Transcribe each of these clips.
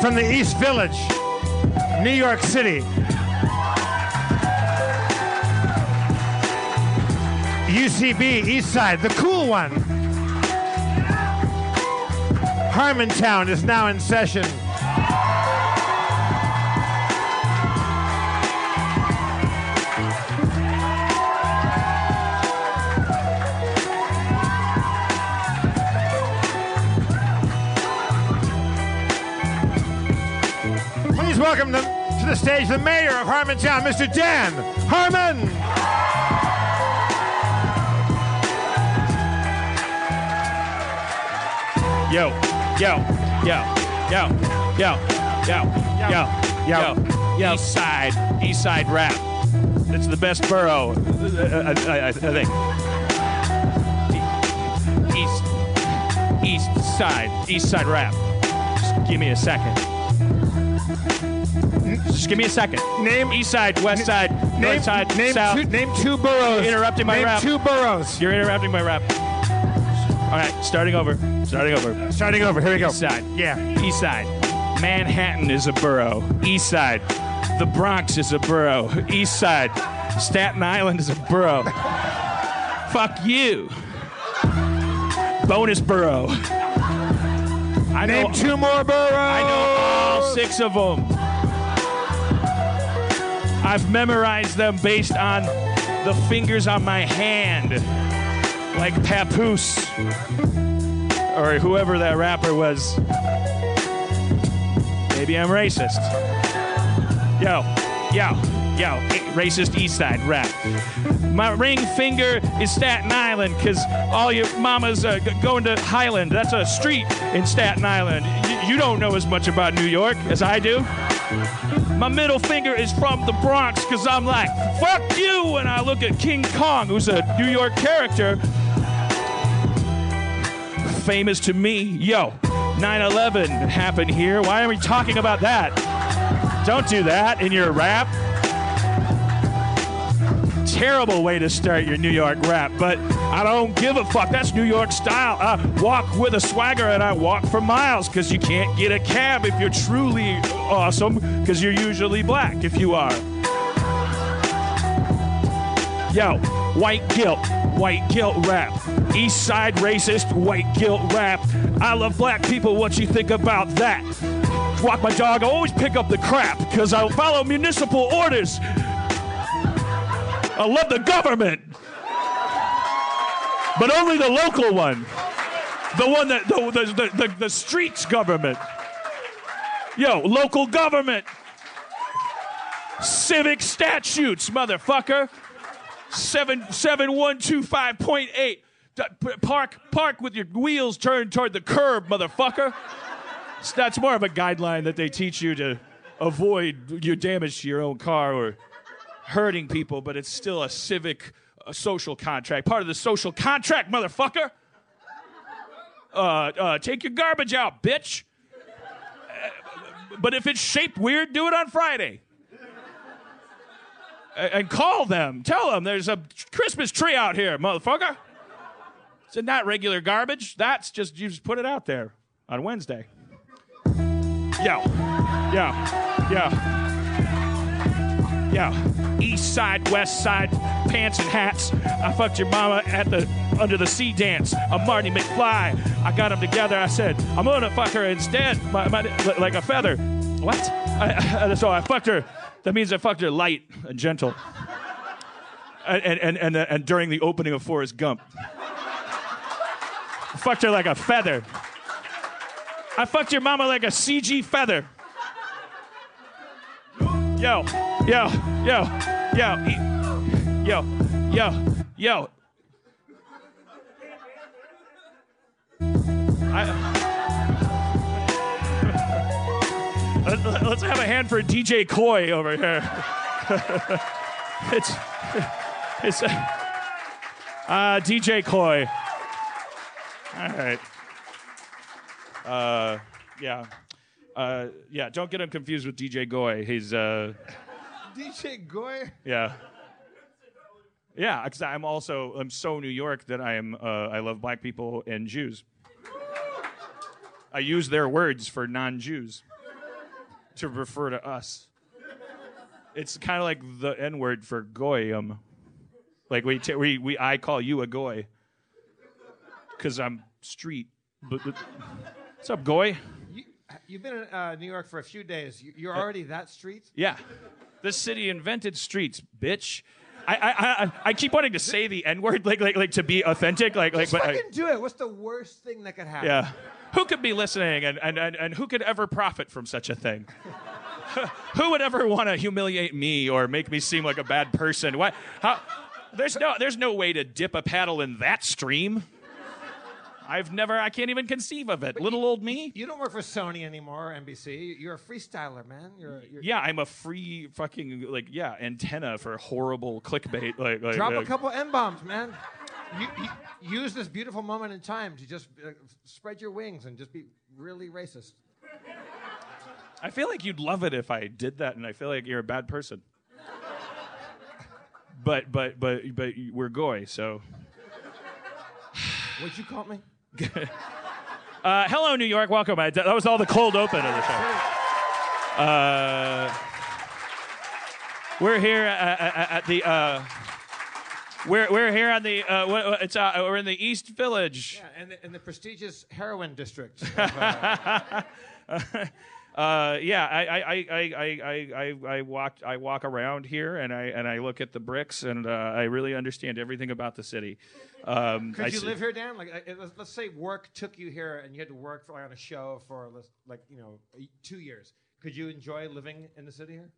from the East Village, New York City. UCB, East Side, the cool one. Harmontown is now in session. Please welcome to, to the stage the mayor of Harmontown, Mr. Dan Harmon. Yo, yo, yo, yo, yo, yo, yo, yo, yo. East side, east side rap. It's the best borough, uh, I, I, I think. East, east side, east side rap. Just give me a second. Just give me a second. Name- east side, west side, Name, north side, name, south. two, name two boroughs. You're interrupting my name rap. two boroughs. You're interrupting my rap. All right, starting over. Starting over. Starting over. Here we go. East side. Yeah. East side. Manhattan is a borough. East side. The Bronx is a borough. East side. Staten Island is a borough. Fuck you. Bonus borough. I Name know, two more boroughs. I know all six of them. I've memorized them based on the fingers on my hand, like Papoose or whoever that rapper was. Maybe I'm racist. Yo, yo, yo, eh, racist East Side rap. My ring finger is Staten Island, cause all your mamas are g- going to Highland. That's a street in Staten Island. Y- you don't know as much about New York as I do. My middle finger is from the Bronx, cause I'm like, fuck you when I look at King Kong, who's a New York character famous to me. Yo, 9 11 happened here. Why are we talking about that? Don't do that in your rap. Terrible way to start your New York rap, but I don't give a fuck. That's New York style. I walk with a swagger and I walk for miles because you can't get a cab if you're truly awesome because you're usually black if you are. Yo, white guilt, white guilt rap. East side racist, white guilt rap. I love black people, what you think about that? Walk my dog, I always pick up the crap, cause I follow municipal orders. I love the government. But only the local one. The one that the the, the, the, the streets government. Yo, local government. Civic statutes, motherfucker seven seven one two five point eight. D- p- Park park with your wheels turned toward the curb, motherfucker. S- That's more of a guideline that they teach you to avoid your damage to your own car or hurting people, but it's still a civic, a social contract, part of the social contract, motherfucker. Uh, uh, take your garbage out, bitch. Uh, But if it's shaped weird, do it on Friday and call them. Tell them there's a Christmas tree out here, motherfucker. It's not regular garbage. That's just you just put it out there on Wednesday. Yo, yo, yo, yo. East side, west side, pants and hats. I fucked your mama at the under the sea dance. I'm Marty McFly. I got them together. I said I'm gonna fuck her instead, my, my, like a feather. What? I, I, so I fucked her. That means I fucked her light and gentle. And and and and, and during the opening of Forrest Gump, I fucked her like a feather. I fucked your mama like a CG feather. Yo, yo, yo, yo, e- yo, yo, yo. I, Let- let- let's have a hand for DJ Coy over here. it's it's uh, DJ Coy. All right. Uh, yeah. Uh, yeah, don't get him confused with DJ Goy. He's uh, DJ Goy. yeah. Yeah, 'cause I'm also I'm so New York that I am uh, I love black people and Jews. I use their words for non-Jews. to refer to us. It's kind of like the N word for goyim. Like we, ta we, we, I call you a goy because I'm street. But, but- what's up, goy? You, you've been in uh, New York for a few days. You, you're already that street. Yeah, this city invented streets, bitch. I, I, I- I, I keep wanting to say the N word, like, like, like to be authentic, like, like, but. I- Fucking do it. What's the worst thing that could happen? Yeah. Who could be listening and, and, and, and who could ever profit from such a thing? who would ever want to humiliate me or make me seem like a bad person? Why, how, there's, no, there's no way to dip a paddle in that stream. I've never, I can't even conceive of it. Little old me? You don't work for Sony anymore, or NBC. You're a freestyler, man. You're, you're Yeah, I'm a free fucking, like, yeah, antenna for horrible clickbait. Like, like, drop a like- couple n bombs, man. You, you, use this beautiful moment in time to just uh, spread your wings and just be really racist. I feel like you'd love it if I did that, and I feel like you're a bad person. But, but, but, but we're goy, so. What'd you call me? Uh, hello, New York. Welcome. I, that was all the cold open of the show. Uh, we're here at, at, at the. Uh, we're, we're here on the uh, what- what- it's uh, we're in the East Village. Yeah, and the, and the prestigious heroin district. Uh, yeah, I I, I, I, I, I I walk I walk around here and I and I look at the bricks and uh, I really understand everything about the city. Um, I Could you see- live here, Dan? Like, uh, let's, let's say work took you here, and you had to work for, like, on a show for let's- like you know e- two years. Could you enjoy living in the city here?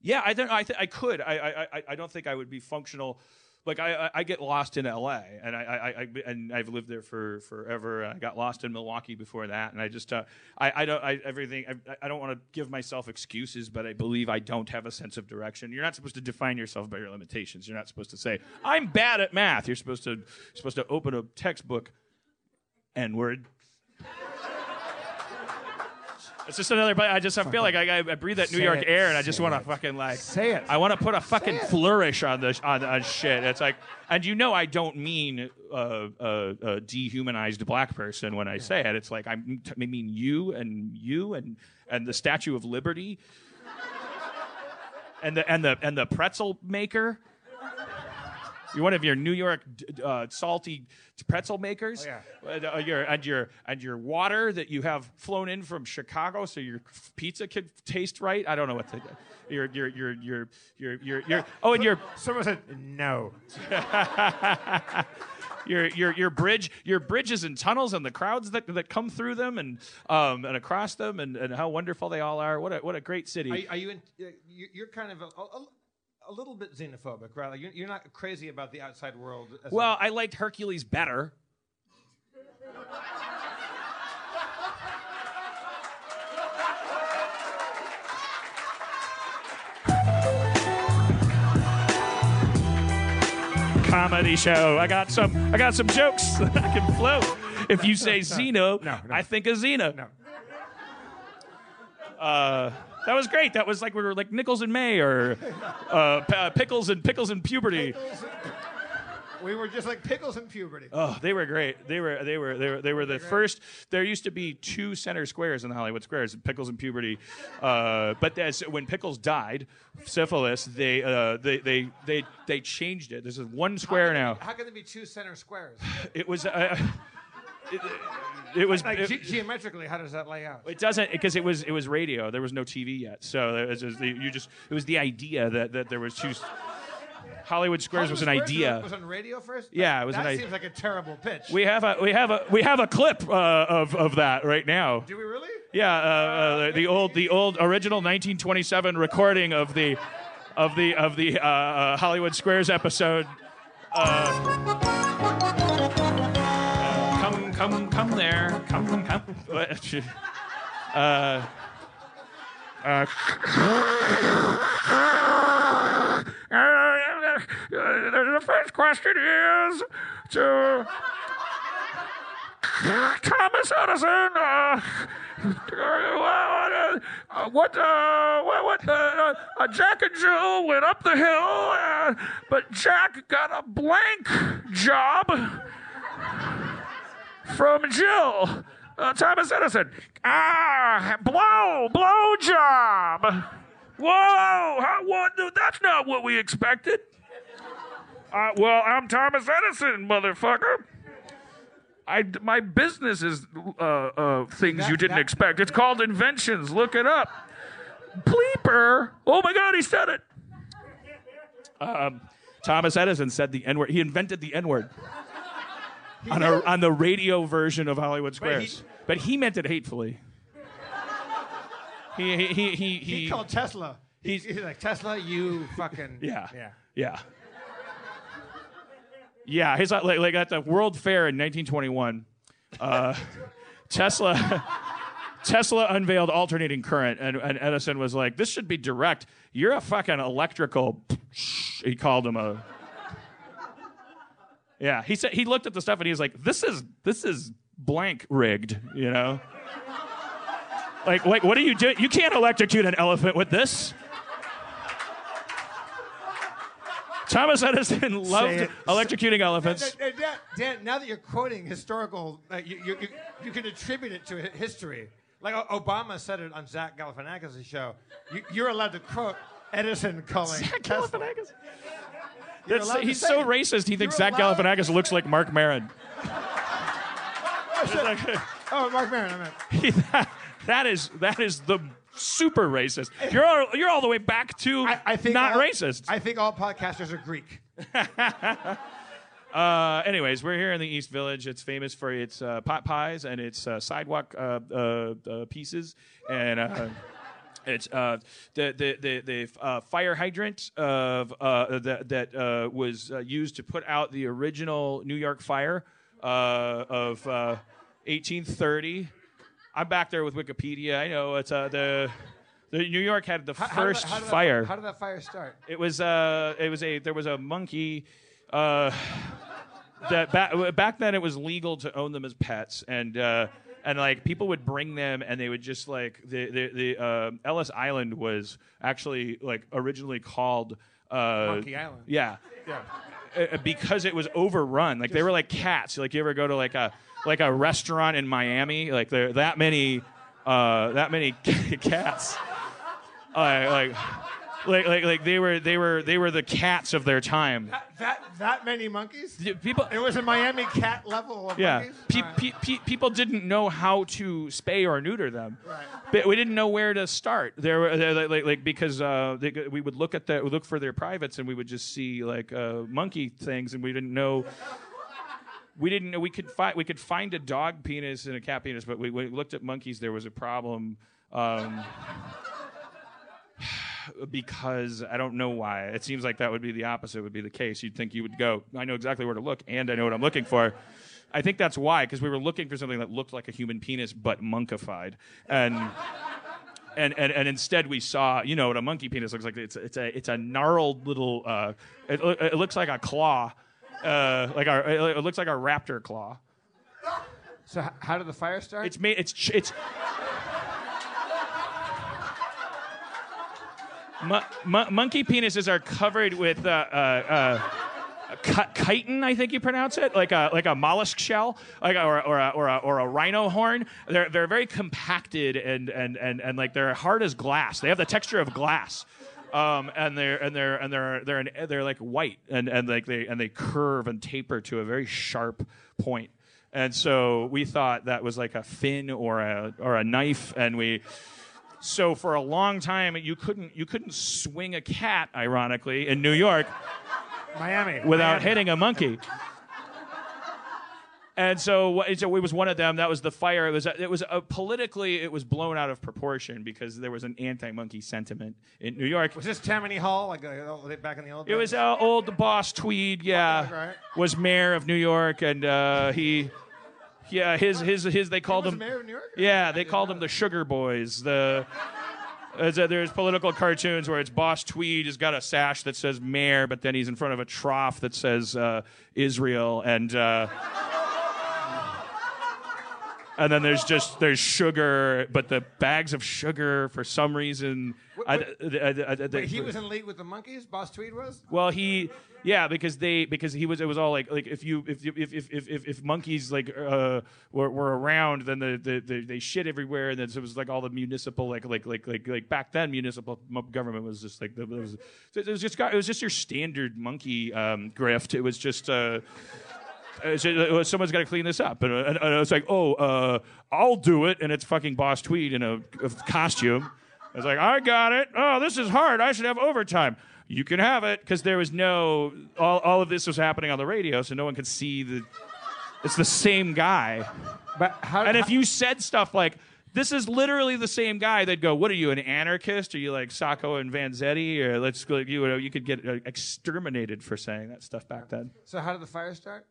Yeah, I don't. I, th- I could. I, I I I don't think I would be functional. Like I, I, I get lost in L.A. and I, I, I and I've lived there for forever. and I got lost in Milwaukee before that, and I just uh, I, I don't I, everything I, I don't want to give myself excuses, but I believe I don't have a sense of direction. You're not supposed to define yourself by your limitations. You're not supposed to say I'm bad at math. You're supposed to you're supposed to open a textbook, and word. It's just another. I just I feel like I, I breathe that New Say York it, air, and I say just want to it. fucking like Say it. I want to put a fucking it. flourish on this on, on shit. It's like, and you know, I don't mean uh, uh, uh, dehumanized black person when I say it. It's like I'm, I mean you and you and and the Statue of Liberty, and the and the and the pretzel maker. You're one of your New York d- d- uh, salty pretzel makers. Oh, And, uh, your, and your and your water that you have flown in from Chicago, so your f- pizza could taste right. I don't know what the your your your your your your, your oh and your Someone said no. your your your bridge your bridges and tunnels and the crowds that that come through them and um and across them and, and how wonderful they all are. What a what a great city. Are, you- are you in? uh, you- You're kind of a, a, a little bit xenophobic, right? Like you're, you're not crazy about the outside world. as a- well, I liked Hercules better. comedy show. I got some I got some jokes that I can float. If you say Zeno, no, no. I think of Zeno. No. Uh, that was great. That was like we were like Nichols and May or uh, P- uh, Pickles and Pickles and Puberty. we were just like pickles in puberty. Oh, they were great. They were they were they were they were the first. There used to be two center squares in the Hollywood Squares, Pickles and Puberty. Uh, but as, when Pickles died, syphilis, they uh, they they they they changed it. There's one square now. How can there be two center squares? It was uh, it, it was Like it- ge- geometrically, how does that lay out? It doesn't because it was it was radio. There was no TV yet, so it was just, the- you just it was the idea that, that there was two. Hollywood Squares was an Hollywood Oh, Squares idea. Was on radio first. Yeah, it was That an i- seems like a terrible pitch. We have a we have a we have a clip uh, of of that right now. Do we really? Yeah, uh, uh, the old the old original 1927 recording of the of the of the uh, uh, Hollywood Squares episode. Uh, come come come there, come come come. Uh, the first question is to Thomas Edison. Uh, uh, what, uh, what, what, uh, uh, Jack and Jill went up the hill, uh, but Jack got a blank job from Jill. Uh, Thomas Edison. Ah, blow, blow job. Whoa, how, what, that's not what we expected. Uh, well, I'm Thomas Edison, motherfucker. I, my business is uh, uh, things you That- didn't that- expect. It's called inventions. Look it up. Bleeper. Oh my God, he said it. Um, Thomas Edison said the N word. He invented the N word on, a, on the radio version of Hollywood Squares. But he, meant it hatefully. He, he, he, he, He called Tesla. He's, he's- he's like Tesla, you fucking yeah. yeah. Yeah. Yeah. He's like, like, like at the World Fair in 1921, uh, Tesla. Tesla unveiled alternating current, and, and Edison was like, "This should be direct. You're a fucking electrical." He called him a. Yeah, he said he looked at the stuff and he was like, "This is this is blank rigged," you know. Like, like, what are you doing? You can't electrocute an elephant with this. Thomas Edison loved it. electrocuting Dan, elephants. Dan- Dan, now that you're quoting historical, uh, you, you, you, you can attribute it to hi- history. Like O- Obama said it on Zach Galifianakis' show. You, you're allowed to quote Edison calling Tesla. You're That's- allowed to he's say so it. racist. He thinks You're Zach allowed- Galifianakis looks like Mark Maron. Oh, Mark Maron, I meant. that is that is the super racist. You're all, you're all the way back to I, I think not all- racist. I think all podcasters are Greek. uh, anyways, we're here in the East Village. It's famous for its uh, pot pies and its uh, sidewalk uh, uh, uh, pieces and. Uh, It's uh, the the the, the uh, fire hydrant of uh, that that uh, was uh, used to put out the original New York fire uh, of uh, 1830. I'm back there with Wikipedia. I know it's uh, the the New York had the How did first that- how did that- fire. how did that fire start? It was uh, it was a there was a monkey. Uh, that back back then it was legal to own them as pets, and uh, and like people would bring them, and they would just like the the, the uh, Ellis Island was actually like originally called uh, Monkey Island. Yeah, Yeah. uh, because it was overrun. Like they were like cats. Like you ever go to like a like a restaurant in Miami? Like there that many uh, that many cats. Uh, like like like like they were they were they were the cats of their time. That that many monkeys? Yeah, People. It was a Miami cat level of Yeah, monkeys. pe- All right. pe- pe- people didn't know how to spay or neuter them. Right. But we didn't know where to start. There, were there- like, like, like because uh, they, we would look at the we look for their privates, and we would just see like uh, monkey things, and we didn't know. We didn't know we could find we could find a dog penis and a cat penis, but we, we looked at monkeys. There was a problem. Um, because I don't know why. It seems like that would be the opposite would be the case. You'd think you would go, I know exactly where to look and I know what I'm looking for. I think that's why because we were looking for something that looked like a human penis but monkified. And and, and, and instead we saw you know what a monkey penis looks like it's it's a it's a gnarled little uh, it, loo- it looks like a claw uh, like a it looks like a raptor claw So h- how did the fire start? it's made. It's ch- it's. Mon- mon- monkey penises are covered with uh, uh, uh, ki- chitin, I think you pronounce it, like a like a mollusk shell, like a, or or a, or, a, or a rhino horn. They're they're very compacted and and and and like they're hard as glass. They have the texture of glass. Um, and they're and they're and they're they're an, they're like white and, and like they and they curve and taper to a very sharp point. And so we thought that was like a fin or a or a knife, and we. So for a long time, you couldn't you couldn't swing a cat, ironically, in New York Miami. without Miami. hitting a monkey. And so, wh- so it was one of them. That was the fire. It was it was uh politically it was blown out of proportion because there was an anti-monkey sentiment in New York. Was this Tammany Hall like uh, back in the old It days? was uh, old boss Tweed, yeah, Right. was mayor of New York, and uh, he, yeah, his his his they called was him mayor of New York? Yeah, they called them the Sugar Boys. The as, uh, there's political cartoons where it's Boss Tweed has got a sash that says Mayor, but then he's in front of a trough that says uh, Israel, and uh, and then there's just there's sugar, but the bags of sugar for some reason. I- I- I- I- they- Wait, he was in league with the monkeys. Boss Tweed was. well, he, yeah, because they, because he was, it was all like, like if you, if you, if if if if, if monkeys like uh were, were around, then the, the, the they shit everywhere, and then so it was like all the municipal, like like like like like back then municipal m- government was just like the- it was, it was just got- it was just your standard monkey um, grift. It was just. Uh, uh, so, uh, someone's got to clean this up. And, uh, and, and it's like, oh, uh, I'll do it. And it's fucking Boss Tweed in a, a costume. I was like, I got it. Oh, this is hard. I should have overtime. You can have it because there was no, all, all of this was happening on the radio, so no one could see the, it's the same guy. But how? And if you said stuff like, this is literally the same guy, they'd go, what are you, an anarchist? Are you like Sacco and Vanzetti? Or let's go, you know, you could get uh, exterminated for saying that stuff back then. so how did the fire start?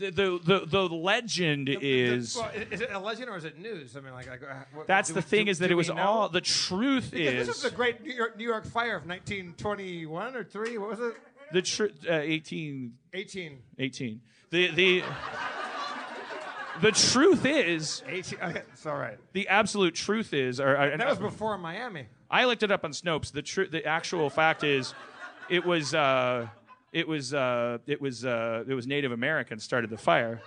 The, the, the, the legend is. Well, i- is it a legend or is it news? I mean, like, like uh, what- That's do the we- thing do- is that do it was we know? all the truth Yeah, is this is the great New York, New York fire of 1921 or three. What was it? the truth uh, 18 18. 18 the the the truth is 18. Okay, it's all right. the absolute truth is or I, That was before Miami. I looked it up on Snopes the tru- the actual fact is it was uh it was uh it was uh it was Native Americans started the fire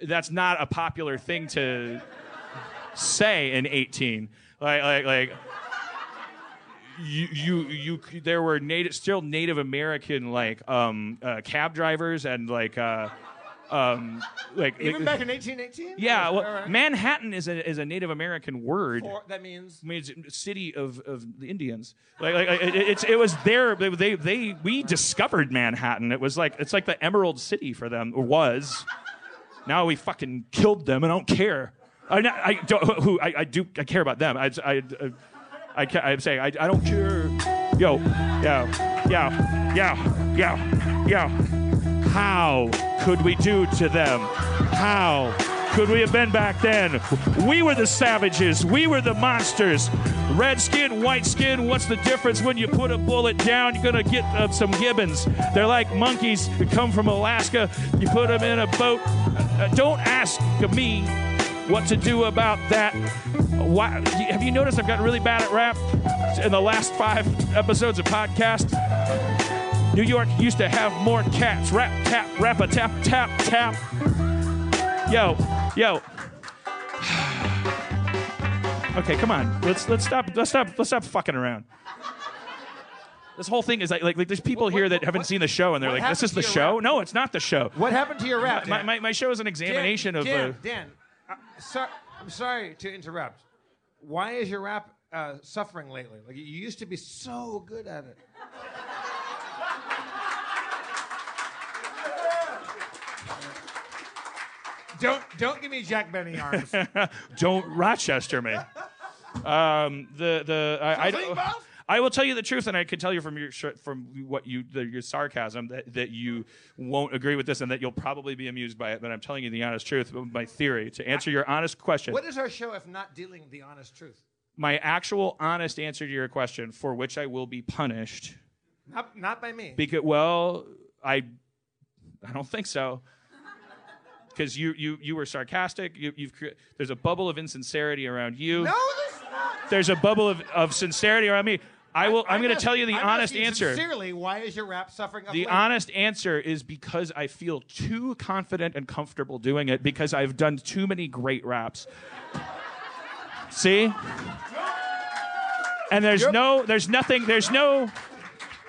that's not a popular thing to say in 18 like like like you you you there were native still native american like um uh, cab drivers and like uh um like Even back in 1818? yeah well, All right. manhattan is a is a native american word Or- that means. I mean, it's a city of, of the Indians. Like, like it, it's, it was there. They, they, they, we discovered Manhattan. It was like, it's like the Emerald City for them, or was. Now we fucking killed them. I don't care. I, not- I don't, who, I, I do, I care about them. I, I, I, ca I'm saying, I, I don't care. Yo, yo, yo, yo, yo, yo. How could we do to them? How could we have been back then? We were the savages. We were the monsters. Red skin, white skin, what's the difference when you put a bullet down? You're going to get uh, some gibbons. They're like monkeys that come from Alaska. You put them in a boat. Uh, don't ask me what to do about that. Why, have you noticed I've gotten really bad at rap in the last five episodes of podcast? New York used to have more cats. Rap, tap, rap, a tap, tap, tap. Yo, yo. okay, come on. Let's let's stop. Let's stop. Let's stop fucking around. This whole thing is like like, like there's people What- here what- that haven't what- seen the show and they're what like, this happened is to the your show. rap? No, it's not the show. What happened to your rap? My, Dan? my, my show is an examination Dan, of. Dan, uh, Dan uh, so, I'm sorry to interrupt. Why is your rap uh, suffering lately? Like you used to be so good at it. Don't don't give me Jack Benny arms. don't Rochester me. Um, the the I, I, don't- Bob? I will tell you the truth, and I can tell you from your sh- from what you the, your sarcasm that, that you won't agree with this, and that you'll probably be amused by it. But I'm telling you the honest truth, my theory to answer your honest question. what is our show if not dealing the honest truth? my actual honest answer to your question, for which I will be punished, Not not by me. because well, I I don't think so. Because you, you you were sarcastic. You, you've cre- there's a bubble of insincerity around you. no, there's not. there's a bubble of, of sincerity around me. I will. I'm, going to ask- tell you the I'm honest asking answer. Sincerely, why is your rap suffering? of The late? honest answer is because I feel too confident and comfortable doing it because I've done too many great raps. See? And there's You're- no, there's nothing, there's no,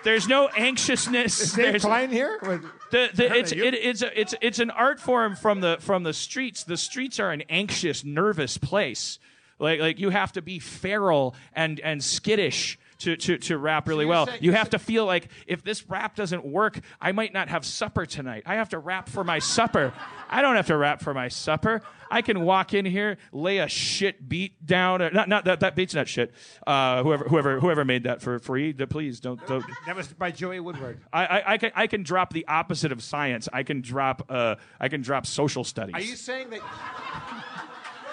there's no anxiousness. Dave there's, Klein here. With- the, the, it's, you- it, it's, a, it's, it's an art form from the, from the streets. The streets are an anxious, nervous place. Like, like you have to be feral and, and skittish to, to, to rap really you're well. saying- you you're have to feel like if this rap doesn't work, I might not have supper tonight. I have to rap for my supper. I don't have to rap for my supper. I can walk in here, lay a shit beat down. Or, not, not that, that beat's not shit. Uh, whoever, whoever, whoever made that for free, please don't, don't that was by Joey Woodward. I, I, I, can, I can drop the opposite of science. I can drop uh, I can drop social studies. Are you saying that?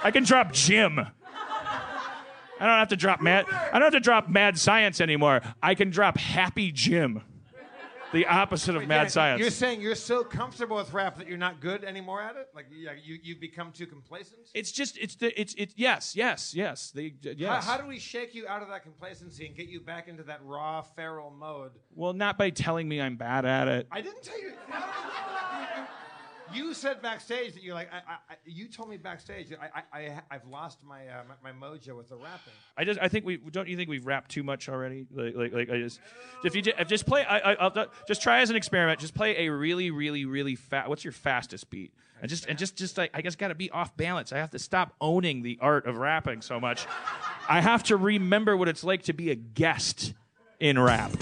I can drop gym. I don't have to drop mad. I don't have to drop mad science anymore. I can drop happy gym. the opposite of mad Yeah, science. You're saying you're so comfortable with rap that you're not good anymore at it? Like yeah, you, you've become too complacent? It's just it's the it's it's yes yes yes the How, yes. how do we shake you out of that complacency and get you back into that raw, feral mode? well, not by telling me I'm bad at it. I didn't tell you. You said backstage that you're like, I, I, I, you told me backstage, I, I, I, I've lost my, uh, my, my mojo with the rapping. I just I think we don't you think we've wrapped too much already? Like like, like I just if you ju- if just play I, I I'll, just try as an experiment. Just play a really really really fast. What's your fastest beat? And just and just just like I just got to be off balance. I have to stop owning the art of rapping so much. I have to remember what it's like to be a guest in rap.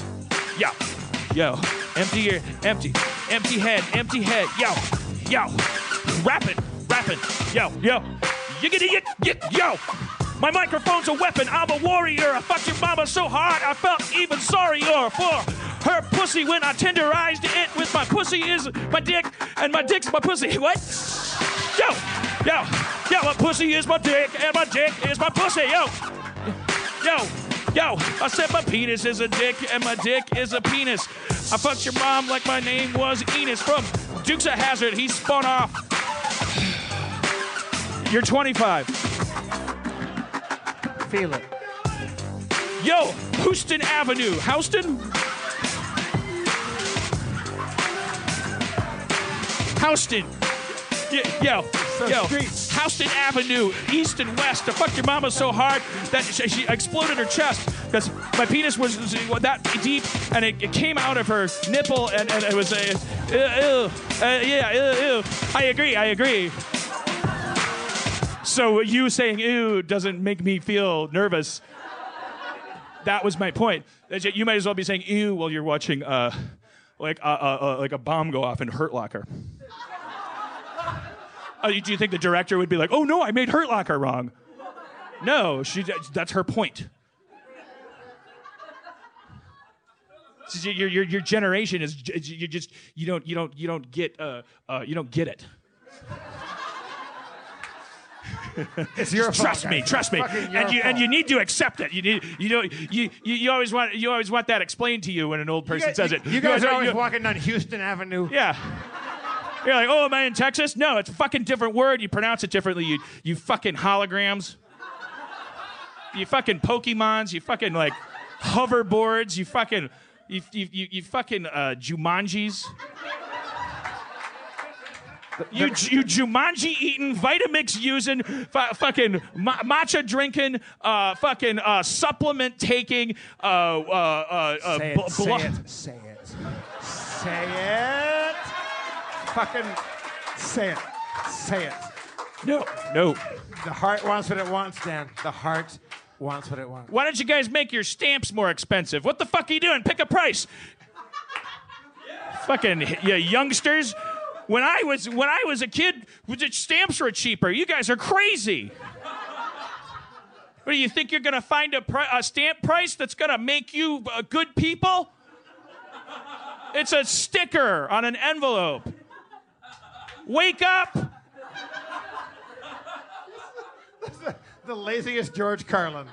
Yo, yo, empty your empty empty head empty head. Yo, yo, rapping rapping. Yo yo, yiggity yik yik yo. My microphone's a weapon, I'm a warrior. I fucked your mama so hard I felt even sorrier for her pussy when I tenderized it with my pussy is my dick, and my dick's my pussy. What? Yo, yo, yo, my pussy is my dick, and my dick is my pussy, yo. Yo, yo, I said my penis is a dick, and my dick is a penis. I fucked your mom like my name was Enos from Dukes of Hazard. He spun off. You're 25. Feel it. Yo, Houston Avenue. Houston? Houston. Y- Yo, yo, Houston Avenue, East and West. I fucked your mama so hard that she, she exploded her chest because my penis was, was that deep and it, it came out of her nipple and, and it was a, ew, ew, uh, yeah, ew, ew. I agree, I agree. So you saying ew doesn't make me feel nervous that was my point. That You you might as well be saying "ew" while you're watching, uh, like uh, uh, uh, like a bomb go off in Hurt Locker. Uh, do you think the director would be like, "Oh no, I made Hurt Locker wrong"? No, she. That's her point. So Your, your, your generation is j- you just you don't you don't you don't get uh, uh, you don't get it. It's your trust me, trust me, Fucking your and you and fault. you need to accept it. You need you know you, you you always want you always want that explained to you when an old person says it. You, guys know, are always you- walking down Houston Avenue. yeah. You're like, oh, am I in Texas? No, it's a fucking different word. You pronounce it differently. You you fucking holograms. You fucking Pokemons. You fucking like hoverboards. You fucking you you you, you fucking uh, Jumanjis. You, you Jumanji eating, Vitamix using, fu- fucking ma- matcha drinking, uh, fucking uh, supplement taking, uh, uh, uh, uh, Say bl- it, say bl- it, say it. Say it. Fucking say it. Say it. No, no. The heart wants what it wants, Dan. The heart wants what it wants. Why don't you guys make your stamps more expensive? What the fuck are you doing? Pick a price. Fucking hi- you youngsters. When I was when I was a kid, was it- stamps were cheaper. You guys are crazy. What do you think you're gonna find a, pri- a stamp price that's gonna make you uh, good people? It's a sticker on an envelope. Wake up! The laziest George Carlin.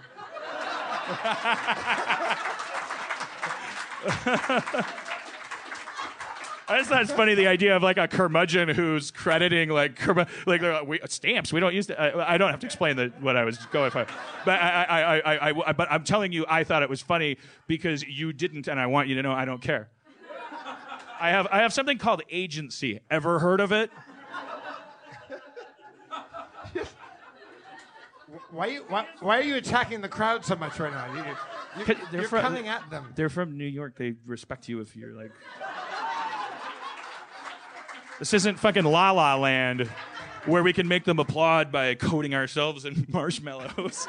I just thought it's funny the idea of like a curmudgeon who's crediting like curmu- like, they're like we, stamps. We don't use. The, I, I don't have to explain the, what I was going for, but I, I, I, I, I, I- but I'm telling you, I thought it was funny because you didn't, and I want you to know I don't care. I have I have something called agency. Ever heard of it? Why you why, why are you attacking the crowd so much right now? You, you, They're you, you're fro- coming at them. They're from New York. They respect you if you're like. This isn't fucking La La Land, where we can make them applaud by coating ourselves in marshmallows.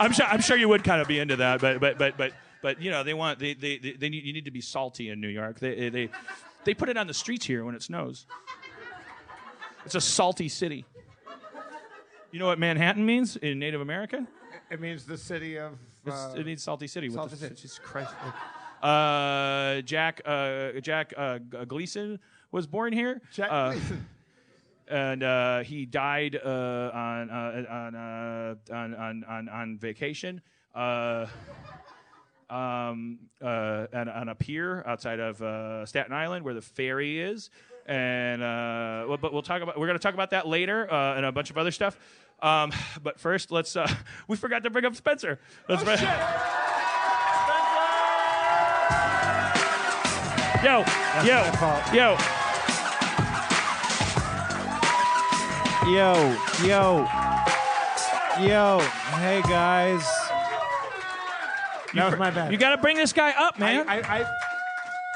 I'm sure. I'm sure you would kind of be into that, but but but but but you know they want they they they, they need, you need to be salty in New York. They they they put it on the streets here when it snows. It's a salty city. You know what Manhattan means in Native America? It means the city of. It's- Uh, it means Salty City. What the Salty f- City. Jesus Christ. Uh, Jack uh, Jack uh, G- Gleason was born here. Jack Uh, Gleason. and uh, he died uh, on, uh, on, uh, on on on on vacation. Uh, um, uh, on, on a pier outside of uh, Staten Island where the ferry is. And uh, well, but we'll talk about we're going to talk about that later uh, and a bunch of other stuff. Um, but first, let's uh, we forgot to bring up Spencer. Oh, Let's bring- Yo, my fault. yo, yo. Yo, yo, yo. Hey, guys. That was my bad. You got to bring this guy up, I, man. I, I,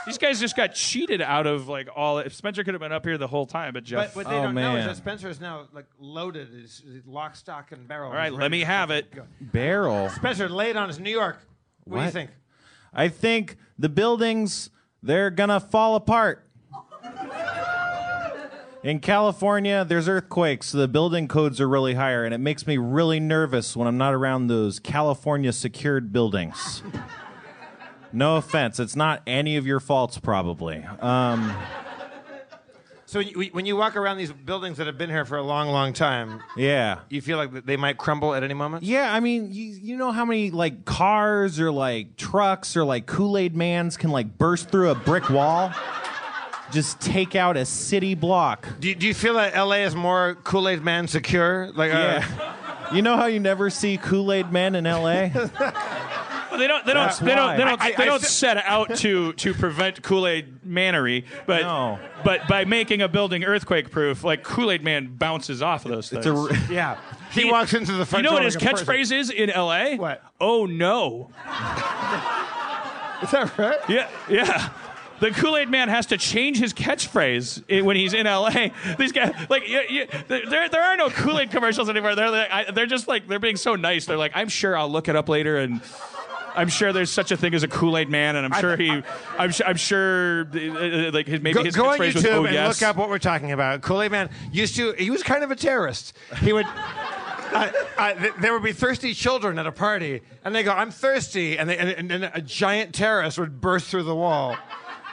These guys just got cheated out of like all. If Spencer could have been up here the whole time, but Jeff. but what they Oh, don't know is man. that Spencer is now like loaded, is is lock, stock, and barrel. all right, He's let ready me to have it. go. Barrel. Spencer laid on his New York. What, do you What? think? I think the buildings, they're gonna fall apart. In California, there's earthquakes, so the building codes are really higher, and it makes me really nervous when I'm not around those California secured buildings. No offense, it's not any of your faults, probably. Um, So you, when you walk around these buildings that have been here for a long, long time, yeah. you feel like that they might crumble at any moment. Yeah, I mean, you, you know how many like cars or like trucks or like Kool Aid mans can like burst through a brick wall, just take out a city block. Do you, do you feel that L.A. is more Kool Aid Man secure? Like, uh, Yeah. You know how you never see Kool Aid men in LA? Well, they don't. They don't. That's They don't. They why. don't. I- I- they I don't s- set out to to prevent Kool Aid Manery, but No. but by making a building earthquake proof, like Kool Aid Man bounces off of those things. It's a r- yeah. He, walks into the you front. know what door his like a person. catchphrase is in L.A. What? Oh no! Is that right? Yeah, yeah. The Kool Aid Man has to change his catchphrase i- when he's in LA. These guys, like, you, you, there, there are no Kool Aid commercials anymore. They're like, I, they're just like, they're being so nice. They're like, I'm sure I'll look it up later, and I'm sure there's such a thing as a Kool Aid Man, and I'm sure he, I'm, su- I'm sure, uh, uh, like, his, maybe Go, his go on catchphrase YouTube was, "Oh and yes." look up what we're talking about. Kool Aid Man used to. He was kind of a terrorist. He would. Uh, uh, th- there would be thirsty children at a party, and they go, "I'm thirsty," and, they, and, and, then a giant terrorist would burst through the wall.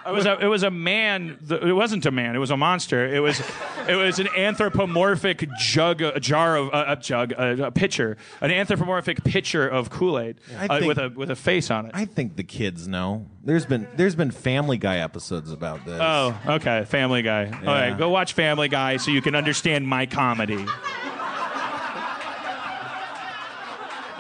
It was a, it was a man. th- It wasn't a man. It was a monster. It was, it was an anthropomorphic jug, a jar of a, a jug, a, a pitcher, an anthropomorphic pitcher of Kool Aid I uh, think- with a with a face on it. I think the kids know. There's been there's been Family Guy episodes about this. oh, okay. Family Guy. All right, go watch Family Guy so you can understand my comedy.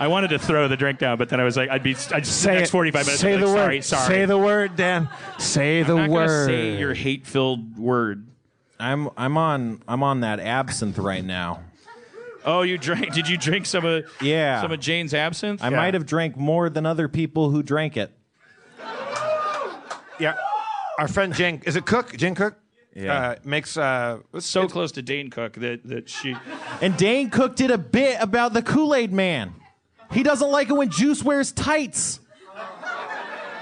I wanted to throw the drink down, but then I was like, I'd be, I'd say next 45 minutes. I'd be like, sorry, sorry. the word, Dan. Say the I'm not gonna say your hate-filled word. I'm I'm on I'm on that absinthe right now. Oh, you drank? Did you drink some of? Yeah. Some of Jane's absinthe. I might have drank more than other people who drank it. yeah, our friend Jen. Is it Cook? Jen Cook. Uh, makes uh, so close to Dane Cook that, that she. And Dane Cook did a bit about the Kool Aid Man. He doesn't like it when Juice wears tights.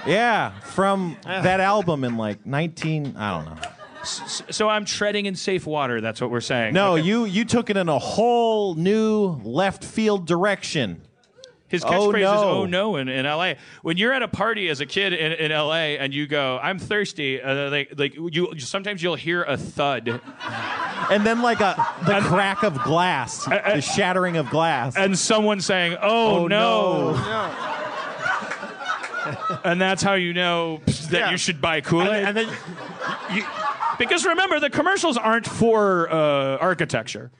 Yeah, from that album in like 19, I don't know. So I'm treading in safe water. That's what we're saying. No, you you took it in a whole new left field direction. his oh, catchphrase is no. "Oh no!" In, in L.A. When you're at a party as a kid in, in L.A. and you go, "I'm thirsty," uh, like like you sometimes you'll hear a thud, And then like a the crack of glass, the shattering of glass. and someone saying, "Oh, Oh, no. no. and that's how you know that Yeah. you should buy Kool-Aid. and then you, because remember, the commercials aren't for uh, architecture.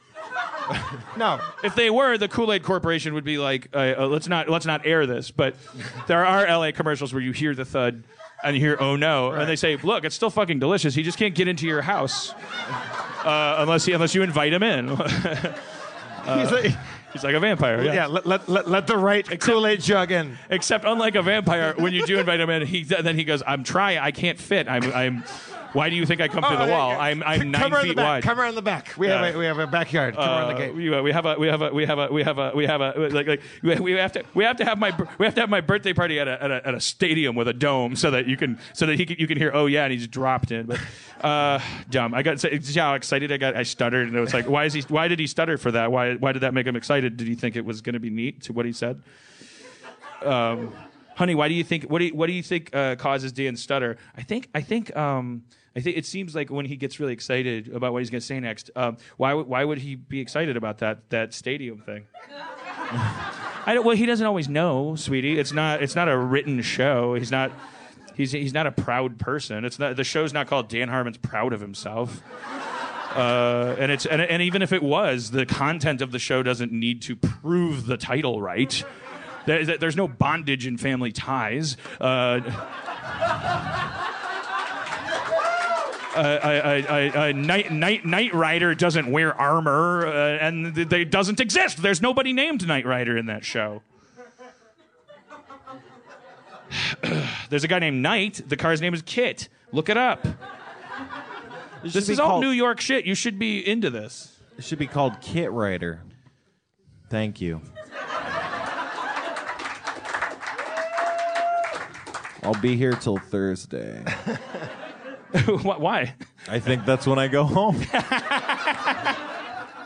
no. if they were, the Kool Aid Corporation would be like, uh, uh, let's not let's not air this. But there are LA commercials where you hear the thud and you hear oh no, and they say, look, it's still fucking delicious. He just can't get into your house uh, unless he, unless you invite him in. Uh, He's like, He's like a vampire. Yeah. yeah, let, let, let, let the right Kool Aid jug in. Except unlike a vampire, when you do invite him in, he then he goes, I'm trying, I can't fit. I'm I'm. Why do you think I come through the Oh, yeah, wall? yeah. I'm I'm Come nine around the feet back, wide. Come around the back. We Yeah. have a, we have a backyard. Come around the Uh, gate. we, we have a we have a we have a we have a we have a like like we, we have to we have to have my bir- we have to have my birthday party at a at a, at a stadium with a dome so that you can so that he can, you can hear oh yeah and he's dropped in but uh dumb I got see how excited I got I stuttered and it was like why is he why did he stutter for that why why did that make him excited did he think it was gonna be neat to what he said Um, honey, why do you think what do you, what do you think uh, causes Dan's stutter? I think I think um, I think it seems like when he gets really excited about what he's going to say next, um, why would why would he be excited about that that stadium thing? I don't, well, he doesn't always know, sweetie. It's not. It's not a written show. He's not. He's he's not a proud person. It's not. The show's not called Dan Harmon's proud of himself. Uh, and it's and, and even if it was, the content of the show doesn't need to prove the title right. There- there- there's no bondage in family ties. Uh, a, a, a, a night, night, night Rider doesn't wear armor, uh, and th- they doesn't exist. There's nobody named Knight Rider in that show. There's a guy named Knight. The car's name is Kit. Look it up. This should is be all called- New York shit. You should be into this. It should be called Kit Rider. Thank you. I'll be here till Thursday. Wh- Why? I think that's when I go home.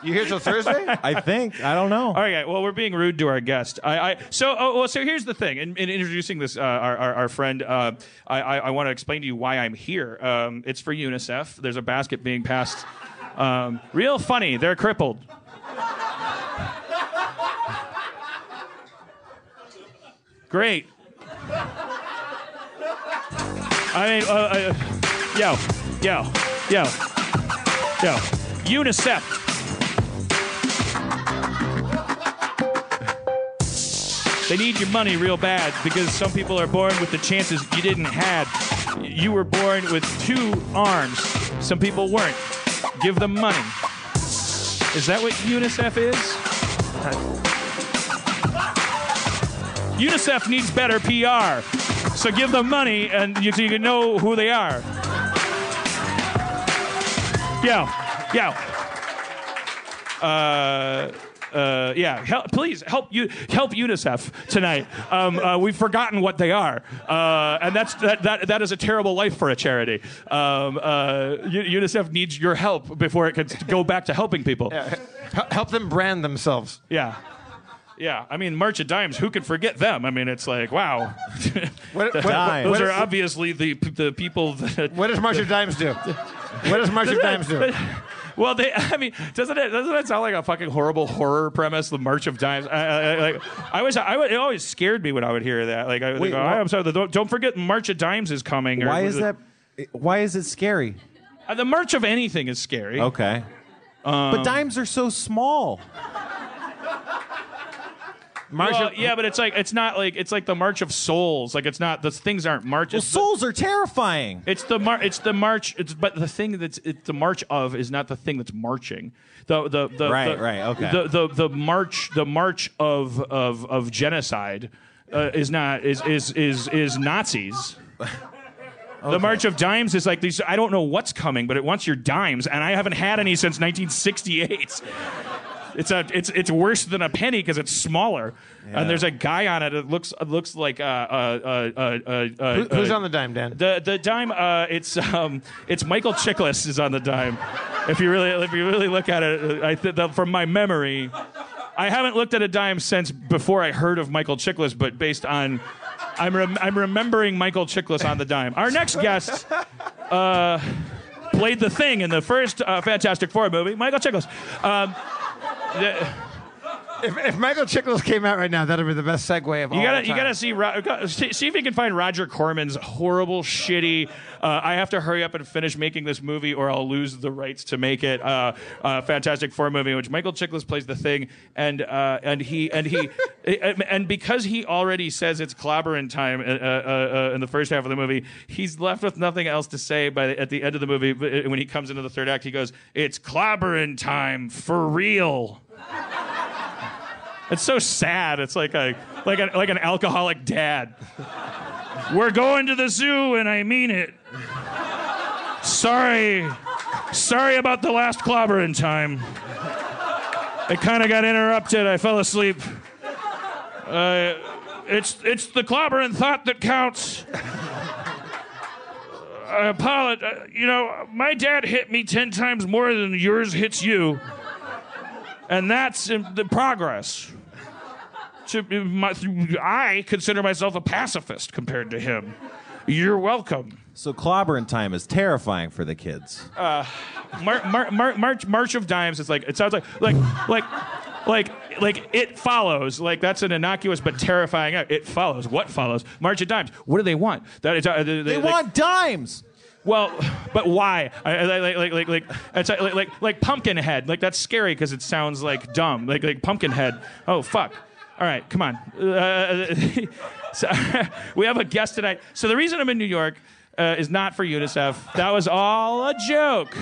You here till Thursday? I think. I don't know. All right. Well, we're being rude to our guest. I, I so oh, well. So here's the thing. In, in introducing this, uh, our, our our friend, uh, I I, I want to explain to you why I'm here. Um, it's for UNICEF. There's a basket being passed. Um, real funny. They're crippled. Great. I mean, uh, uh, yo, yo, yo, yo, UNICEF. They need your money real bad because some people are born with the chances you didn't had. You were born with two arms. Some people weren't. Give them money. Is that what UNICEF is? UNICEF needs better PR. So give them money and you, so you can know who they are. Yo, yo. Uh, uh, yeah, help, please help you help UNICEF tonight. Um, uh, we've forgotten what they are, uh, and that's that, that that is a terrible life for a charity. Um, uh, U- UNICEF needs your help before it can go back to helping people. Yeah, Hel- Help them brand themselves. yeah. I mean, March of Dimes. Who could forget them? I mean, it's like wow. What, what, Dimes. Those what- are obviously the the people that what does Marcia Dimes do? What does Marcia Dimes do? Well, they, I mean, doesn't it doesn't it sound like a fucking horrible horror premise? The March of Dimes. I, I, I- like, I was, I would, it always scared me when I would hear that. Like, I would Wait, go, wha- I'm sorry, don't, don't forget March of Dimes is coming. or- Why is that? Why is it scary? Uh, The March of anything is scary. Okay. Um, but dimes are so small. Marcia, Well, yeah, but it's like it's not like it's like the March of Souls. Like it's not the things aren't marches. Well, souls are terrifying. It's the mar- it's the march. It's but the thing that's it's the march of is not the thing that's marching. The the, the Right, the- right, okay. The, the the march the march of of of genocide uh, is not is is is is Nazis. The March of Dimes is like these. I don't know what's coming, but it wants your dimes, and I haven't had any since 1968. It's a, it's, it's worse than a penny because it's smaller, and there's a guy on it. It looks, it looks like uh, uh, uh, uh, uh, who- who's uh, on the dime, Dan? the the dime, uh, it's um, it's Michael Chiklis is on the dime. If you really if you really look at it, uh, I th- the, from my memory, I haven't looked at a dime since before I heard of Michael Chiklis. But based on, I'm rem- I'm remembering Michael Chiklis on the dime. Our next guest. Uh, Played the thing in the first uh, Fantastic Four movie, Michael Chiklis. Um, the- If, if Michael Chiklis came out right now, that'd be the best segue of all You gotta, time. you gotta see, Ro- go- see see if you can find Roger Corman's horrible, shitty. Uh, I have to hurry up and finish making this movie, or I'll lose the rights to make it. Uh, uh, Fantastic Four movie, in which Michael Chiklis plays the thing, and uh, and he and he and and because he already says it's clobbering time uh, uh, uh, in the first half of the movie, he's left with nothing else to say. By the, at the end of the movie, but, uh, when he comes into the third act, he goes, "It's clobbering time for real." It's so sad. It's like a like a, like an alcoholic dad. We're going to the zoo, and I mean it. Sorry, sorry about the last clobbering time. It kind of got interrupted. I fell asleep. Uh, it's it's the clobbering thought that counts. I apologize. You know, my dad hit me ten times more than yours hits you, and that's in the progress to my, I consider myself a pacifist compared to him. You're welcome. So clobbering time is terrifying for the kids. Uh, Mar- Mar- Mar- March March of Dimes is like it sounds like like like like like it follows. Like that's an innocuous but terrifying. act. It follows. What follows? March of Dimes. What do they want? That is, uh, they, They want dimes. Well, but why? I, I, like, like, like, like, it's like, like, like, like Pumpkinhead. Like that's scary because it sounds like dumb. Like, like Pumpkinhead. Oh fuck. All right, come on. Uh, so, we have a guest tonight. So the reason I'm in New York uh, is not for UNICEF. That was all a joke.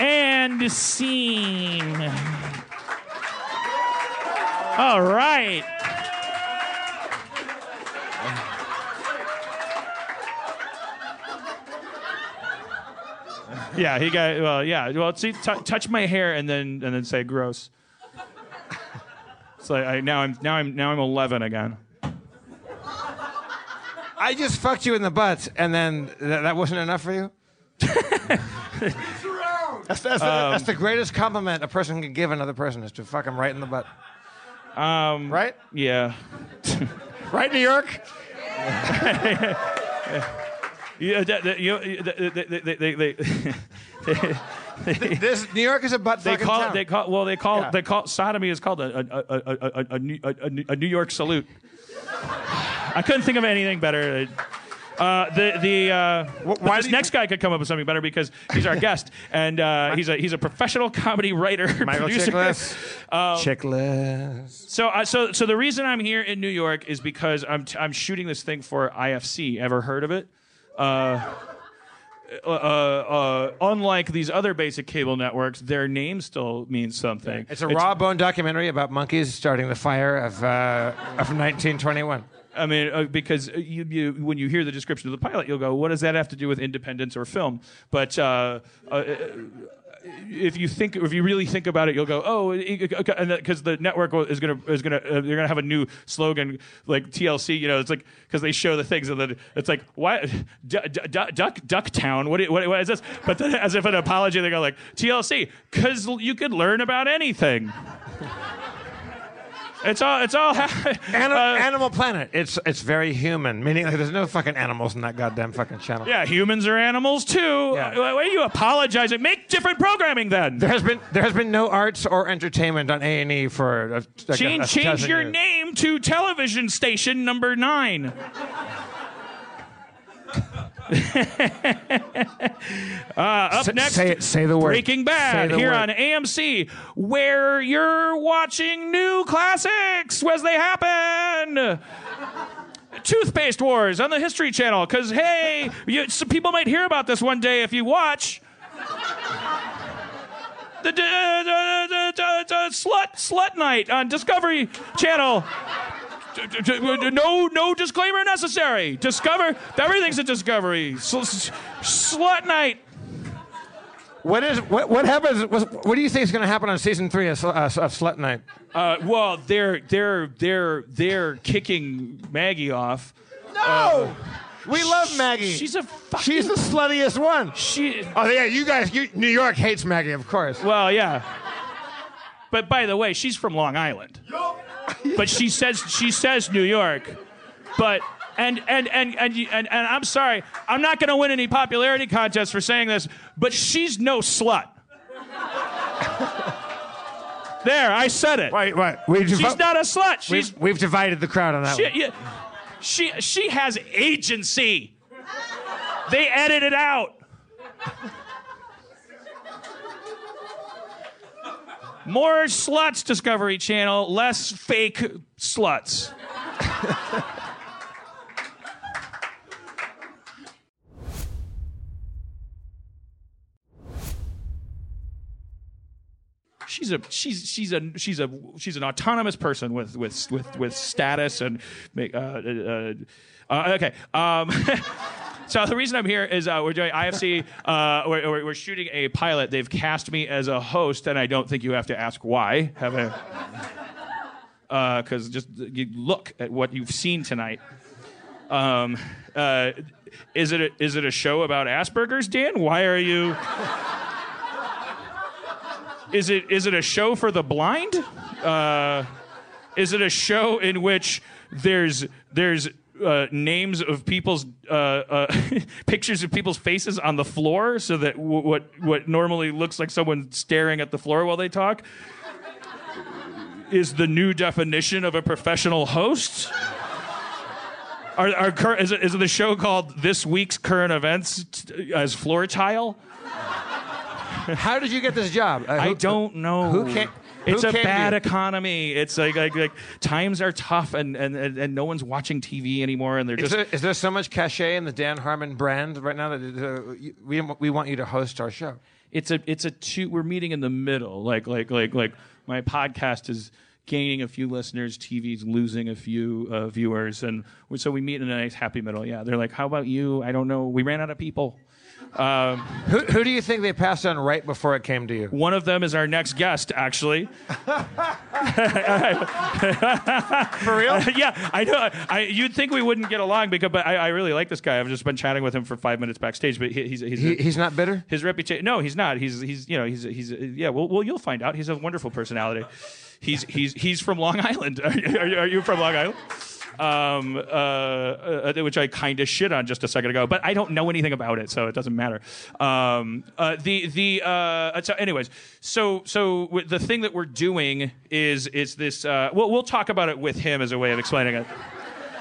And scene. All right. Yeah, he got. Well, yeah. Well, see, t- touch my hair and then and then say gross. It's like I, now I'm now I'm now I'm 11 again. I just fucked you in the butt, and then th- that wasn't enough for you? that's, that's, the, that's the greatest compliment a person can give another person is to fuck them right in the butt. Um, right? Yeah. Right, New York? Yeah. that- that- you- you- that- that- that- they, they, they, This New York is a butt they fucking call it. town. They call. Well, they call. Yeah. They call sodomy is called a a a, a, a, a, New- a, a- a New York salute. I couldn't think of anything better. Uh, the the uh, why this do you- next guy could come up with something better because he's our guest and uh, he's a he's a professional comedy writer, Michael producer. Chiklis. Um, Chiklis. So, uh, so, so the reason I'm here in New York is because I'm t- I'm shooting this thing for IFC. Ever heard of it? Uh, uh, uh, unlike these other basic cable networks, their name still means something. It's a raw bone documentary about monkeys starting the fire of, uh, of 1921. I mean, uh, because you, you, when you hear the description of the pilot, you'll go, "What does that have to do with independence or film?" But uh, uh, if you think, if you really think about it, you'll go, "Oh," because the network will- is gonna is gonna uh, they're gonna have a new slogan like TLC. You know, it's like because they show the things and then it's like, "What D- D- D- Duck Duck Town? What, do you- what what is this?" But then, as if an apology, they go like TLC because you could learn about anything. It's all. It's all. Ani- uh, Animal Planet. It's it's very human, meaning like, there's no fucking animals in that goddamn fucking channel. Yeah, humans are animals too. Uh, Yeah. Why why are you apologizing? Make different programming then. There has been there has been no arts or entertainment on A and E for a, like a- a Change, change dozen your years. name to television station number nine. S- Uh, next- say, it- say the word. Breaking Bad Say the here on word. AMC, where you're watching new classics as they happen. Toothpaste Wars on the History Channel, because hey, you, some people might hear about this one day if you watch. The, d- uh, d- d- d- d- slut slut night on Discovery Channel. D- d- d- No, no disclaimer necessary. Discover everything's a discovery. Sl- s- Slut night. What is what? What happens? What, what do you think is going to happen on season three of, Sl- uh, of Slut Night? Uh, well, they're they're they're they're kicking Maggie off. No, we love Maggie. She's a fucking she's the sluttiest one. she. Oh yeah, you guys. You, New York hates Maggie, of course. Well, yeah. But by the way, she's from Long Island. But she says she says New York. But and and and and you- and, and I'm sorry, I'm not going to win any popularity contests for saying this, but she's no slut. there, I said it. Right, right. We She's not a slut. She's We've, we've divided the crowd on that She, one. yeah, she, she has agency. They edit it out. More sluts, Discovery Channel, less fake sluts. she's a she's she's a she's a she's an autonomous person with with with with status and make uh, uh, uh, uh okay um So the reason I'm here is uh, we're doing IFC. Uh, we're, we're- we're shooting a pilot. They've cast me as a host, and I don't think you have to ask why. Have I? Because just you look at what you've seen tonight. Um, uh, is it a, is it a show about Asperger's, Dan? Why are you? Is it is it a show for the blind? Uh, is it a show in which there's there's uh, names of people's uh, uh, pictures of people's faces on the floor, so that w- what what normally looks like someone staring at the floor while they talk is the new definition of a professional host. Our, our cur- is, it, is it the show called This Week's Current Events t- as Floor Tile? How did you get this job? Uh, I who- don't know. who can- who It's a can bad you? economy. It's like, like like times are tough, and and and, and no one's watching TV anymore, and they're Is just. there, is there so much cachet in the Dan Harmon brand right now that uh, you- we, we want you to host our show? it's a it's a two. We're meeting in the middle. Like like like like my podcast is gaining a few listeners. TV's losing a few uh, viewers, and we, so we meet in a nice happy middle. Yeah, they're like, how about you? I don't know. We ran out of people. Um, Who, who do you think they passed on right before it came to you? One of them is our next guest, actually. For real? yeah, I know. I, you'd think we wouldn't get along because, but I, I really like this guy. I've just been chatting with him for five minutes backstage, but he, he's he's, He, he's not bitter? his reputation. No, he's not. He's he's you know he's he's yeah. Well, well, you'll find out. He's a wonderful personality. He's he's he's from Long Island. Are you, are you, are you from Long Island? Um, uh, uh, which I kind of shit on just a second ago, but I don't know anything about it, so it doesn't matter. Um, uh, the the uh, so anyways, so so w- the thing that we're doing is is this. Uh, we'll we'll talk about it with him as a way of explaining it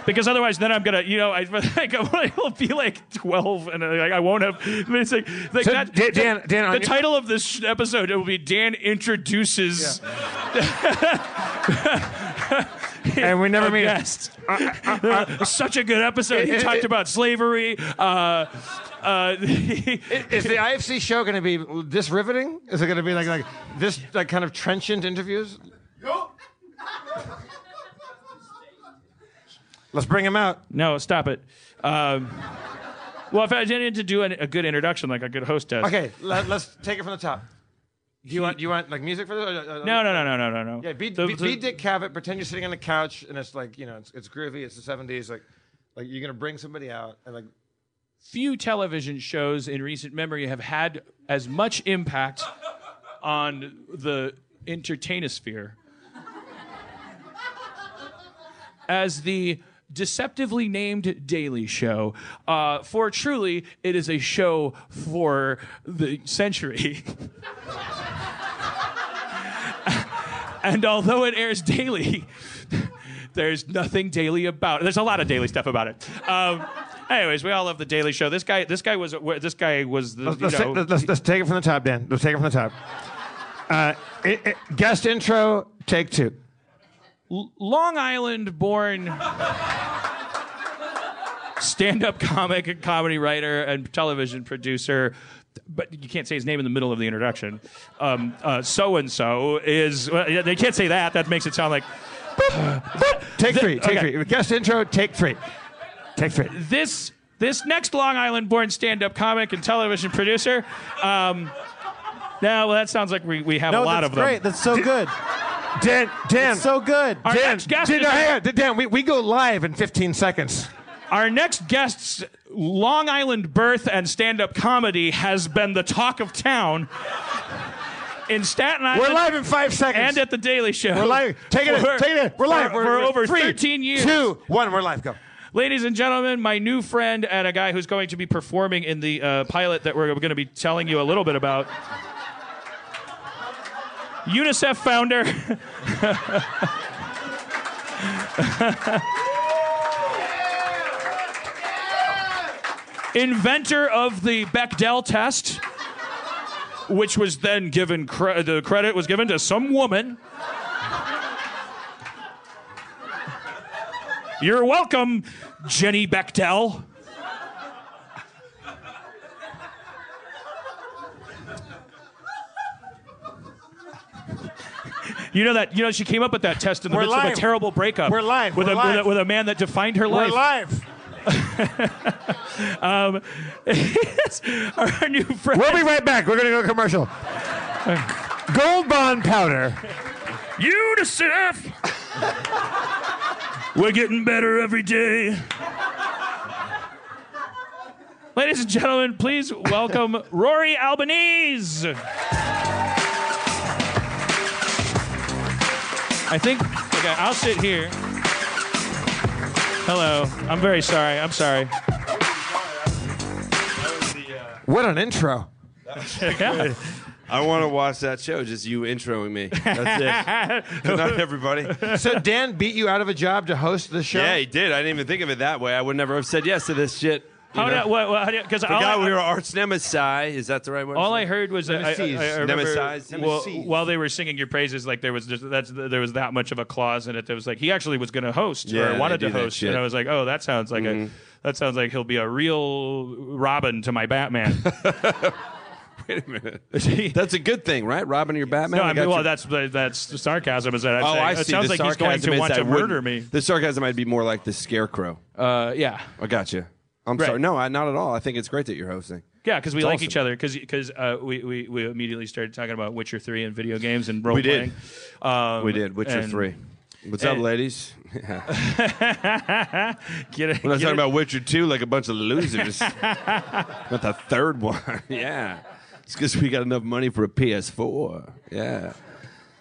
because otherwise then I'm gonna you know I like I will be like 12 and I, like I won't have I mean, it's like, like So, that, Dan- the- Dan- Dan, on the your- title of this sh- episode it will be Dan introduces And we never our meet. guest. uh, Such a good episode. He it- talked it- about slavery. Uh, uh, Is the IFC show going to be this riveting? Is it going to be like like this like kind of trenchant interviews? Let's bring him out. no, stop it. Um, well, if I didn't to do an, a good introduction like a good host does. Okay, let, us take it from the top. Do you want do you want like music for this? Or, uh, No, no, no, no, no, no, no. Yeah, be, The- be, the- be Dick Cavett. Pretend you're sitting on the couch and it's like you know it's, it's groovy. It's the '70s. Like like you're going to bring somebody out and like few television shows in recent memory have had as much impact on the entertainosphere as the deceptively named Daily Show. Uh, for truly, it is a show for the century. and although it airs daily, there's nothing daily about it. There's a lot of daily stuff about it. Um, anyways, we all love the Daily Show. This guy, this guy was, this guy was the. let's, let's, you take, know, let's- let's take it from the top, Dan. Let's take it from the top. Uh, it, it, guest intro, take two. Long Island born stand up comic, and comedy writer, and television producer. But you can't say his name in the middle of the introduction. So and so is. well, yeah, they can't say that. That makes it sound like. Take three. Take okay. three. Guest intro. Take three. Take three. This this next Long Island born stand up comic and television producer. Um, now, well, that sounds like we, we have No, a lot that's of great. them. That's so good. Dan. Dan. So good. Our Dan. next guest Dan, is- no, hang on. Dan. We, we go live in 15 seconds. Our next guest's Long Island birth and stand up comedy has been the talk of town in Staten Island We're live in five seconds. and at The Daily Show. we're live. Take it. For- In. Take it. In. We're live. For, we're, for we're- over three, 13 years. Two. One. We're live. Go. Ladies and gentlemen, my new friend and a guy who's going to be performing in the uh, pilot that we're going to be telling you a little bit about. UNICEF founder. Inventor of the Bechdel test, which was then given cre- the credit was given to some woman. You're welcome, Jenny Bechtel. You know that you know she came up with that test in the We're midst of live. a terrible breakup We're live. with, We're a, live. with a with a man that defined her We're life. live. Our new friend. We'll be right back. We're gonna go commercial. Gold bond powder. UNICEF! We're getting better every day. Ladies and gentlemen, please welcome Rory Albanese. I think, okay, I'll sit here. Hello. I'm very sorry. I'm sorry. What an intro. I want to watch that show. Just you introing me. That's it. Good night, everybody. So Dan beat you out of a job to host the show? Yeah, he did. I didn't even think of it that way. I would never have said yes to this shit. You How know? did what, what, how did, cause all, Forgot I, we were arch nemesis. Is that the right word? all I heard was that I, I, I remember Nemesis. well, Nemesis. while they were singing your praises, like there was just, that's there was that much of a clause in it that was like he actually was going to host Yeah, or they wanted to do that host, shit. Mm-hmm. and I was like, oh, that sounds like a that sounds like he'll be a real Robin to my Batman. Wait a minute. That's a good thing, right? Robbing your Batman. no, I We got mean, well, you- that's that's the sarcasm. Is that I'm Oh, saying, I see. It sounds the like he's going sarcasm to is want I to wouldn't- murder me. The sarcasm might be more like the scarecrow. Uh, yeah. I got you. I'm Right. sorry. No, I, not at all. I think it's great that you're hosting. Yeah, because we It's like awesome. each other. Because uh, we, we we immediately started talking about Witcher three and video games and role We did. playing. Um, We did Witcher and- three. What's up, and- ladies? Get it, When I was get talking it? about Witcher 2, like a bunch of losers. Not the third one. yeah. It's because we got enough money for a PS4. Yeah.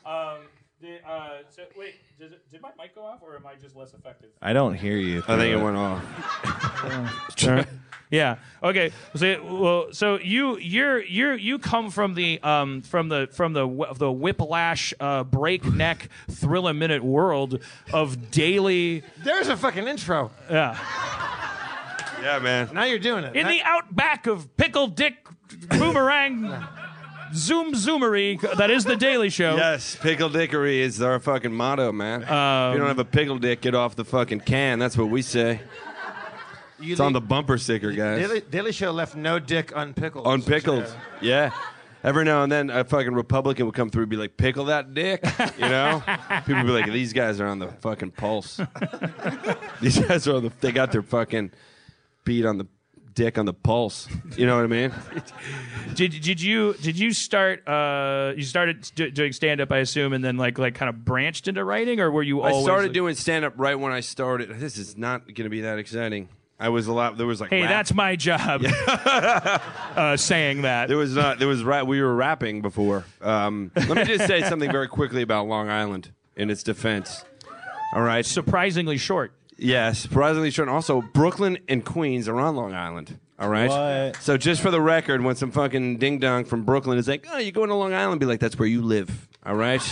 Um, The, uh, so wait, did, it- did my mic go off, or am I just less effective? I don't hear you. I think it went off. Yeah. Okay. So, well, so you you're you you come from the um from the from the wh- the whiplash uh, breakneck thrill a minute world of daily There's a fucking intro. Yeah, man. Now you're doing it. in the outback of pickle dick boomerang zoom zoomery that is the Daily Show. Yes, pickle dickery is our fucking motto, man. if you don't have a pickle dick, get off the fucking can. That's what we say. you It's on the bumper sticker, guys. Daily, Daily Show left no dick unpickled. Unpickled. Yeah. Every now and then, a fucking Republican would come through and be like, pickle that dick. You know? People would be like, these guys are on the fucking pulse. these guys are on the, they got their fucking beat on the dick on the pulse. You know what I mean? Did did you did you start uh you started do- doing stand up I assume and then like like kind of branched into writing or were you I always started like, doing stand up right when I started. This is not going to be that exciting. I was a lot, there was like, Hey, rap- that's my job. uh, saying that. There was not. There was right. We were rapping before. Um, let me just say something very quickly about Long Island in its defense. All right. Surprisingly short. Yeah, surprisingly short. And also, Brooklyn and Queens are on Long Island. All right. What? So just for the record, when some fucking ding dong from Brooklyn is like, "Oh, you're going to Long Island," be like, "That's where you live." All right.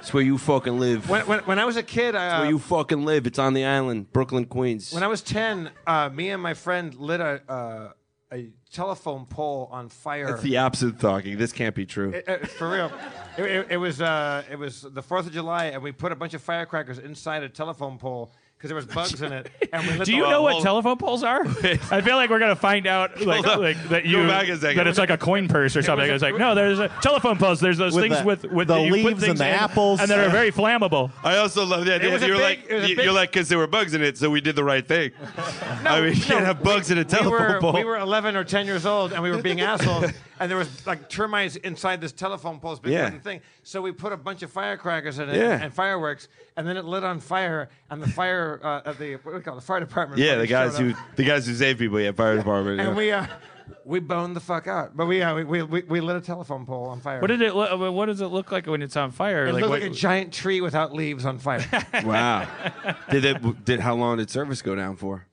It's where you fucking live. When, when, when I was a kid, I, uh, where you fucking live. It's on the island, Brooklyn, Queens. when I was 10, uh, me and my friend lit a, uh, a telephone pole on fire. That's the opposite of talking. This can't be true. Uh, for real. It, it, it was uh, it was the Fourth of July, and we put a bunch of firecrackers inside a telephone pole because there was bugs in it. And we lit Do the- you know what hold- telephone poles are? I feel like we're gonna find out like, on. like that Go you back a second. that it's like a coin purse or something. It's like no, there's a telephone poles. There's those With things the- with with the that you put leaves and things the in apples. and that are very flammable. I also love the idea. was a You're big- like, it was a you- big- you're like, because there were bugs in it, so we did the right thing. I mean, you can't have bugs in a we telephone were, pole. we were 11 or 10 years old, and we were being assholes, and there was like termites inside this telephone pole's big Yeah. wooden thing. So we put a bunch of firecrackers in it Yeah. and fireworks, and then it lit on fire, and the fire uh, of the what do we call it, the fire department. yeah, fucking the guys showed who up. the guys who save people, yeah, fire department. yeah. and we uh, we boned the fuck out, but we, uh, we- we we we lit a telephone pole on fire. What did it? Lo- uh, what does it look like when it's on fire? it like, looked what- like a giant tree without leaves on fire. Wow. did it, did how long did service go down for?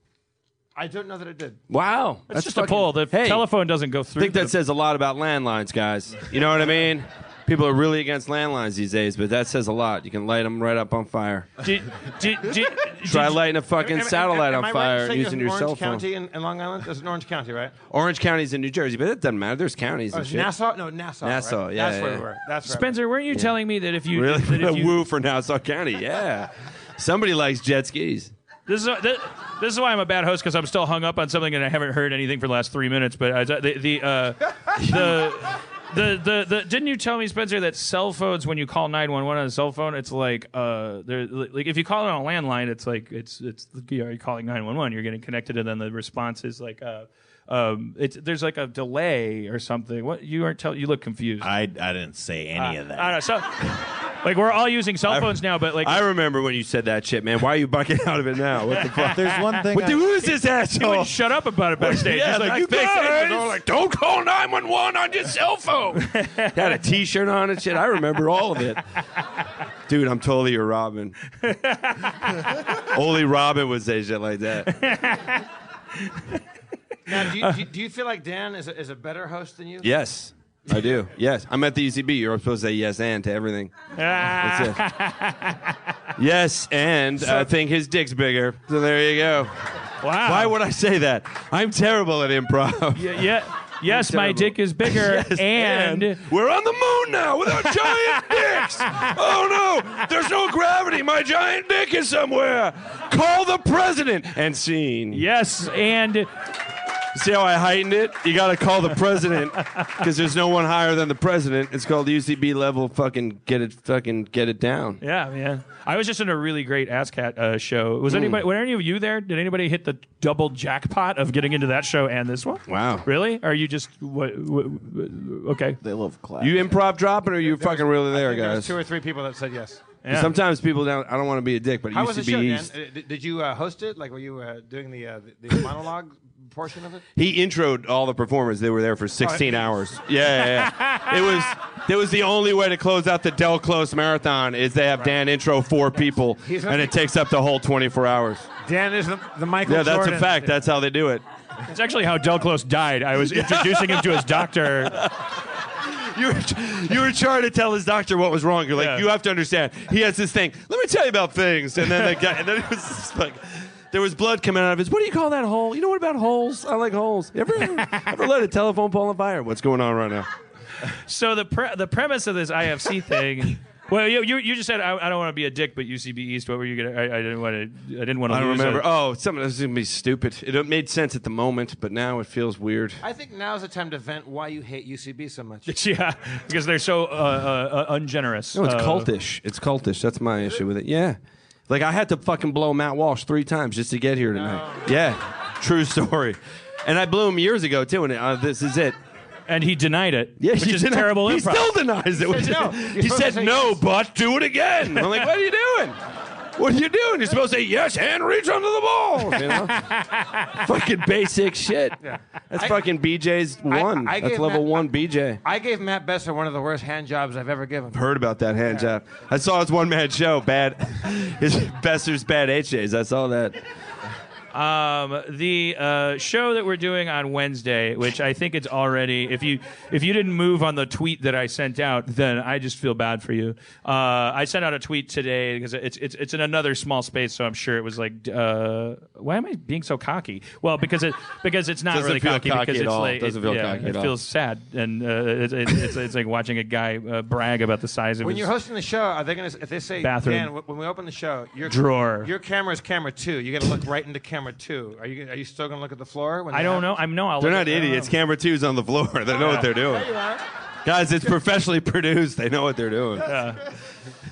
I don't know that it did. Wow. it's just a pole. The hey, telephone doesn't go I through. think the- that says a lot about landlines, guys. You know what I mean? People are really against landlines these days, but that says a lot. You can light them right up on fire. Did, did, did, Try did- lighting a fucking Am- am- satellite am on I right in fire saying using there's your an cell Orange phone. County in, in Long Island? There's an Orange County, right? Orange County's in New Jersey, but it doesn't matter. There's counties Oh, and it's shit. Nassau? No, Nassau. right? Nassau, yeah, That's where yeah. we were. That's right. Spencer, weren't you telling me that if you Really? that if you- Woo for Nassau County, yeah. Somebody likes jet skis. This is this, this is why I'm a bad host because I'm still hung up on something and I haven't heard anything for the last three minutes. But I, the the, uh, the the the the didn't you tell me Spencer that cell phones when you call 911 on a cell phone it's like uh they're like if you call it on a landline it's like it's it's you know, you're calling 911 you're getting connected and then the response is like uh um it's there's like a delay or something what you aren't tell you look confused I, I didn't say any of that. I don't know so like we're all using cell phones now but like I remember when you said that shit, man. Why are you bucking out of it now? What the fuck? There's one thing. What I- the, who is this he asshole? wouldn't shut up about it backstage Yeah, he's like like, you thanks, guys and they're like, don't call 911 on your cell phone. Had a t shirt on and shit. I remember all of it. Dude, I'm totally your Robin. Only Robin would say shit like that. Now, do you, do, you, do you feel like Dan is a, is a better host than you? Yes, I do. Yes, I'm at the UCB. You're supposed to say yes and to everything. That's it. yes, and I think his dick's bigger. So there you go. Wow. Why would I say that? I'm terrible at improv. Y- yeah. Yes, my terrible. dick is bigger, and, we're on the moon now without giant dicks. Oh no, there's no gravity. My giant dick is somewhere. Call the president and scene. yes, and See how I heightened it? You got to call the president because there's no one higher than the president. It's called UCB level. Fucking get it. Fucking get it down. yeah, man. I was just in a really great ASCAT uh, show. Was anybody? Were any of you there? Did anybody hit the double jackpot of getting into that show and this one? Wow. Really? Are you just what, what, what- okay? They love class. You improv dropping or you fucking really there, There was guys? two or three people that said yes. Yeah. Sometimes people don't. I don't want to be a dick, but it How used was to the be show, Dan? he's- Uh, Did, did you uh, host it? Like, were you uh, doing the, uh, the the monologue portion of it? he introed all the performers. They were there for 16 hours. Yeah, yeah, yeah. it was. It was the only way to close out the Del Close Marathon is they have Dan intro four people, He's not- and it takes up the whole 24 hours. Dan is the, the Michael Yeah, that's a fact. That's how they do it. It's actually how Del Close died. I was introducing him to his doctor. You were, you were trying to tell his doctor what was wrong. You're like, Yeah. you have to understand. He has this thing. Let me tell you about things. And then the guy, and then it was just like, there was blood coming out of his. What do you call that hole? You know what about holes? I like holes. You Ever, ever let a telephone pole on fire? What's going on right now? So the pre- the premise of this IFC thing. Well, you, you you just said I, I don't want to be a dick, but UCB East. What were you gonna? I, I didn't want to. I didn't want to. I don't remember. Oh, something that's gonna be stupid. It made sense at the moment, but now it feels weird. I think now's the time to vent why you hate UCB so much. Yeah, because they're so uh, uh, ungenerous. No, it's Uh, cultish. It's cultish. That's my issue with it. Yeah. Like I had to fucking blow Matt Walsh three times just to get here tonight. Yeah. True story. And I blew him years ago too. And uh, this is it. and he denied it. Yeah, which he is deni- terrible He improv. still denies it. He said no. You're He supposed to said say no, yes. but do it again. I'm like, what are you doing? What are you doing? You're supposed to say yes and reach under the ball. You know? fucking basic shit. That's I- fucking BJ's I- one. I That's gave level Matt- one BJ. I gave Matt Besser one of the worst hand jobs I've ever given. heard about that hand job. I saw his one man show, bad his Besser's bad H days. I saw that. Um, the uh, show that we're doing on Wednesday, which I think it's already. If you if you didn't move on the tweet that I sent out, then I just feel bad for you. Uh, I sent out a tweet today because it's it's it's in another small space, so I'm sure it was like, uh, why am I being so cocky? Well, because it because it's not Doesn't really feel cocky, cocky because at it's all. like Doesn't it, feel yeah, cocky it at all. feels sad and uh, it, it, it's it's like watching a guy uh, brag about the size of When his you're hosting the show, are they gonna? If they say, Bathroom. Dan, wh- when we open the show, your Drawer. your camera is camera two. You got to look right into camera two. Are you gonna- are you still gonna look at the floor? When I that don't know. happens? I'm no. I'll They're look not at- I don't idiots. know. Camera two's on the floor. They know what they're doing. There you are. Guys, it's professionally produced. They know what they're doing.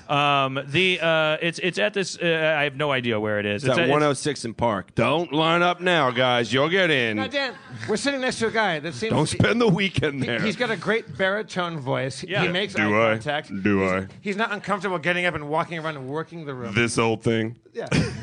Um, the uh, it's it's at this. Uh, I have no idea where it is. It's It's at at- it's- 106 in Park. Don't line up now, guys. You'll get Now, in. Dan, we're sitting next to a guy that seems. Don't spend the weekend he- there. He's got a great baritone voice. He- Yeah. He makes Do eye I? contact. Do he's, I? He's not uncomfortable getting up and walking around and working the room. this old thing. yeah.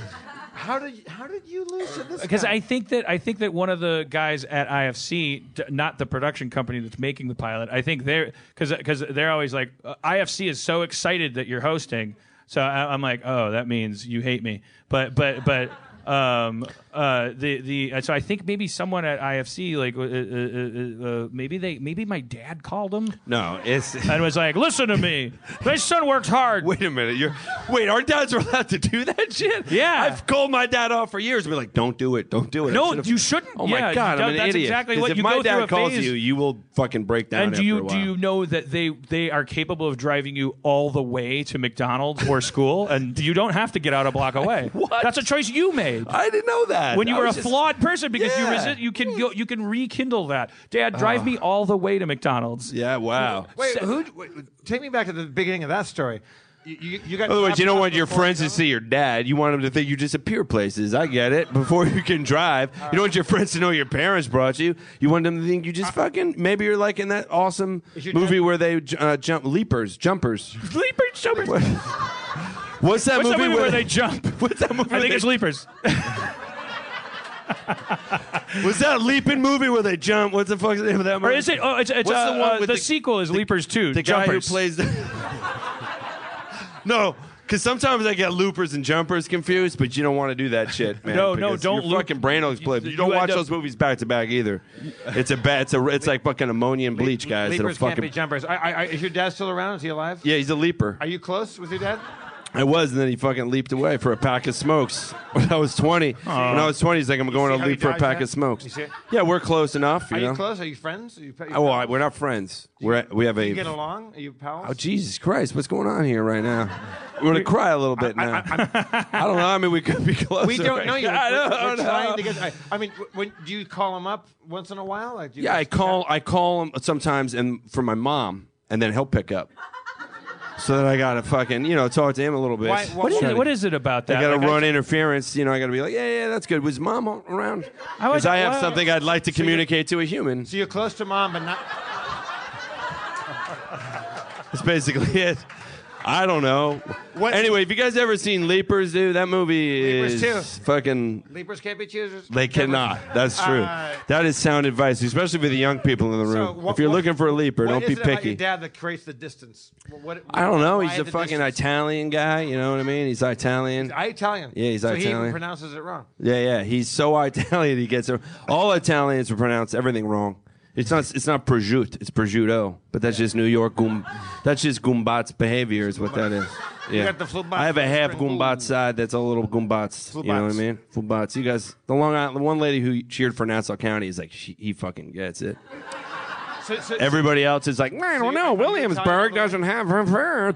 How did you, how did you lose to this? because guy? I think that I think that one of the guys at IFC, d- not the production company that's making the pilot, I think they're because because they're always like uh, IFC is so excited that you're hosting, so I, I'm like, oh, that means you hate me. But but but um uh the the uh, so I think maybe someone at IFC like uh, uh, uh, uh, maybe they maybe my dad called him No, it's. and was like, listen to me, my son worked hard. Wait a minute. You're, wait, our dads are allowed to do that shit? Yeah. I've called my dad off for years and be like, don't do it. Don't do it. I No, should've- you shouldn't. Oh Yeah, my God, that- I'm an that's idiot. exactly 'Cause what if you my go dad through a calls phase- you, you will fucking break down. And do after a you do while. you know that they they are capable of driving you all the way to McDonald's or school, and you don't have to get out a block away. What? That's a choice you made. I didn't know that. when you I were a was just- flawed person, because you Yeah. Ah. resist, you can go, you can rekindle that. Dad, drive me all the way to McDonald's. Yeah, wow. Wait, who? Wait, take me back to the beginning of that story. You, you, you got. Otherwise, you don't chopped want your before friends to coming? see your dad. You want them to think you disappear places. I get it. Before you can drive, you don't want your friends to know your parents brought you. You want them to think you just fucking. Maybe you're like in that awesome Is your movie dad- where they j- uh, jump leapers, jumpers. Leapers, jumpers. What- What's that What's movie that movie where they jump? What's that movie? I where think it's they- Leapers. was that leaping movie where they jump? What's the fuck's the name of that Or movie? is it? Oh, it's, it's What's uh, the the, one uh, with the, the- sequel is Leapers Two. the guy Jumpers. who plays the No, because sometimes I get loopers and jumpers confused, but you don't want to do that shit, man. No, no, because don't Your loop- fucking brain will explode. you- You, don't you end watch up- those movies back to back either. It's a bad. It's a. It's like fucking ammonia and bleach, guys. It'll Leapers can't be fucking. jumpers. I, I, I- is your dad still around? Is he alive? Yeah, he's a leaper. Are you close with your dad? I was, and then he fucking leaped away for a pack of smokes when I was 20. When I was 20, he's like, I'm going see to how he leap for a died, pack Jack? of smokes. You see it? Yeah, we're close enough, you Are know. you close? Are you friends? Are you, are you Oh, well, I- we're not friends. We're at, we have a. you get along? Are you pals? Oh Jesus Christ! What's going on here right now? We're gonna cry a little bit now. I, don't know. I mean, we could be close. we don't know you. I We're- don't we're know. trying to get- I, I mean, w- when, do you call him up once in a while? Like, do you Yeah, I guys- call. I call him sometimes, and for my mom, and then he'll pick up. So then I gotta fucking you know talk to him a little bit. Why- why- What is, Try to- what is it about that? I gotta Like, run interference. You know, I gotta be like, yeah, yeah, that's good. Was mom around? I was- Because I have well- something I'd like to communicate to a human. So you're close to mom, but not. That's basically it. I don't know. What- Anyway, if you guys ever seen Leapers, dude, that movie Leapers is too. fucking Leapers can't be choosers. They cannot. That's true. Uh, that is sound advice, especially for the young people in the So room. what- if you're what- looking for a leaper, What don't is be it about picky. your dad that creates the distance? What, what- I don't know. why He's a the fucking distance? Italian guy. You know what I mean? He's Italian. I Italian. Yeah, he's so he even Italian. pronounces it wrong. yeah, yeah. He's so Italian. He gets it. all Italians pronounce everything wrong. It's not. It's not prosciutto. It's prosciutto. But that's just New York. Gum, that's just Gumbat's behavier. Is what that is. Yeah. got the Flubbat I have a half spring. Gumbat side that's a little Gumbats. You know what I Flubats. mean? Flubats. You guys, the Long Island, the one lady who cheered for Nassau County is like, she, he fucking gets it. So, so, Everybody else is like, I don't you're- know. are you Williamsburg Italian all the doesn't have Are, her.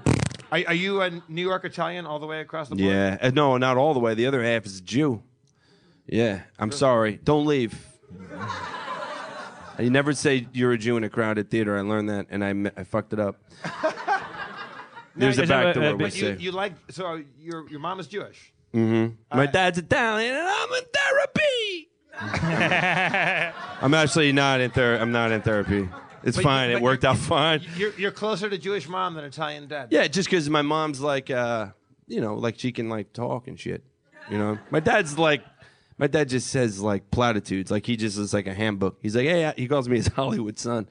are you a New York Italian all the way across the board? Yeah, Uh, no, not all the way. The other half is Jew. Yeah, I'm sorry. Don't leave. You never say you're a Jew in a crowded theater. I learned that, and I, me- I fucked it up. There's a is it- back uh, door but we But you, say. you like so your your mom is Jewish. My dad's Italian, and I'm in therapy. I'm actually not in therapy. I'm not in therapy. It's But- fine. but it worked out fine. You're you're closer to Jewish mom than Italian dad. Yeah, just because my mom's like, uh, you know, like she can like talk and shit. You know, my dad's like, my dad just says like platitudes. Like he just is like a handbook. He's like, hey, he calls me his Hollywood son.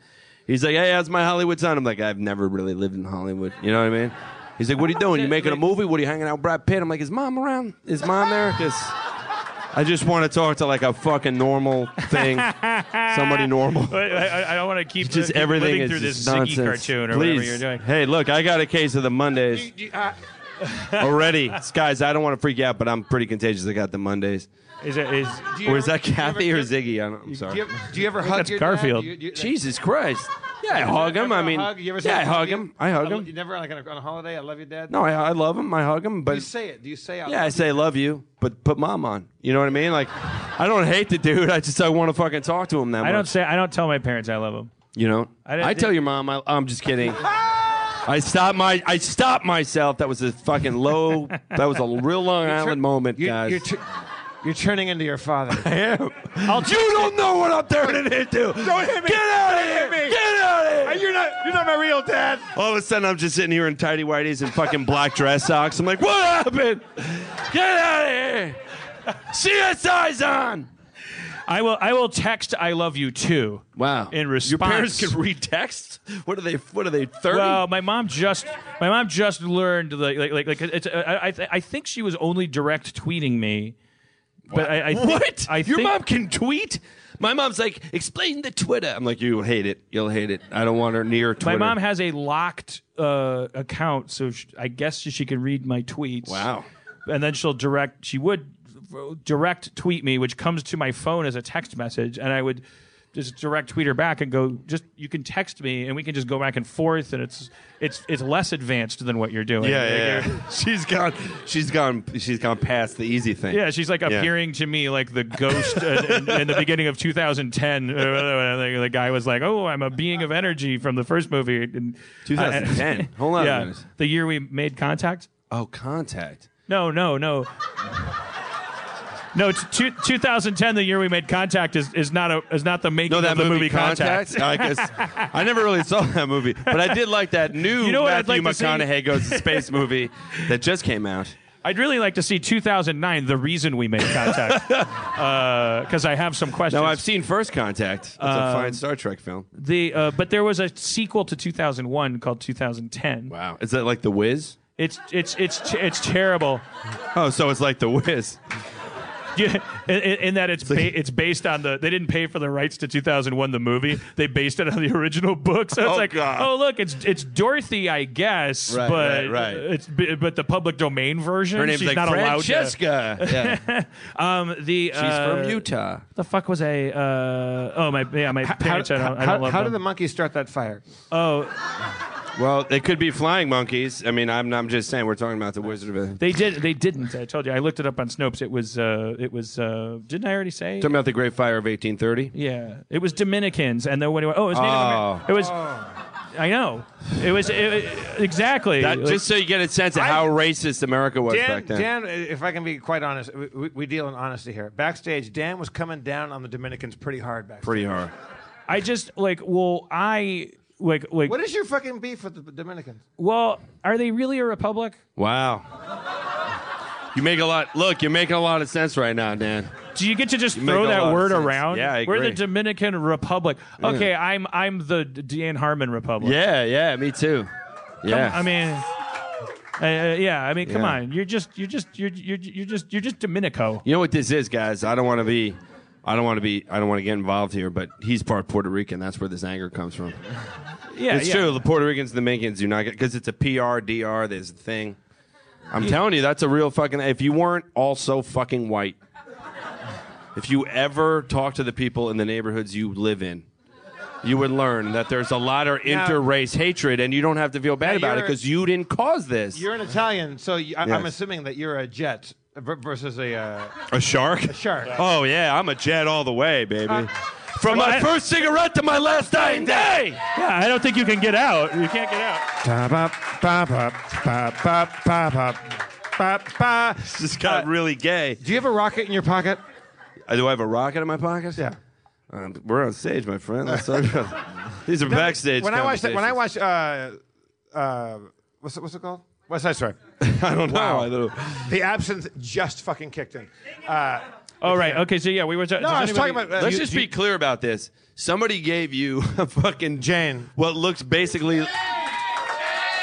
He's like, hey, how's my Hollywood son? I'm like, I've never really lived in Hollywood. You know what I mean? He's like, what are you doing? You making a movie? What are you hanging out with Brad Pitt? I'm like, is mom around? Is mom there? Because I just want to talk to like a fucking normal thing, somebody normal. I, I- I don't want to keep Just keep everything living is through just this nonsense. Ziggy cartoon or Please. whatever you're doing. Hey, look, I got a case of the Mondays You- uh, already. Guys, I don't want to freak you out, but I'm pretty contagious. I got the Mondays. Is it is do you Or is ever- that do you ever Kathy or give- Ziggy? I don't, I'm Do you, sorry. do you ever hug that's your Garfield. Dad? Do you- do you- Jesus Christ. Yeah, I You hug him. ever I mean, hug? You ever say, yeah, I "love hug you"? him. I hug lo- You him. never like on a, on a holiday. I love you, Dad. No, I, I love him. I hug him. Do you But say it? Do you say it? yeah, I say love you, but put mom on. You know what I mean? Like, I don't hate the dude. I just I want to fucking talk to him that I much. don't say I don't tell my parents I love them. You know, I didn't- I, tell your mom. I, I'm just kidding. I stopped my. I stopped myself. That was a fucking low. That was a real Long Island moment, you, guys. You're, tu- you're turning into your father. I am. you don't know what I'm turning into. Don't hit me. Get out of here. Get out of here. You're not, you're not my real dad. All of a sudden, I'm just sitting here in tidy whities and fucking black dress socks. I'm like, what happened? Get out of here. CSI's on. I will I will text I love you too. Wow. In response, your parents can read text. What are they? What are they? Thirty. Well, Uh, my mom just my mom just learned the like like like it's, uh, I, I I think she was only direct tweeting me, but I, I think, What? I Your think, mom can tweet? My mom's like, explain the Twitter. I'm like, you'll hate it. You'll hate it. I don't want her near my Twitter. mom has a locked uh, account, so sh I guess she can read my tweets. Wow. and then she'll direct she would direct tweet me which comes to my phone as a text message and i would just direct tweet her back and go just you can text me and we can just go back and forth and it's it's it's less advanced than what you're doing Like, Yeah, you're- yeah. she's gone. She's gone. She's gone past the easy thing. yeah, she's like appearing to me like the ghost in, in, in the beginning of 2010. the the guy was like, "Oh, I'm a being of energy from the first movie." And, 2010. Hold on a yeah, minute. the year we made contact. Oh, contact. No, no, no. No, t- two, 2010, the year we made contact, is, is not a is not the making No, that of the movie, movie, Contact. I guess I never really saw that movie, but I did like that new You know what I'd Matthew like to see? McConaughey goes to space movie that just came out. I'd really like to see 2009, the reason we made contact, because I have some questions. No, I've seen First Contact. It's Um, a fine Star Trek film. the uh, but there was a sequel to 2001 called 2010. Wow, is that like The Wiz? It's it's it's it's terrible. Oh, so it's like the Wiz. Yeah, in, in in that it's ba- it's based on the they didn't pay for the rights to 2001 the movie. They based it on the original book. So it's Oh, like, God. oh look, it's it's Dorothy, I guess, Right, but right, right. it's b- but the public domain version. Her name's she's like not Francesca. Yeah. allowed to. Um, the She's from Utah. The fuck was I? Uh, oh my, yeah, my parents. I don't, I don't how, love how them. did the monkeys start that fire? oh, Well, they could be flying monkeys. I mean, I'm, I'm just saying we're talking about the Wizard of Oz. they did. They didn't. I told you. I looked it up on Snopes. It was. Uh, it was. Uh, didn't I already say? Talking about the Great Fire of 1830. Yeah, it was Dominicans, and then when it was, oh, it was Native Oh. Amer- It was, I know, it was it, exactly. That, Like, just so you get a sense of how racist America was Dan, back then. Dan, if I can be quite honest, we, we- we deal in honesty here. Backstage, Dan was coming down on the Dominicans pretty hard backstage. Pretty hard. I just like, well, I like like. What is your fucking beef with the Dominicans? well, are they really a republic? Wow. You make a lot. Look, you're making a lot of sense right now, Dan. Do you get to just You throw make a lot that of word sense. around? Yeah, I we're the agree. Dominican Republic. Okay, I'm I'm the Dan Harmon Republic. Yeah, yeah, me too. Yeah. I mean. Uh, yeah, I mean, come Yeah. on. You're just, you're just, you're, you're, you're just, you're just Dominico. You know what this is, guys? I don't want to be, I don't want to be, I don't want to get involved here, but he's part Puerto Rican. That's where this anger comes from. Yeah, it's yeah. true. The Puerto Ricans and the Dominicans do not get, because it's a PR, DR, there's a thing. I'm telling you, that's a real fucking, if you weren't all so fucking white, if you ever talk to the people in the neighborhoods you live in, you would learn that there's a lot of Now- inter-race hatred, and you don't have to feel bad Now about it you're- because you didn't cause this. You're an Italian, so you, I, I'm Yes. assuming that you're a jet v- versus a uh, A shark? shark. Oh yeah, I'm a jet all the way, baby. From my I- first cigarette to my last dying day. Yeah, I don't think you can get out. You can't get out. This just got really gay. Do you have a rocket in your pocket? Uh, Do I have a rocket in my pocket? Yeah. Um, we're on stage, my friend. Let's talk about- These are backstage. When I watch that, when I conversations. watch uh, uh, what's it, what's it called? West Side Story. I don't know. Wow. I don't know. The absinthe just fucking kicked in. Oh right. Okay. So yeah, we were. No, I was talking about- uh, Let's You- just be clear about this. Somebody gave you a fucking Jane. What looks basically. All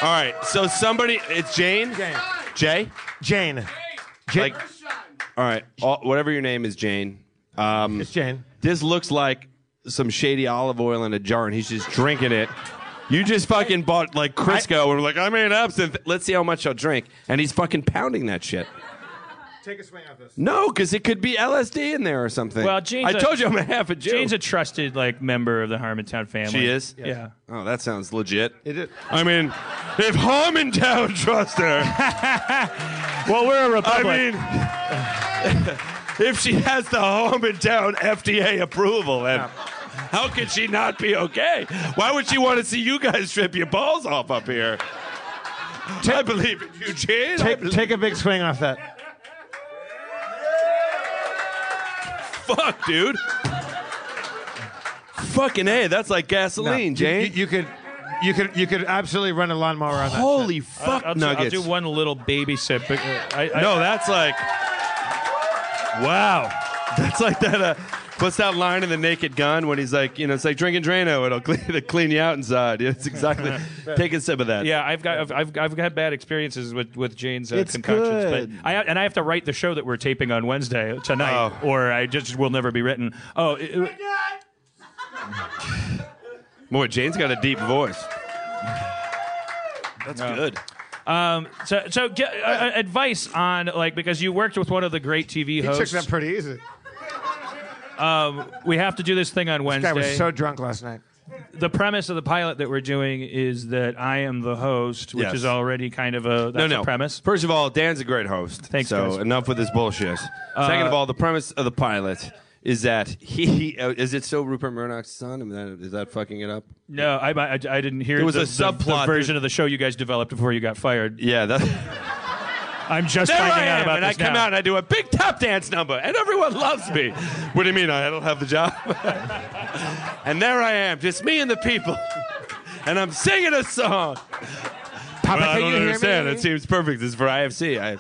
right. So somebody, it's Jane. Jane. Jay. Jane. Like. All right. All, whatever your name is, Jane. Um, It's Jane. this looks like some shady olive oil in a jar and he's just drinking it. You just fucking bought like Crisco and we're like, I made absinthe. Let's see how much I'll drink. And he's fucking pounding that shit. Take a swing at this. No, because it could be LSD in there or something. Well, Jane's I a- told you I'm a half a Jew. Jane's a trusted like member of the Harmontown family. she is? Yeah. Oh, that sounds legit. It is. I mean, if Harmontown trusts her, Well, we're a I republic. mean, if she has the Harmontown FDA approval, then how could she not be okay? Why would she want to see you guys strip your balls off up here? I believe in you, Jane. I Take, believe- take a big swing off that. Fuck, dude. Fucking A, that's like gasoline, You- Jane. You, you could, you could, you could absolutely run a lawnmower on that. Holy fuck, I'll, do, I'll nuggets. do one little baby sip. But, uh, I, I, No, that's like. Wow. That's like that. Uh, what's that line in The Naked Gun when he's like, you know, it's like drinking Drano, it'll clean, it'll clean you out inside. Yeah, It's exactly. Take a sip of that. Yeah, I've got I've, I've I've had bad experiences with with Jane's uh, It's concoctions, good. but I and I have to write the show that we're taping on Wednesday tonight, Oh. or I just will never be written. Oh, it- it- Boy, Jane's got a deep voice. That's good. um, so so get, uh, uh, advice on like because you worked with one of the great TV He took hosts. that pretty easy. we have to do this thing on Wednesday. Guy was so drunk last night. the premise of the pilot that we're doing is that I am the host, which Yes. is already kind of a that's No, no. a premise. First of all, Dan's a great host. Thanks, So guys. Uh, enough with this bullshit. Second of all, the premise of the pilot is that he uh, is it still Rupert Murdoch's son? Am I- Is that fucking it up? No, I, I, I didn't hear. There was the, a the- the subplot. version of the show you guys developed before you got fired. Yeah, that's. I'm just There finding I out am, about and I this come now. out and I do a big tap dance number, and everyone loves me. what do you mean I don't have the job? and there I am, just me and the people, and I'm singing a song. Papa, I can don't you hear understand. me? It seems perfect. It's for IFC. I,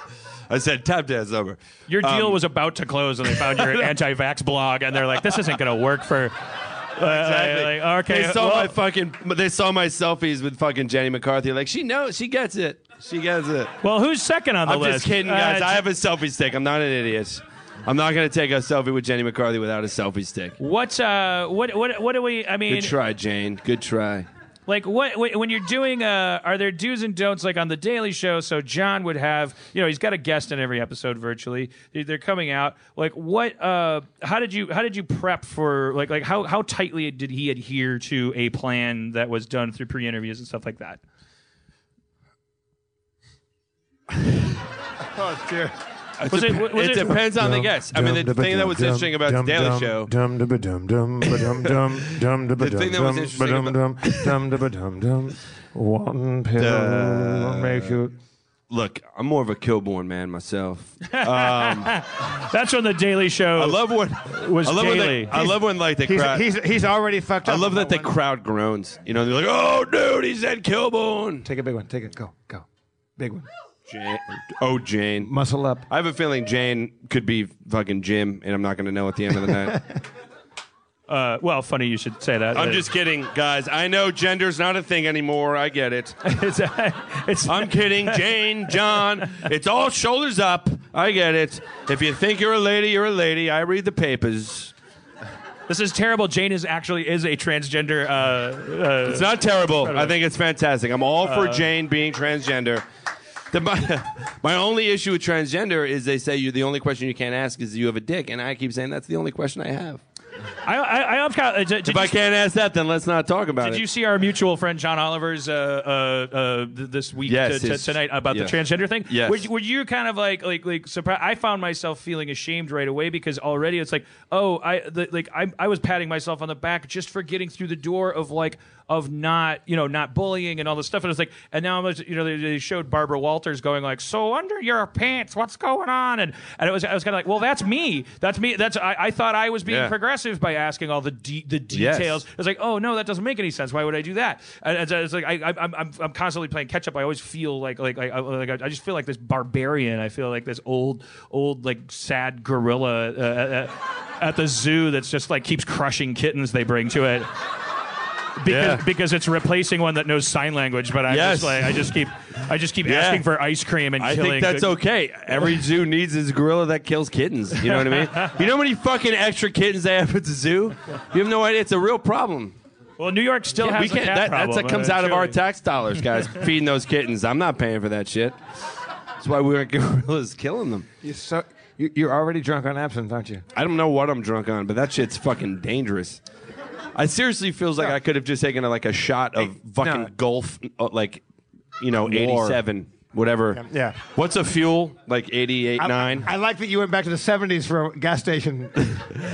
I said tap dance number. Um, Your deal was about to close, and they found your anti-vax blog, and they're like, "This isn't going to work for Exactly. Like, like, okay, They saw well- my fucking. They saw my selfies with fucking Jenny McCarthy. Like she knows. She gets it. She gets it. Well, who's second on the I'm list? just kidding, Uh, guys. I have a selfie stick. I'm not an idiot. I'm not gonna take a selfie with Jenny McCarthy without a selfie stick. What's uh what what what do we? I mean, Good try, Jane. Good try. like what wh- when you're doing uh are there do's and don'ts like on the Daily Show? So John would have you know he's got a guest in every episode virtually. They- They're coming out like what uh how did you how did you prep for like like how how tightly did he adhere to a plan that was done through pre interviews and stuff like that? Oh, dear. Was it- Dep- was it, it- depends on the guest. I mean, the thing that was interesting about the Daily Show. The thing that was interesting about- One pill will make you. Look, I'm more of a Kilborn man myself. That's when the Daily Show I love when was I love when daily. they, I love when like the He's, crowd. he's, he's already fucked up. I love on that the one. crowd groans. You know, they're like, "Oh, dude, he said Kilborn." Take a big one. Take it. Go. Go. Big one. Jane. Oh, Jane. Muscle up. I have a feeling Jane could be fucking Jim, and I'm not going to know at the end of the night. uh, well, funny you should say that. I'm just kidding, guys. I know gender's not a thing anymore. I get it. it's, uh, it's I'm kidding. Jane, John, it's all shoulders up. I get it. If you think you're a lady, you're a lady. I read the papers. This is terrible. Jane is actually is a transgender. Uh, uh, It's not terrible. I think it's fantastic. I'm all for Jane being transgender. The, my, my only issue with transgender is they say you the only question you can't ask is do you have a dick, and I keep saying that's the only question I have. I, I, I am kind of, uh, did, did If I you, can't ask that, then let's not talk about did it. you see our mutual friend John Oliver's uh, uh, uh, th- this week Yes, t- t- his- tonight about yeah. the transgender thing? Yes. Were, you- were you kind of like like like surprised? I found myself feeling ashamed right away because already it's like oh I the, like I I was patting myself on the back just for getting through the door of like of not you know not bullying and all this stuff and it's like and now I'm just- you know they, they showed Barbara Walters going like so under your pants what's going on and and it was I was kind of like well that's me that's me that's I, I thought I was being Yeah. progressive by asking all the de- the Yes. details it's like, oh no, that doesn't make any sense. Why would I do that? And it's, it's like I, I, I'm, I'm- I'm constantly playing catch up. I always feel like, like, like, I, like I just feel like this barbarian. I feel like this old, old, like sad gorilla uh, uh, at the zoo that's just like keeps crushing kittens they bring to it. Because, Yeah. because it's replacing one that knows sign language, but I Yes. just like I just keep I just keep Yeah. asking for ice cream and I killing. think that's okay. Every zoo needs his gorilla that kills kittens. You know what I mean? You know how many fucking extra kittens they have at the zoo? You have no idea. It's a real problem. Well, New York still has we a can't. cat That, problem. that's, that comes Uh, out of our surely. tax dollars, guys. feeding those kittens. I'm not paying for that shit. That's why we are gorillas killing them. You're, so, you, you're already drunk on absinthe, aren't you? I don't know what I'm drunk on, but that shit's fucking dangerous. I seriously feels like I could have just taken a, like a shot of fucking no. Gulf, uh, like you know, War. 87, whatever. Yeah. What's a fuel like 88, I- nine? I, like that you went back to the 70s for a gas station.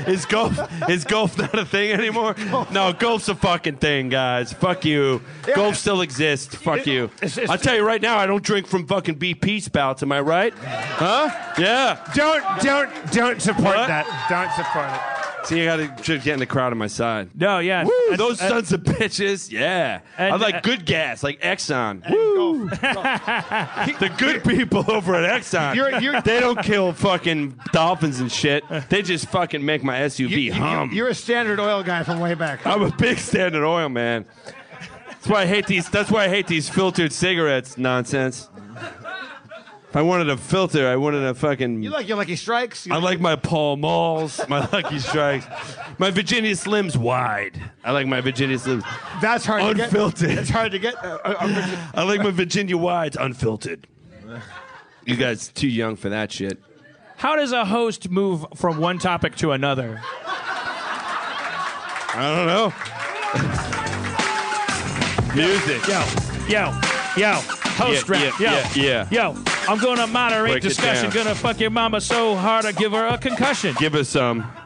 Is golf is golf not a thing anymore? No, golf's a fucking thing, guys. Fuck you. Golf still exists. Fuck you. It's- it's- I'll tell you right now, I don't drink from fucking BP spouts. Am I right? Huh? Yeah. don't, don't, don't support What? that. Don't support it. See, I gotta just get in the crowd on my side. No, yeah, Woo, And- those and- sons of bitches. Yeah. I and- like good gas, like Exxon. Woo. The good people over at Exxon. You're- you're- they don't kill fucking dolphins and shit. They just fucking make my SUV hum. You're a standard oil guy from way back. I'm a big Standard Oil man. That's why I hate these. That's why I hate these filtered cigarettes nonsense. If I wanted a filter, I wanted a fucking. You like your Lucky Strikes? You I like my Paul Malls, my Lucky Strikes, my Virginia Slims wide. I like my Virginia Slims. that's hard to Unfiltered. get. That's hard to get. Uh, uh, uh, I like my Virginia wides unfiltered. You guys too young for that shit. How does a host move from one topic to another? I don't know. Music. Yo, yo, yo, host Yeah, rap. yeah, yo, yeah, yo. I'm gonna moderate Break it discussion. down. Gonna fuck your mama so hard I give her a concussion. Give us um, some.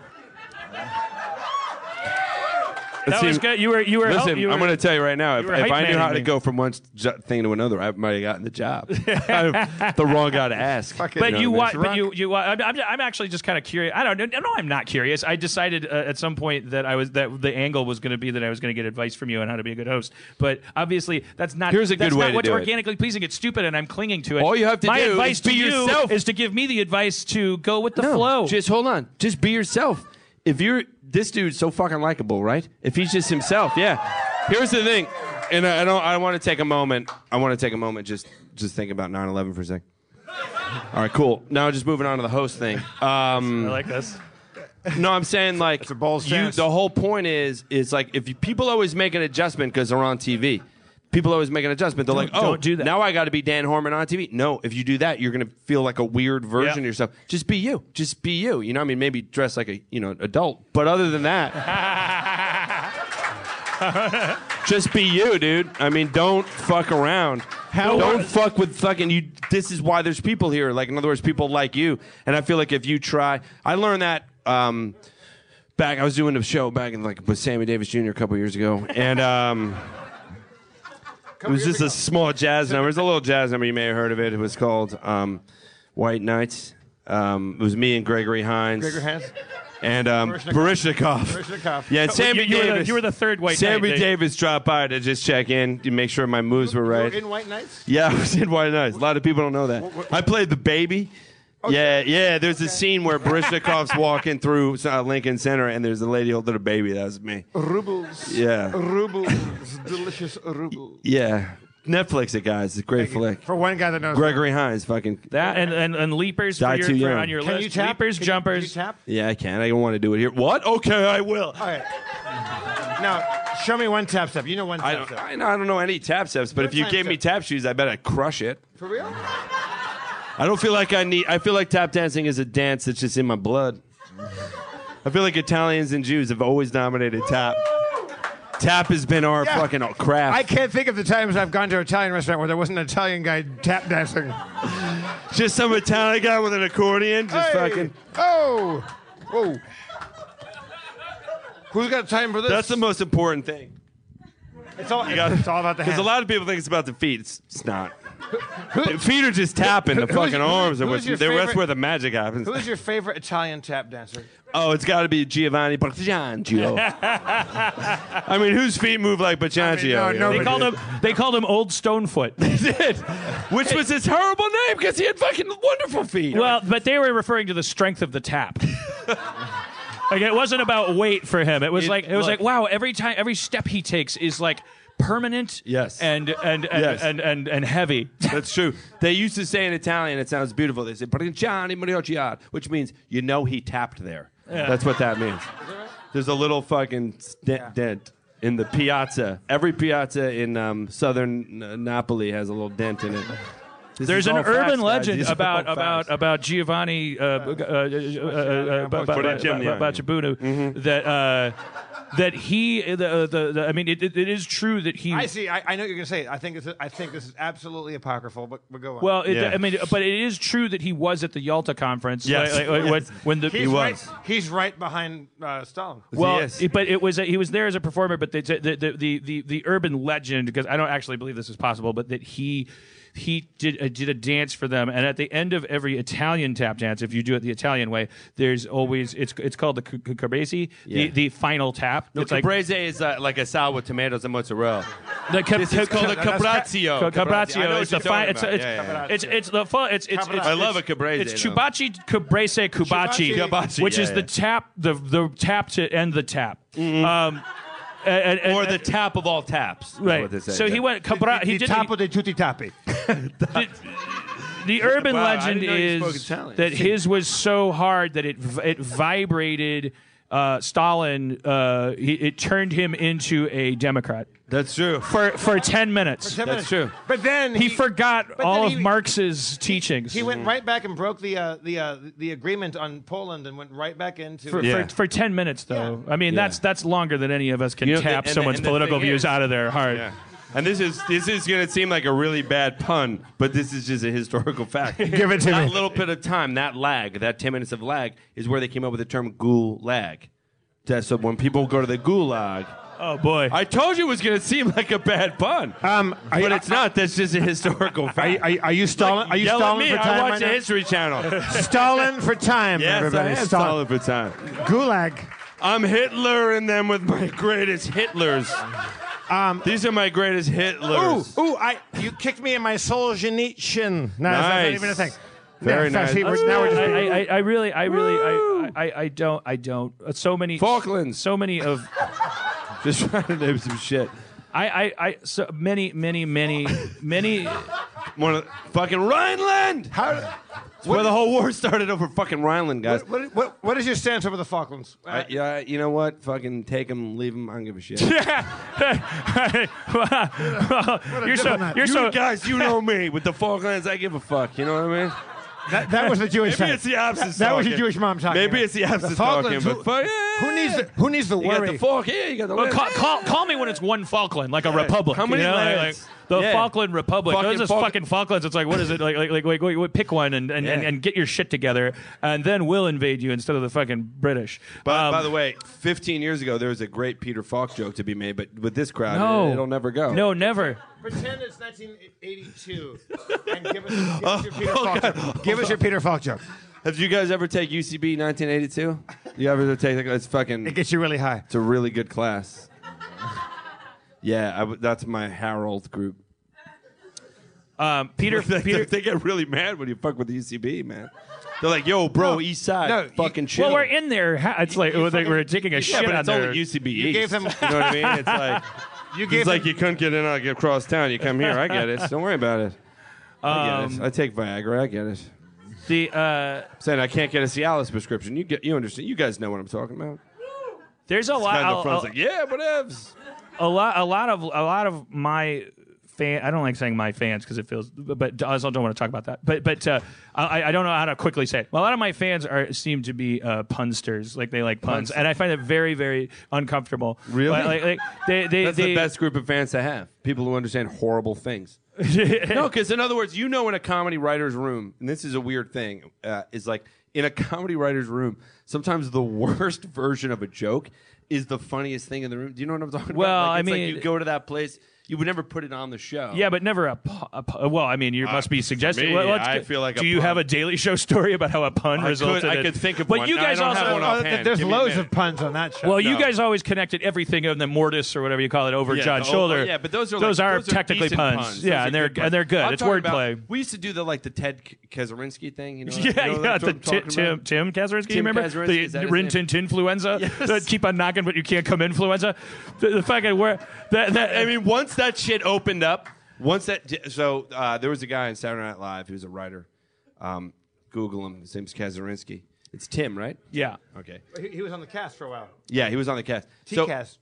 that was good. You were, you were. Listen, you were I'm going to tell you right now. If, were if hype I knew how manning to me. go from one jo- thing to another, I might have gotten the job. I'm the wrong guy to ask. Fuck it. But you, know what wa- I mean? but you, you, wa- I'm, I'm, I'm actually just kind of curious. I don't know. No, I'm not curious. I decided uh, at some point that I was that the angle was going to be that I was going to get advice from you on how to be a good host. But obviously, that's not. Here's a that's good way not to what's do it. organically pleasing. It's stupid, and I'm clinging to it. All you have to My do advice is be to you yourself. is to give me the advice to go with the No, flow. Just hold on. Just be yourself. If you're this dude's so fucking likable, right? If he's just himself, yeah. Here's the thing, and I I don't. I want to take a moment. I want to take a moment. Just just think about 9/11 for a second. All right, cool. Now just moving on to the host thing. Um, I like this. no, I'm saying like a bold you, stance. the whole point is is like if you, people always make an adjustment because they're on TV. People always make an adjustment. They're like, "Oh, don't do that." now I got to be Dan Harmon on TV." No, if you do that, you're going to feel like a weird version of Yeah. yourself. Just be you. Just be you. You know, what I mean, maybe dress like a you know adult, but other than that, just be you, dude. I mean, don't fuck around. How- don't fuck with fucking you. This is why there's people here. Like, in other words, people like you. And I feel like if you try, I learned that. Um, back. I was doing a show back in like with Sammy Davis Jr. a couple years ago, and um, it was just a small jazz number. It's a little jazz number. You may have heard of it. It was called um, White Nights. Um, it was me and Gregory Hines. Gregory Hines. And um, Barishnikov. Barishnikov. Yeah, and Sammy you- you were the- Davis. you were the third white Sammy knight. They- Davis dropped by to just check in to make sure my moves were right. In White Nights. Yeah, I was in White Nights. A lot of people don't know that. I played the baby. Yeah, yeah. There's a scene where Barishnikov's walking through uh, Lincoln Center, and there's a lady holding a baby. That was me. Rubles. Yeah, Rubles. Delicious rubles. yeah. Netflix it, guys. It's a great flick. For one guy that knows. Gregory Hines, fucking. That and and, and leapers for Die your, too for young. on your Can list. you tap? Leapers, Can you- jumpers. Can you tap? Yeah, I can. I don't want to do it here. What? Okay, I will. All right. Now, show me one tap step. You know one I tap don't, step. I, know- I don't know any tap steps, but Your if you time gave me step. tap shoes, I bet I'd crush it. For real? I don't feel like I need. I feel like tap dancing is a dance that's just in my blood. I feel like Italians and Jews have always dominated tap. Tap has been our Yeah. fucking craft. I can't think of the times I've gone to an Italian restaurant where there wasn't an Italian guy tap dancing. just some Italian guy with an accordion, just Hey! fucking. Oh. Whoa. Who's got time for this? That's the most important thing. It's all, got it. it's all about the Because hands. a lot of people think it's about the feet. It's, it's not. The feet are just tapping. The who's- fucking arms are who's what's, your they're- that's favorite- where the magic happens. Who's your favorite Italian tap dancer? Oh, it's got to be Giovanni Bacciangio. I mean, whose feet move like Bacciangio? no, you know? nobody- They called him. They called him Old Stonefoot. They did. Which was his horrible name because he had fucking wonderful feet. well, but they were referring to the strength of the tap. like it wasn't about weight for him. It was It- like it was like look. wow. Every time, every step he takes is like permanent. Yes. And and and Yes. and, and, and heavy. That's true. They used to say in Italian, it sounds beautiful. They say Bacciani Mariocciad, which means you know he tapped there. That's what that means. There's a little fucking dent, dent in the piazza. Every piazza in um, southern N- Napoli has a little dent in it. This There's is an all facts, urban guys. legend These are about all about uh, facts. about Giovanni uh, uh, uh, uh, ba- ba- Put it in Gemini. ba- ba- Mm-hmm. Bachabunu that uh, that he the, uh, the, the I mean it, it, it is true that Hmm. he I see. I, I know what you're gonna say. I think this. Is, I think this is absolutely apocryphal. But but go on. well it, Yeah. I mean but it is true that he was at the Yalta conference Yes. like, like, when- when the he's was. right. He's right behind uh, Stalin. Well, Yes. it- but it was he was there as a performer, but the the the the, the, the urban legend because I don't actually believe this is possible, but that he he did uh, did a dance for them, and at the end of every Italian tap dance, if you do it the Italian way, there's always it's it's called the c- c- cabrese, Yeah. the, the final tap. No, it's like caprese is uh, like a salad with tomatoes and mozzarella. the ca- This ca- is called a ca- ca- cabrazio. Oh, I know Cabrazio. It's the what you're fi- talking It's about. it's Yeah, yeah, yeah. it's it's the fu- It's it's. it's I love a cabrese, It's though. Chubachi Cabrese Kubachi, Chubachi, which yeah, is yeah. Mm-hmm. the tap, the the tap to end the tap. Um, and- and- or and- the tap of all taps. is what they Right. say, So yeah. he went Cabra. He did the, de tutti tappi. the, the urban Wow, I legend didn't know you spoke is Italian. that his was so hard that it v- it vibrated. Uh, Stalin, uh, he, it turned him into a Democrat That's true. for for ten minutes. That's true. But then He forgot but all then of he- Marx's teachings He went right back and broke the uh, the uh, the agreement on Poland and went right back into. for, Yeah. for, for ten minutes, though. I mean, Yeah. that's that's longer than any of us can You know, tap and- and- someone's and the political thing views is- out of their heart. Yeah. And this is this is gonna seem like a really bad pun, but this is just a historical fact. Give it to that me. little bit of time, that lag, that ten minutes of lag, is where they came up with the term gulag. That's so when people go to the gulag. Oh boy. I told you it was gonna seem like a bad pun, Um, are but you- it's not. That's just a historical Are, fact. are, are you stalling? Are you Yell at stalling me! for I time? watch right the now? History Channel. Stalling for time, yes, everybody. I am Stalling. solid for time. Gulag. I'm Hitler and them with my greatest Hitlers. Um, These are my greatest Ooh, Hitlers. ooh! I you kicked me in my soul, Janit shin. No, that's not Nice. even a thing. Very Yeah, so nice. see, we're- now we're just I, I, I really, I really, I, I, I, I don't. I don't. uh, So many Falklands. So many of. Just trying to name some shit. I. I. I so many. Many. Many. Many. One of the, fucking Rhineland. How, where the whole war started over fucking Rhineland, guys. What, what, what, what is your stance over the Falklands? Uh, I- yeah, you know what? Fucking take them, leave them. I don't give a shit. you're so. diplomat. You're you so. guys, you know me. With the Falklands, I give a fuck. You know what I mean? that, that was the Jewish Maybe side. it's the absence. That was talking. your Jewish mom talking. Maybe it's the absence talking. Falklands, But who- fuck, yeah. Who needs the, who needs the You got worry? the fork. Yeah, you got the. Well, lid. call, call, call me when it's one Falkland, like a republic. How many you know? Like- lands? like the Yeah. Falkland Republic. Fucking Those is Falk- fucking Falklands. It's like, what is it? Like, like, like, wait, wait, wait, pick one and, and, and, Yeah. and get your shit together, and then we'll invade you instead of the fucking British. By, Um, by the way, 15 years ago, there was a great Peter Falk joke to be made, but with this crowd, no, it, it'll never go. No, never. Pretend it's 1982 and give us, give us your Peter Falk joke. Give us your Peter Falk joke. Have you guys ever take UCB 1982? You ever take that? It's fucking. It gets you really high. It's a really good class. Yeah, I w that's my Harold group. Um, Peter, They, Peter. they get really mad when you fuck with the UCB, man. They're like, "Yo, bro, East Side, no, you- fucking chill." Well, we're in there. Ha- It's like you they fucking- we're taking a yeah, shit but on it's their. only UCB You East. gave them- you know what I mean? It's like You gave it's like him- you couldn't get in, I get across town. You come here, I get it. Don't worry about it. I get it. I take Viagra, I get it. The uh, saying I can't get a Cialis prescription. You get, you understand? You guys know what I'm talking about. there's a lot. Guy in the I'll- front's I'll- like, yeah, whatevs. a lot a lot of a lot of my fan I don't like saying my fans because it feels but I also don't want to talk about that but but uh, I, I don't know how to quickly say it. a lot of my fans are seem to be uh, punsters like they like puns and I find it very very uncomfortable Really? Like- like, like, they, they, That's they, the best group of fans to have. People who understand horrible things. no, because in other words, you know, in a comedy writer's room, and this is a weird thing, uh, is like in a comedy writer's room, sometimes the worst version of a joke is the funniest thing in the room. Do you know what I'm talking Well, about? Like, I it's mean- like you go to that place, you would never put it on the show. yeah, but never a, pu- a pu- well. I mean, you must be suggesting. Uh, me, well, let's I get- feel like a Do you pun. have a Daily Show story about how a pun I resulted? could- I in- could think of but one. you I guys don't have also one Oh, offhand. there's Give me a loads minute. of puns on that show. Well, you No. guys always connected everything of the mortise or whatever you call it over Yeah, John's the- oh, shoulder. yeah, but those are those like, are those technically decent puns. Yeah, and Those are they're good puns. and they're good. I'm it's talking wordplay. about- We used to do the like the Ted K- Kaczynski thing. You know, you Yeah, know yeah. that's The what I'm Tim talking about? Tim, Tim Kazarinski, you Tim remember Kazarinski, the is that his Rin name? Tin Tin influenza? Yes. That keep on knocking, but you can't come influenza. The, the fucking where that that I mean, once that shit opened up, once that so uh, there was a guy on Saturday Night Live who was a writer. Um, Google him. His name's Kazarinsky. It's Tim, right? yeah. Okay. he, he was on the cast for a while. Yeah, he was on the cast. So- T-cast.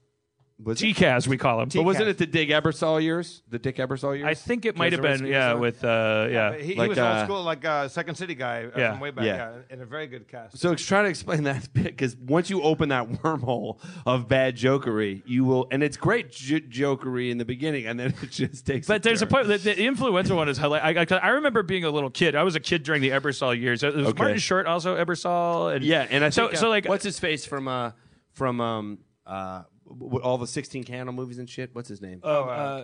was it- T-Kaz, we call him. but wasn't it the Dick Ebersol years? The Dick Ebersol years? I think it might have Kazarinski been was yeah on? with uh yeah. he, he Like, was uh, old school, like uh, Second City guy uh, Yeah. from way back, Yeah. yeah. and a very good cast. So it's trying to explain that bit because once you open that wormhole of bad jokery, you will, and it's great j- jokery in the beginning, and then it just takes. But there's a turn. part the, the influenza one is hilarious. I, I, I remember being a little kid. I was a kid during the Ebersol years. It was Okay. Martin Short also Ebersol and Yeah, and I so think, uh, so like what's his face from uh from um uh w- all the sixteen candle movies and shit? What's his name? uh, uh,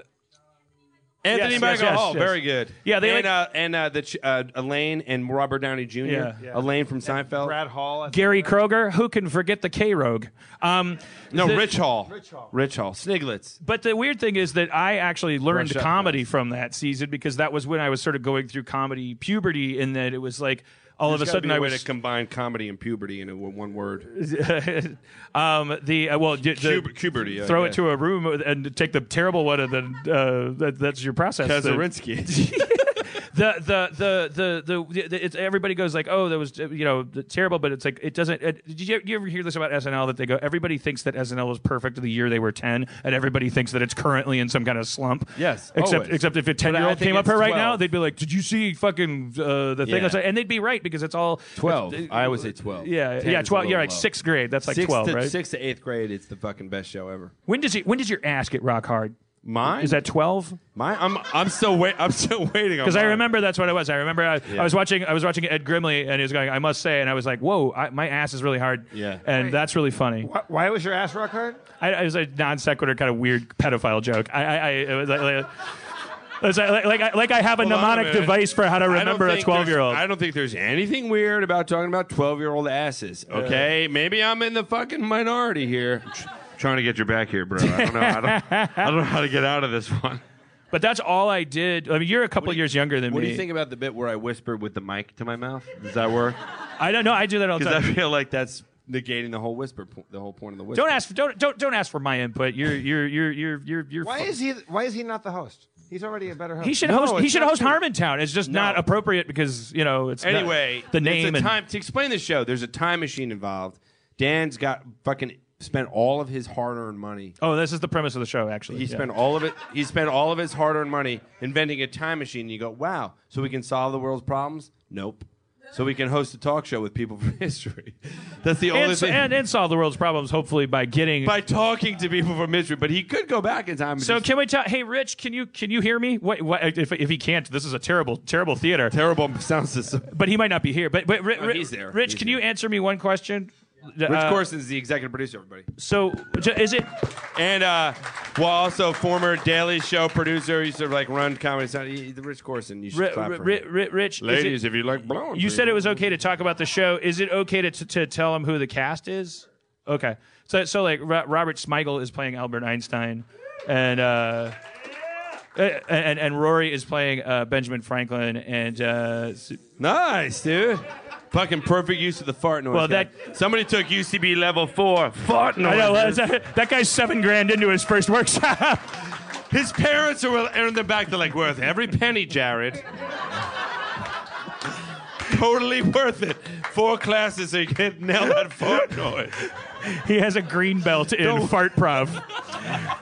Anthony yes, Michael yes, Hall, yes. very good. Yeah, they like- and uh, and uh, the ch- uh, Elaine and Robert Downey Jr. Yeah. Yeah. Elaine from Seinfeld. Brad Hall, I think. Gary Kroger, who can forget the K Rogue? Um, no, the- Rich Hall. Rich Hall. Rich Hall. Sniglets. But the weird thing is that I actually learned Brush up, comedy from that season because that was when I was sort of going through comedy puberty, and that it was like all of a sudden I was to combine comedy and puberty into one word. um, the uh, well d- the- Cub- puberty, I throw it guess. to a room and take the terrible one, and then uh, that, that's your process. The- Kazarinsky. the the the the the, the it's, everybody goes like, oh, that was you know the- terrible, but it's like it doesn't. It, did you, you ever hear this about SNL that they go, everybody thinks that SNL was perfect the year they were ten, and everybody thinks that it's currently in some kind of slump. Yes, except always. except if a ten year But I old think came up it's here right 12. now, they'd be like, did you see fucking uh, the thing? Yeah. outside?" And they'd be right because it's all twelve. it's- I always say twelve. Yeah, Ten yeah, is a twelve. little You're like low. sixth grade. That's like Sixth twelve, to, right? Sixth to eighth grade, it's the fucking best show ever. When does it, when does your ass get rock hard? Mine Is that twelve? Mine, I'm I'm still wait I'm still waiting on Because I mine. remember that's what it was. I remember I, I was watching I was watching Ed Grimley and he was going, I must say, and I was like, whoa, I, my ass is really hard. Yeah. And that's really funny. Why, why was your ass rock hard? I, I was a non sequitur kind of weird pedophile joke. I, I, I it was like, like, it was like, like, I- like I have a Hold on a mnemonic minute. device for how to I don't remember a think 12 year old. there's- I don't think there's anything weird about talking about 12 year old asses. Okay, maybe I'm in the fucking minority here. I'm tr- trying to get your back here, bro. I don't know. I don't, I don't know how to get out of this one. But that's all I did. I mean, you're a couple do you- years younger than What me. do you think about the bit where I whisper with the mic to my mouth? Does that work? I don't know. I do that all the Because time. I feel like that's negating the whole whisper, po- the whole point of the whisper. Don't ask. Don't don't don't ask for my input. You're you're you're you're you're. you're Why is he? Why is he not the host? He's already a better host. he should No, host? He it's should not host true. Harmontown. It's just No. not appropriate because you know it's not- Anyway, the name It's a and time to explain the show. There's a time machine involved. Dan's got fucking spent all of his hard-earned money. oh, this is the premise of the show. Actually, He Yeah. spent all of it. He spent all of his hard-earned money inventing a time machine. And you go, wow. So we can solve the world's problems? Nope. So we can host a talk show with people from history. That's the only and, thing. and, and solve the world's problems hopefully by getting. by talking to people from history, but he could go back in time. And so just- can we tell? Hey, Rich, can you can you hear me? What, what if if he can't? This is a terrible terrible theater. terrible sound system. But he might not be here. But but Ri- Oh, Ri- he's there. Rich, He's can you there. answer me one question? Uh, Rich Corson is the executive producer, everybody, So j- is it? and uh, well, also former Daily Show producer. He used to like run comedy. Sound. He, the Rich Corson, you should Ri- clap Ri- for Ri- him. Ri- Rich, is it- Ladies, if you like blowing, You said it was okay to talk about the show. Is it okay to, to, to tell them who the cast is? Okay. So, so like Ro- Robert Smigel is playing Albert Einstein, and uh, and, and and Rory is playing uh, Benjamin Franklin, and uh, s- nice, dude. Fucking perfect use of the fart noise. Well, guy. that- somebody took UCB level four fart noise. I know dude. that's- that, guy's seven grand into his first workshop. His parents are are in the back. They're like, worth every penny, Jared. totally worth it. Four classes so you can nail that fart noise. he has a green belt in Don't- fart prov.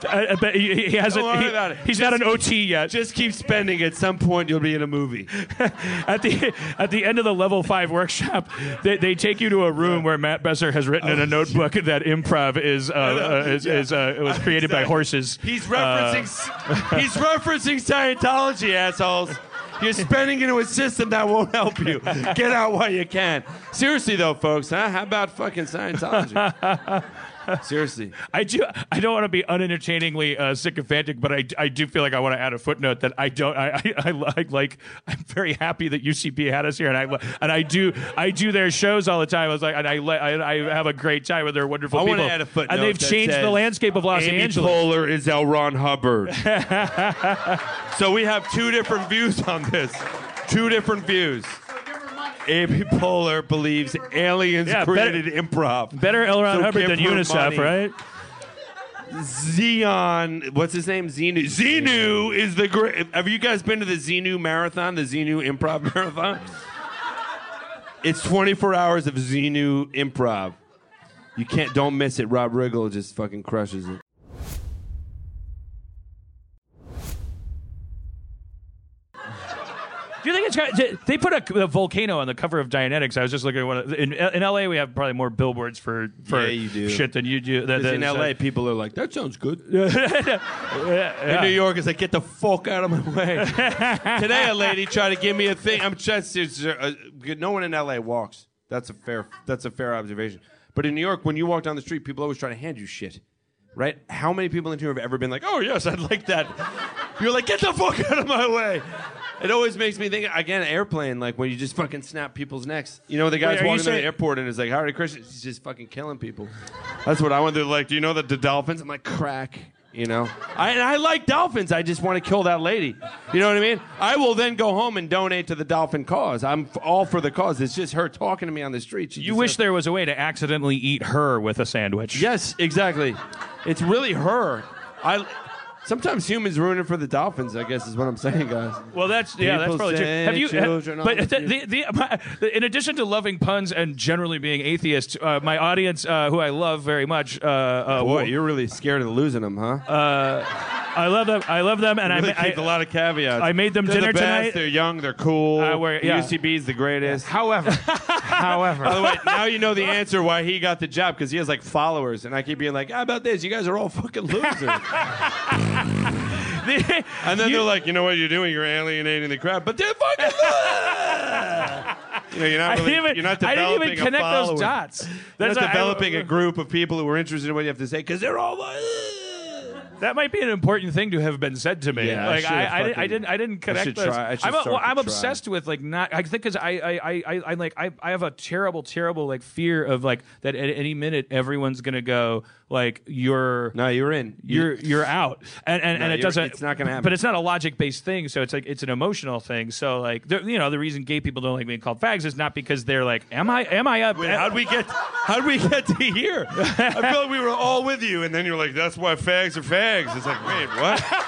I, I bet he, he hasn't. Don't worry he- about it. He's not an OT yet. Just keep spending. At some point, you'll be in a movie. at the at the end of the level five workshop, they, they take you to a room where Matt Besser has written in a notebook that improv is uh, uh, is, is uh, it was created by Exactly. horses. Uh, He's referencing. he's referencing Scientology, assholes. You're spending into a system that won't help you. Get out while you can. Seriously, though, folks, huh? How about fucking Scientology? Seriously. I do. I don't want to be unentertainingly uh, sycophantic, but I, I do feel like I want to add a footnote that I don't. I, I, I li- like. I'm very happy that UCP had us here, and I li- and I do. I do their shows all the time. I was like, and I li- I, I have a great time with their wonderful I want people. to add a footnote. and they've that changed says, the landscape of Los Amy Angeles. Poehler is L. Ron Hubbard. so we have two different views on this. Two different views. Amy Poehler believes aliens Yeah, created improv. Better L. Ron So Hubbard give than her UNICEF, money. right? Xeon, what's his name? Xenu. Xenu is the great. Have you guys been to the Xenu Marathon, the Xenu Improv Marathon? It's 24 hours of Xenu Improv. You can't, don't miss it. Rob Riggle just fucking crushes it. Do you think it's got, they- they put a, a volcano on the cover of Dianetics? I was just looking at one of, in in LA we have probably more billboards for for Yeah, you do. shit than you do. That, 'Cause that- in so- LA, people are like, that sounds good. In New York, it's like, get the fuck out of my way. Today, a lady tried to give me a thing. I'm just, it's, uh, uh, no one in LA walks. That's a fair, that's a fair observation. But in New York, when you walk down the street, people always try to hand you shit, right? How many people in here have ever been like, oh yes, I'd like that? You're like, get the fuck out of my way. It always makes me think again, airplane, like when you just fucking snap people's necks. You know, the Wait, guy's are you walking to the saying- airport and is like, Hare Krishna, he's just fucking killing people. That's what I want to do. Like, do you know that the dolphins? I'm like, crack. You know, I, and I like dolphins. I just want to kill that lady. You know what I mean? I will then go home and donate to the dolphin cause. I'm f- all for the cause. It's just her talking to me on the street. She You deserves- wish there was a way to accidentally eat her with a sandwich. Yes, exactly. It's really her. I sometimes humans ruin it for the dolphins. I guess is what I'm saying, guys. Well, that's yeah, that's People probably true. say Have you? children are but the, the, my- in addition to loving puns and generally being atheist, uh, my audience, uh, who I love very much, uh, uh, Boy, you're really scared of losing them, huh? I love them. I love them, and really I, I keep a lot of caveats. I made them They're dinner the best, tonight. They're young. They're cool. I wear- yeah. UCB's the greatest. However, By however, the way, now you know the answer why he got the job because he has like followers, and I keep being like, "How about this? You guys are all fucking losers." and then they're like, "You know what you're doing? You're alienating the crowd." But they're fucking losers. you know, you're I not really, didn't even, you're not I developing didn't even a connect those follower. dots. You're That's not developing a a group of people who are interested in what you have to say because they're all. That might be an important thing to have been said to me. Yeah, I like should I, I, have didn't- I fucking- didn't, I didn't I connect should those. try- I should I'm, a- start well, to I'm try. obsessed with like not. I think because I, I, I, I, I like I, I have a terrible, terrible like fear of like that at any minute everyone's gonna go like you're No, you're in. you're you're out and and, No, and it you're- doesn't it's not gonna happen. but it's not a logic based thing so it's like it's an emotional thing so like there- you know the reason gay people don't like being called fags is not because they're like am i am i up How'd we get? How'd we get to here? I feel like we were all with you, and then you're like, "That's why fags are fags." It's like, wait, what?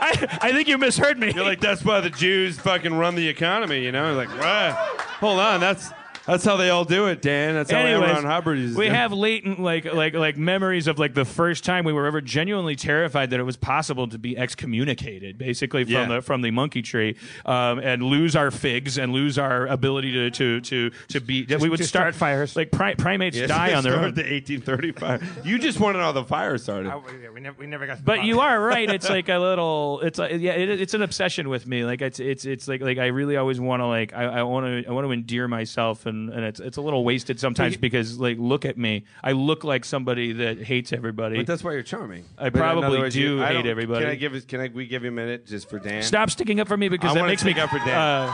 I, I think you misheard me You're like, "That's why the Jews fucking run the economy," you know? You're like, what? Hold on, that's that's how they all do it, Dan. That's how Anyways, Aaron Hubbard is. we have latent like like like memories of like the first time we were ever genuinely terrified that it was possible to be excommunicated, basically from Yeah. the from the monkey tree, um, and lose our figs and lose our ability to to to to be that we would just start start fires. Like pri- primates Yes, die they on their started own. The 1835. You just wanted all the fire started. I- Oh, we- we, never, we never got. To the But you bottom. are right. It's like a little. It's like yeah. It, it's an obsession with me. Like it's it's it's like like I really always want to like I want to I want to endear myself and and it's it's a little wasted sometimes because like look at me. I look like somebody that hates everybody. But that's why you're charming. I But in probably other words, do I hate don't- everybody. Can I give? Can I? We give you a minute just for Dan. Stop sticking up for me because I that wanna makes me stick up for Dan. Uh,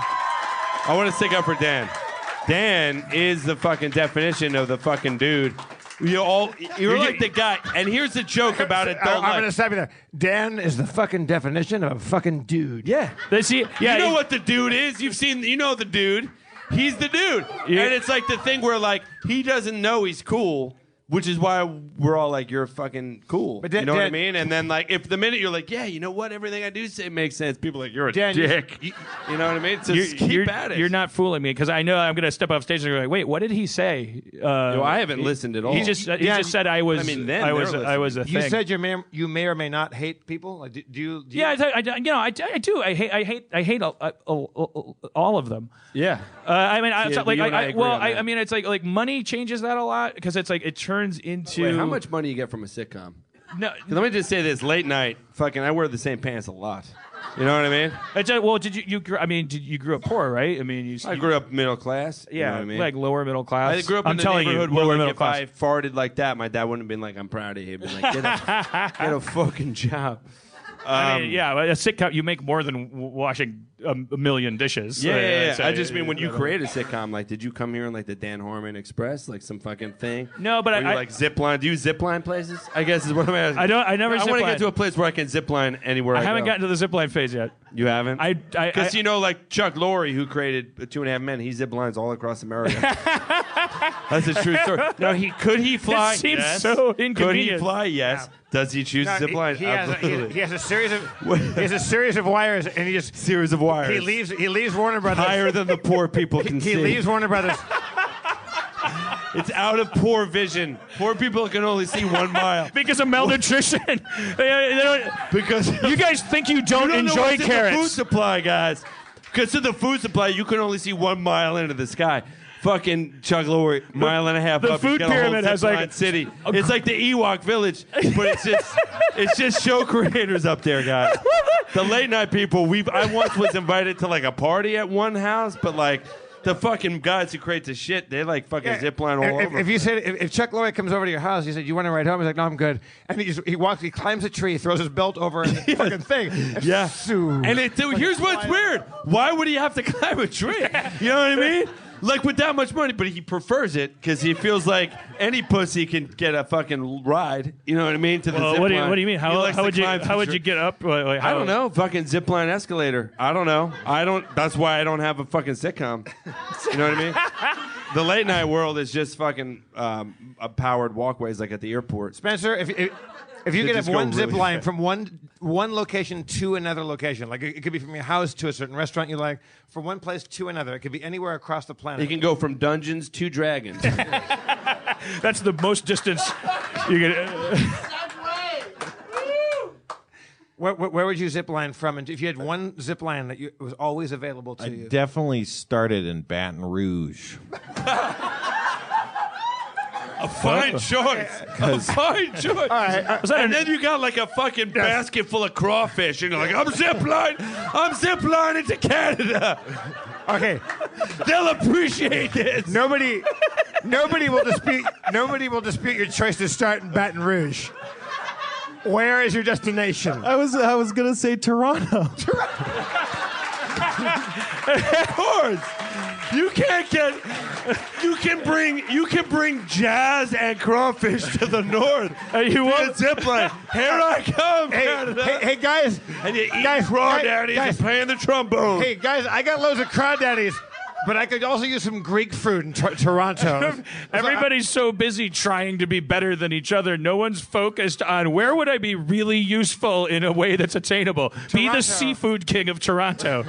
I want to stick up for Dan. Dan is the fucking definition of the fucking dude. You all, you're like the guy. And here's the joke about it. I, am going to stop you there. Dan is the fucking definition of a fucking dude. yeah. they see, yeah, you know what the dude is. You've seen. You know the dude. He's the dude. Yeah. And it's like the thing where like he doesn't know he's cool, which is why we're all like, "You're fucking cool." But Dan- you know what I Dan- mean? And then like, if the minute you're like, "Yeah, you know what? Everything I do say makes sense," people are like, "You're a Dan, you- dick." You, know what I mean? So You're, just keep you're, at it. you're not fooling me because I know I'm gonna step off stage and be like, wait, what did he say? Uh, No, I haven't listened at all. He just he Yeah, just said I was. I I mean, mean, then I was they're I was a You thing. said you may you may or may not hate people. Like, do, do you? Do Yeah, I, You, th- I, you know, I, I do. I hate, I hate, I hate all, uh, all- all, all of them. yeah. Uh, I mean, I, it's Yeah, not like, you I, and I I- agree well, on I, that. I mean, it's like, like money changes that a lot because it's like it turns into Wait, how much money you get from a sitcom? No, Let me just say this: late night, fucking, I wear the same pants a lot. You know what I mean? it's like, well, did you, you, grew, I mean, did you grew up poor, right? I mean, you, I you- grew up middle class. you yeah, know what I mean? like lower middle class. I grew up I'm in the telling neighborhood you, where lower like, middle if class. I farted like that, my dad wouldn't have been like, "I'm proud of you." He'd been like, "Get a, get a fucking job." I um, mean, yeah, a sitcom, you make more than w- washing a a million dishes. Yeah, Uh, yeah, yeah. so- I just mean when you create a sitcom, like, did you come here in like the Dan Harmon Express, like some fucking thing? No, but Or I- you, I- like zip line. Do you zip line places? I guess is what I'm asking. I don't- I never I want zip to line. get to a place where I can zip line anywhere. I, I haven't go. gotten to the zipline phase yet. You haven't? I- I- because I- you know, like Chuck Lorre, who created Two and a Half Men, he zip lines all across America. That's a true story. No, he could he fly? It seems yes. so Could he inconvenient. fly? Yes. Does he choose No, to zip he- line? He, has a, Absolutely. he, he has a series of he has a series of wires, and he just Series of wires. he leaves he leaves Warner Brothers. higher than the poor people can see. he leaves Warner Brothers. It's out of poor vision. Poor people can only see one mile Because of malnutrition. They- they don't- because you guys think you don't, You don't know enjoy what's In the food carrots. supply, guys. Because to the food supply, you can only see one mile into the sky. Fucking Chuck Lorre, mile and a half. the up, he's food got a whole pyramid has, like, zip-line city. a- it's like the Ewok village, but it's just it's just show creators up there, guys. The late night people. We I once was invited to like a party at one house, but like the fucking guys who create the shit, they like fucking zip line all if, over. If you said if, if Chuck Lorre comes over to your house, he said, "You want to ride home?" He's like, "No, I'm good." And he, just, he walks, he climbs a tree, throws his belt over and the fucking thing. Yeah. Zoom. And it, dude, here's what's weird. Why would he have to climb a tree? You know what I mean? Like with that much money, but he prefers it because he feels like any pussy can get a fucking ride. You know what I mean? To the Well, zip Uh, what, do you, line. what do you mean? He How, likes how to would you climb how would through you get up? Like, like, I how- don't know. Fucking zip line escalator. I don't know. I don't. That's why I don't have a fucking sitcom. You know what I mean? The late night world is just fucking um, uh, powered walkways, like at the airport. Spencer, if if, if you They could just have go one zip really line fast. from one one location to another location, like it, it could be from your house to a certain restaurant you like, from one place to another, it could be anywhere across the You planet. can go from dungeons to dragons. That's the most distance you uh, can. where, where, where would you zip line from? And if you had one zip line that you, was always available to you, Definitely started in Baton Rouge. A fine choice. A fine choice. Was that and an- then you got like a fucking basket full of crawfish, and you're like, I'm zipline, I'm ziplining to Canada. okay, They'll appreciate this. nobody. Nobody will dispute. Nobody will dispute your choice to start in Baton Rouge. Where is your destination? I was I was gonna say Toronto. course. You can't get. You can bring. You can bring jazz and crawfish to the north. And you The won't. zip line. Here I come, Hey, Canada. hey, hey, guys. and you eat guys, guys, crawdaddies guys. and playing the trombone. Hey, guys, I got loads of crawdaddies, but I could also use some Greek food in Tor- Toronto. Everybody's so busy trying to be better than each other. No one's focused on where would I be really useful in a way that's attainable. Be Toronto. the seafood king of Toronto.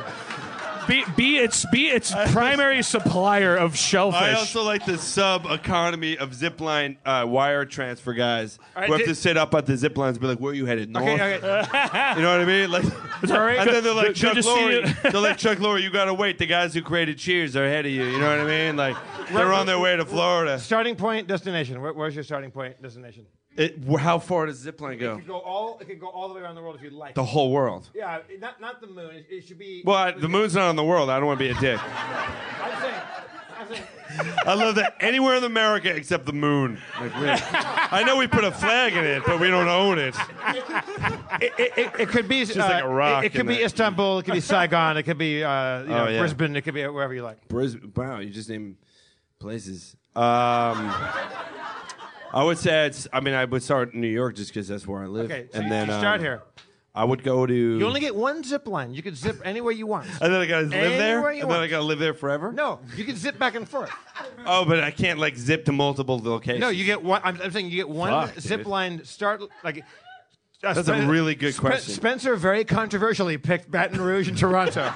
be, be its be its primary supplier of I shellfish. also like the sub economy of zipline uh, wire transfer guys right, who have did- to sit up at the zip lines and be like, "Where are you headed? North?" Okay, okay. You know what I mean? Like, Sorry. and then they're like Good- Chuck good to see Lorre. They're like Chuck Lorre. You gotta wait. The guys who created Cheers are ahead of you. You know what I mean? Like they're on their way to Florida. starting point, destination. Where, where's your starting point, destination? It, wh- how far does zipline It go? could go all. It could go all the way around the world if you like. The whole world. yeah, not not the moon. It, it should be. Well, I, the moon's not on the world. I don't want to be a dick. I'm saying. I'm saying. I love that anywhere in America except the moon. Like, really. I know we put a flag in it, but we don't own it. It, it, it, it could be. Just like a rock It, it could in be it. Istanbul. It could be Saigon. It could be uh, you know, Oh, yeah. Brisbane. It could be wherever you like. Brisbane. Wow, you just name places. Um, I would say it's. I mean, I would start in New York just because that's where I live. Okay, so and you, then you start um, here. I would go to. You only get one zip line. You could zip anywhere you want. and then I gotta live there. Anywhere you And then want. I gotta live there forever. No, you can zip back and forth. Oh, but I can't like zip to multiple locations. No, you get one. I'm, I'm saying you get one Fuck, zip dude. line start. Like uh, That's a really good Spen- question. Spencer very controversially picked Baton Rouge and Toronto.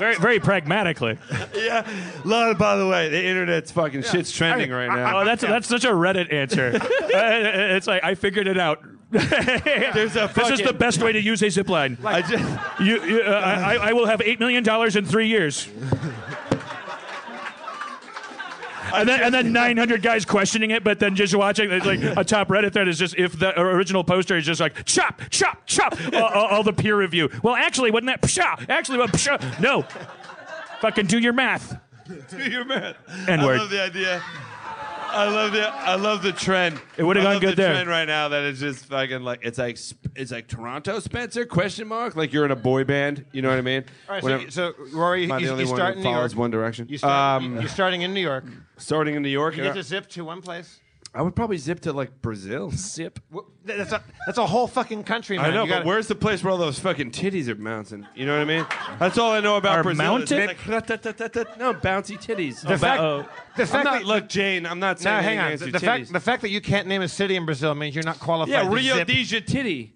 very very pragmatically. yeah. Lord, by the way, the internet's fucking shit's trending right now. Oh, that's that's such a Reddit answer. Uh, it's like I figured it out. There's a This is fucking- the best way to use a zipline. I just. You, you, uh, I, I will have eight million dollars in three years. And then, and then 900 guys questioning it, but then just watching, it's like a top Reddit thread is just if the original poster is just like chop, chop, chop, all, all, all the peer review. Well, actually, wasn't that pshaw? Actually, well, pshaw. No. Fucking do your math. Do your math. N-word. I love the idea. I love the I love the trend. It would've I gone love good the there. Trend right now that is just fucking like it's like sp- it's like Toronto Spencer question mark like you're in a boy band. You know what I mean? All right, Whenever- so, so Rory, Am I you, the only you one start who in New York. follows One Direction? You start, Um, you- you're starting in New York. starting in New York, uh, You get to zip to one place. I would probably zip to like Brazil. Zip. Wh- th- That's a that's a whole fucking country, man. I know, You but gotta- where's the place where all those fucking titties are bouncing? You know what I mean? That's all I know about Are Brazil. It's mounted? like, "Ra-ta-ta-ta-ta." no, bouncy titties. Oh, the fact, uh-oh. the I'm fact not, that, look, Jane, I'm not saying now, hang on. anything against The, your the titties. fact the fact that you can't name a city in Brazil means you're not qualified. Yeah, to Rio zip. de Janeiro.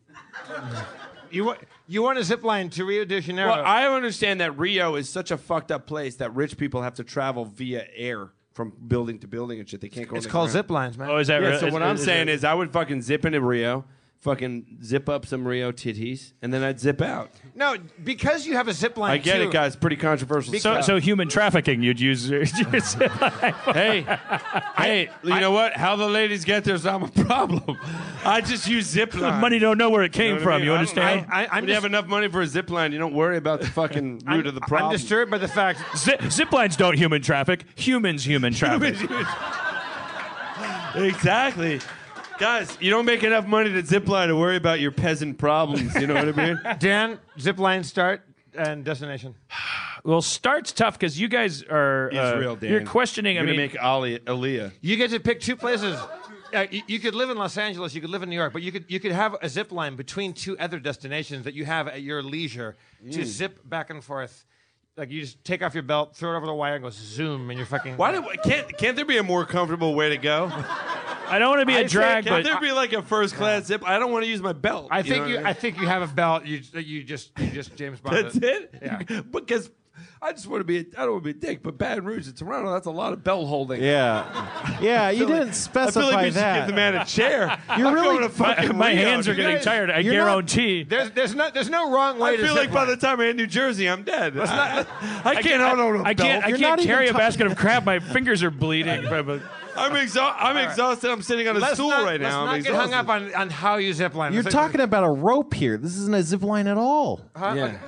You want you want a zip line to Rio de Janeiro? Well, I understand that Rio is such a fucked up place that rich people have to travel via air from building to building and shit. They can't go. it's on the called ground. zip lines, man. Oh, is that Yeah, real? so Is- what I'm is- saying is, I would fucking zip into Rio, fucking zip up some Rio titties, and then I'd zip out. no, because you have a zip line. I get too- it, guys. Pretty controversial. So, stuff. so human trafficking, you'd use your, your zipline. hey, hey, you know what? How the ladies get there's not my problem. I just use zip line. Money don't know where it came You know what from. I mean? You I don't- understand? I, I- I'm when you just- have enough money for a zip line, you don't worry about the fucking root of the problem. I'm disturbed by the fact. Zip, zip lines don't human traffic. Humans human traffic. exactly. Guys, you don't make enough money to zip line to worry about your peasant problems. You know what I mean? Dan, zip line start and destination. well, start's tough because you guys are uh, Israel, Dan. You're questioning. You're I gonna mean, make Ali Aaliyah. You get to pick two places. Uh, you, you could live in Los Angeles, you could live in New York, but you could you could have a zip line between two other destinations that you have at your leisure to Mm. zip back and forth. Like you just take off your belt, throw it over the wire, and go zoom, and you're fucking. Why do, can't can't there be a more comfortable way to go? I don't want to be a say drag, Can't but there be like a first class zip? I don't want to use my belt. I know think what you. I I think you have a belt. You you just you just James Bond. That's it. Yeah. because I just want to be. I don't want to be a dick, but Baton Rouge and Toronto. That's a lot of belt holding. Yeah, yeah. You didn't I feel specify like we should that. give the man a chair. You're I'm really- going to fucking my, my Rio, hands are dude. getting tired. I you're not- guarantee. There's there's no there's no wrong way I to feel zip like by line. the time I hit New Jersey, I'm dead. I, can't I, hold on to a I belt. can't. I You're can't not even carry a talking- basket of crap. My fingers are bleeding. But- but- I'm, exha- I'm exhausted. I'm sitting on a Let's stool not, right now. I'm Let's not get hung up exhausted. on, on how you zip line. You're It's like- talking about a rope here. This isn't a zip line at all. Huh? Yeah.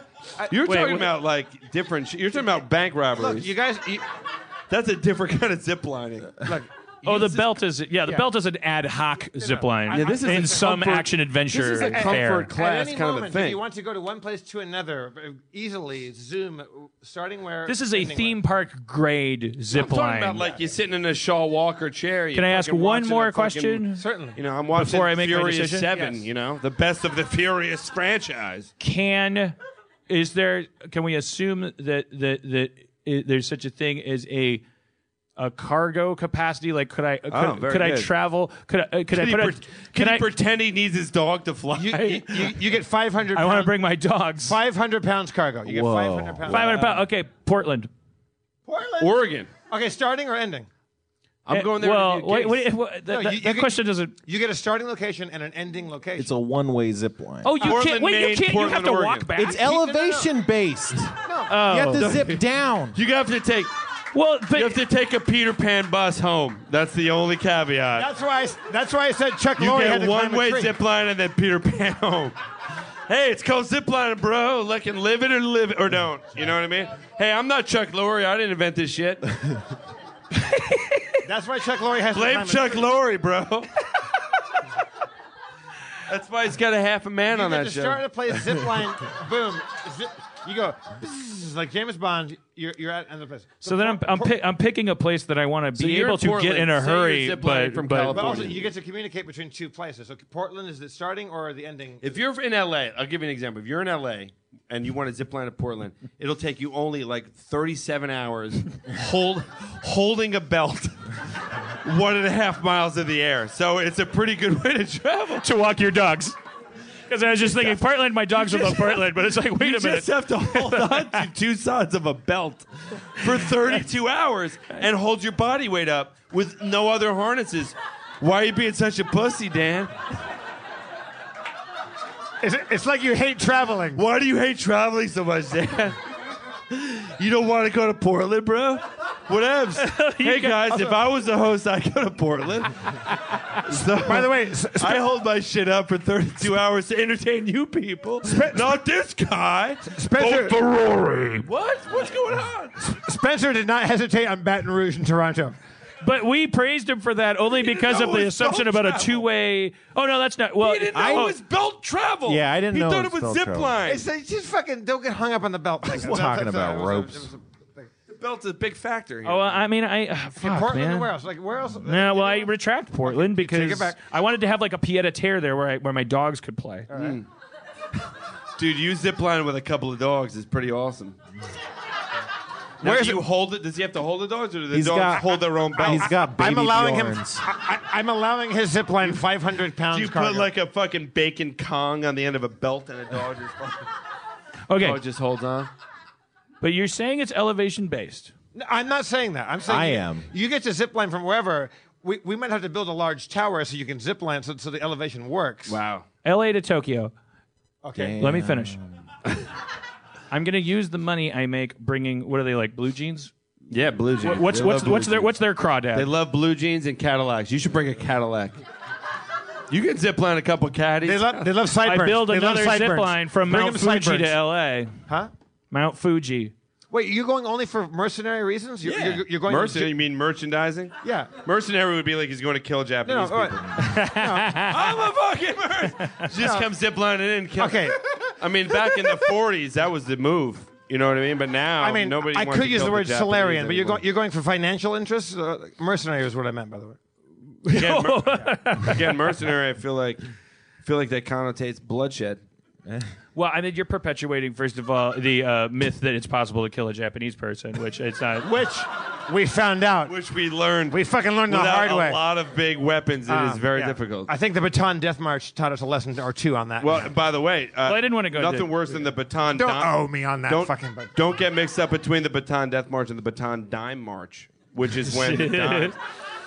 You're Wait, talking wait. about like different. Sh- you're talking about bank robberies. Look, you guys. You, That's a different kind of zip lining. look, Oh, the belt is yeah. The belt is an ad hoc zip line. Yeah, this is in a some comfort- action adventure this is a comfort fair. cl- class At any kind of a moment, thing. If you want to go to one place to another, uh, easily zoom, uh, starting where. This is a ending theme park grade zip I'm talking line. about like you're sitting in a Shaw Walker chair. Can I ask one more question? where. Certainly. You know, I'm watching Before I make my Furious decision? Seven. Yes. You know, the best of the Furious franchise. Can is there? Can we assume that that that i there's such a thing as a a cargo capacity? Like, could I could, Oh, very could I good. travel? Could I uh, could I put Can, he, a, pre- can can he I? pretend he needs his dog to fly? You, you, you, you get 500 I want to pounds- bring my dogs. 500 pounds cargo. You get Whoa. 500 pounds. Five hundred pounds. Okay, Portland. Portland? Oregon. okay, starting or ending? I'm going there. Eh, Well, to do a wait, case. wait, what- that, No, that- you- you that can- question doesn't. You get a starting location and an ending location. It's a one way zip line. Oh, you can't. Portland, Wait, you Maine, can't. you have Portland, to Oregon. walk back. it's elevation based. You have to zip down. You have to take. well, but You have to take a Peter Pan bus home. That's the only caveat. that's why. I, s- that's why I said Chuck You Lorre had get to one climb a way tree. zip line and then Peter Pan home. Hey, it's called zip line, bro. Like, and live it or live it or don't. You know what I mean? Hey, I'm not Chuck Lorre. I didn't invent this shit. That's why Chuck Lorre has to Blame climb a Chuck tree. Lorre, bro. That's why he's got a half a man You on get that to show. start to play zip line. boom. Zip, you go. bzzz, like James Bond. You're you're at another place. So then I'm I'm, pick, I'm picking a place that I want to be you're able in to get Portland. in a Say you're hurry, zip lining but, from but But also, Portland. you get to communicate between two places. So Portland is the starting or the ending? If you're in LA, I'll give you an example. If you're in LA and you want to zip line to Portland, it'll take you only like 37 hours hold, holding a belt one and a half miles in the air. So it's a pretty good way to travel. to walk your dogs. Because I was just thinking Portland, my dogs will love Portland, but it's like wait You a minute. just have to hold on to two sides of a belt for 32 hours and hold your body weight up with no other harnesses. Why are you being such a pussy, Dan? It's, like you hate traveling. Why do you hate traveling so much, Dan? You don't want to go to Portland, bro? Whatevs. hey, guys, if I was the host, I'd go to Portland. So, By the way, s- s- I hold my shit up for 32 hours to entertain you people. Not this guy. Spencer- Oh, Ferrari. What? What's going on? Spencer did not hesitate on Baton Rouge and Toronto. But we praised him for that only because know of the it's assumption dog about a travel. two way. Oh no, that's not. Well, He didn't know I- it was belt travel. Yeah, I didn't he know thought it it was was belt zip travel. line. It's, it's just fucking don't get hung up on the belt. Like, We're talking about it was a- it ropes. was a- Belt's a big factor here. Oh, I mean, I uh, fuck, Portland man. or where else? Like where else? No, well, I retract Portland because it back. I wanted to have like a pied a terre there where I, where my dogs could play. Dude, you zip line with a couple of dogs is pretty awesome. Now, Where's do you hold it? Does he have to hold the dogs, or do the He's dogs got- hold their own belt? He's got baby I'm allowing Bjorns. him. I, I, I'm allowing his zip line 500 pounds. Do you cargo. put like a fucking bacon Kong on the end of a belt and a dog just, Okay, dog just holds on? but you're saying it's elevation based. No, I'm not saying that. I'm saying I you- am. You get to zip line from wherever. We, we might have to build a large tower so you can zip line so, so the elevation works. Wow. L.A. to Tokyo. Okay. Let me finish. I'm gonna use the money I make bringing. What are they like? Blue jeans? Yeah, blue jeans. What- What's They what's love blue what's their jeans. what's their They crawdad? love blue jeans and Cadillacs. You should bring a Cadillac. You can zip line a couple caddies. They love they love I sideburns. build they another love zip sideburns. line from Bring Mount them Fuji sideburns. to L.A. Huh? Mount Fuji. Wait, you're going only for mercenary reasons? You're, you're, you're going To, mercenary. you mean merchandising? yeah. Mercenary would be like he's going to kill No, no, Japanese all people. right. I'm a fucking merc. Just come zip lining in. and kill- Okay. I mean, back in the 40s, that was the move. You know what I mean? But now, I mean, Oh, nobody. I wants could to use kill the word Japanese solarian, but you're anymore. going you're going for financial interests. Uh, mercenary is what I meant, by the way. Again, mer- again, mercenary. I feel like feel like that connotates bloodshed. Well, I mean, you're perpetuating first of all the uh, myth that it's possible to kill a Japanese person, which it's not. Which we found out. Which we learned We fucking learned the without hard a way. lot of big weapons. It is Uh, very yeah. difficult. I think the Baton Death March taught us a lesson or two on that. well, and by the way, uh, I didn't wanna go Nothing to- worse than the baton. don't dime- owe me on that Don't fucking. But don't get mixed up between the baton death march and the baton dime march, which is when the dime.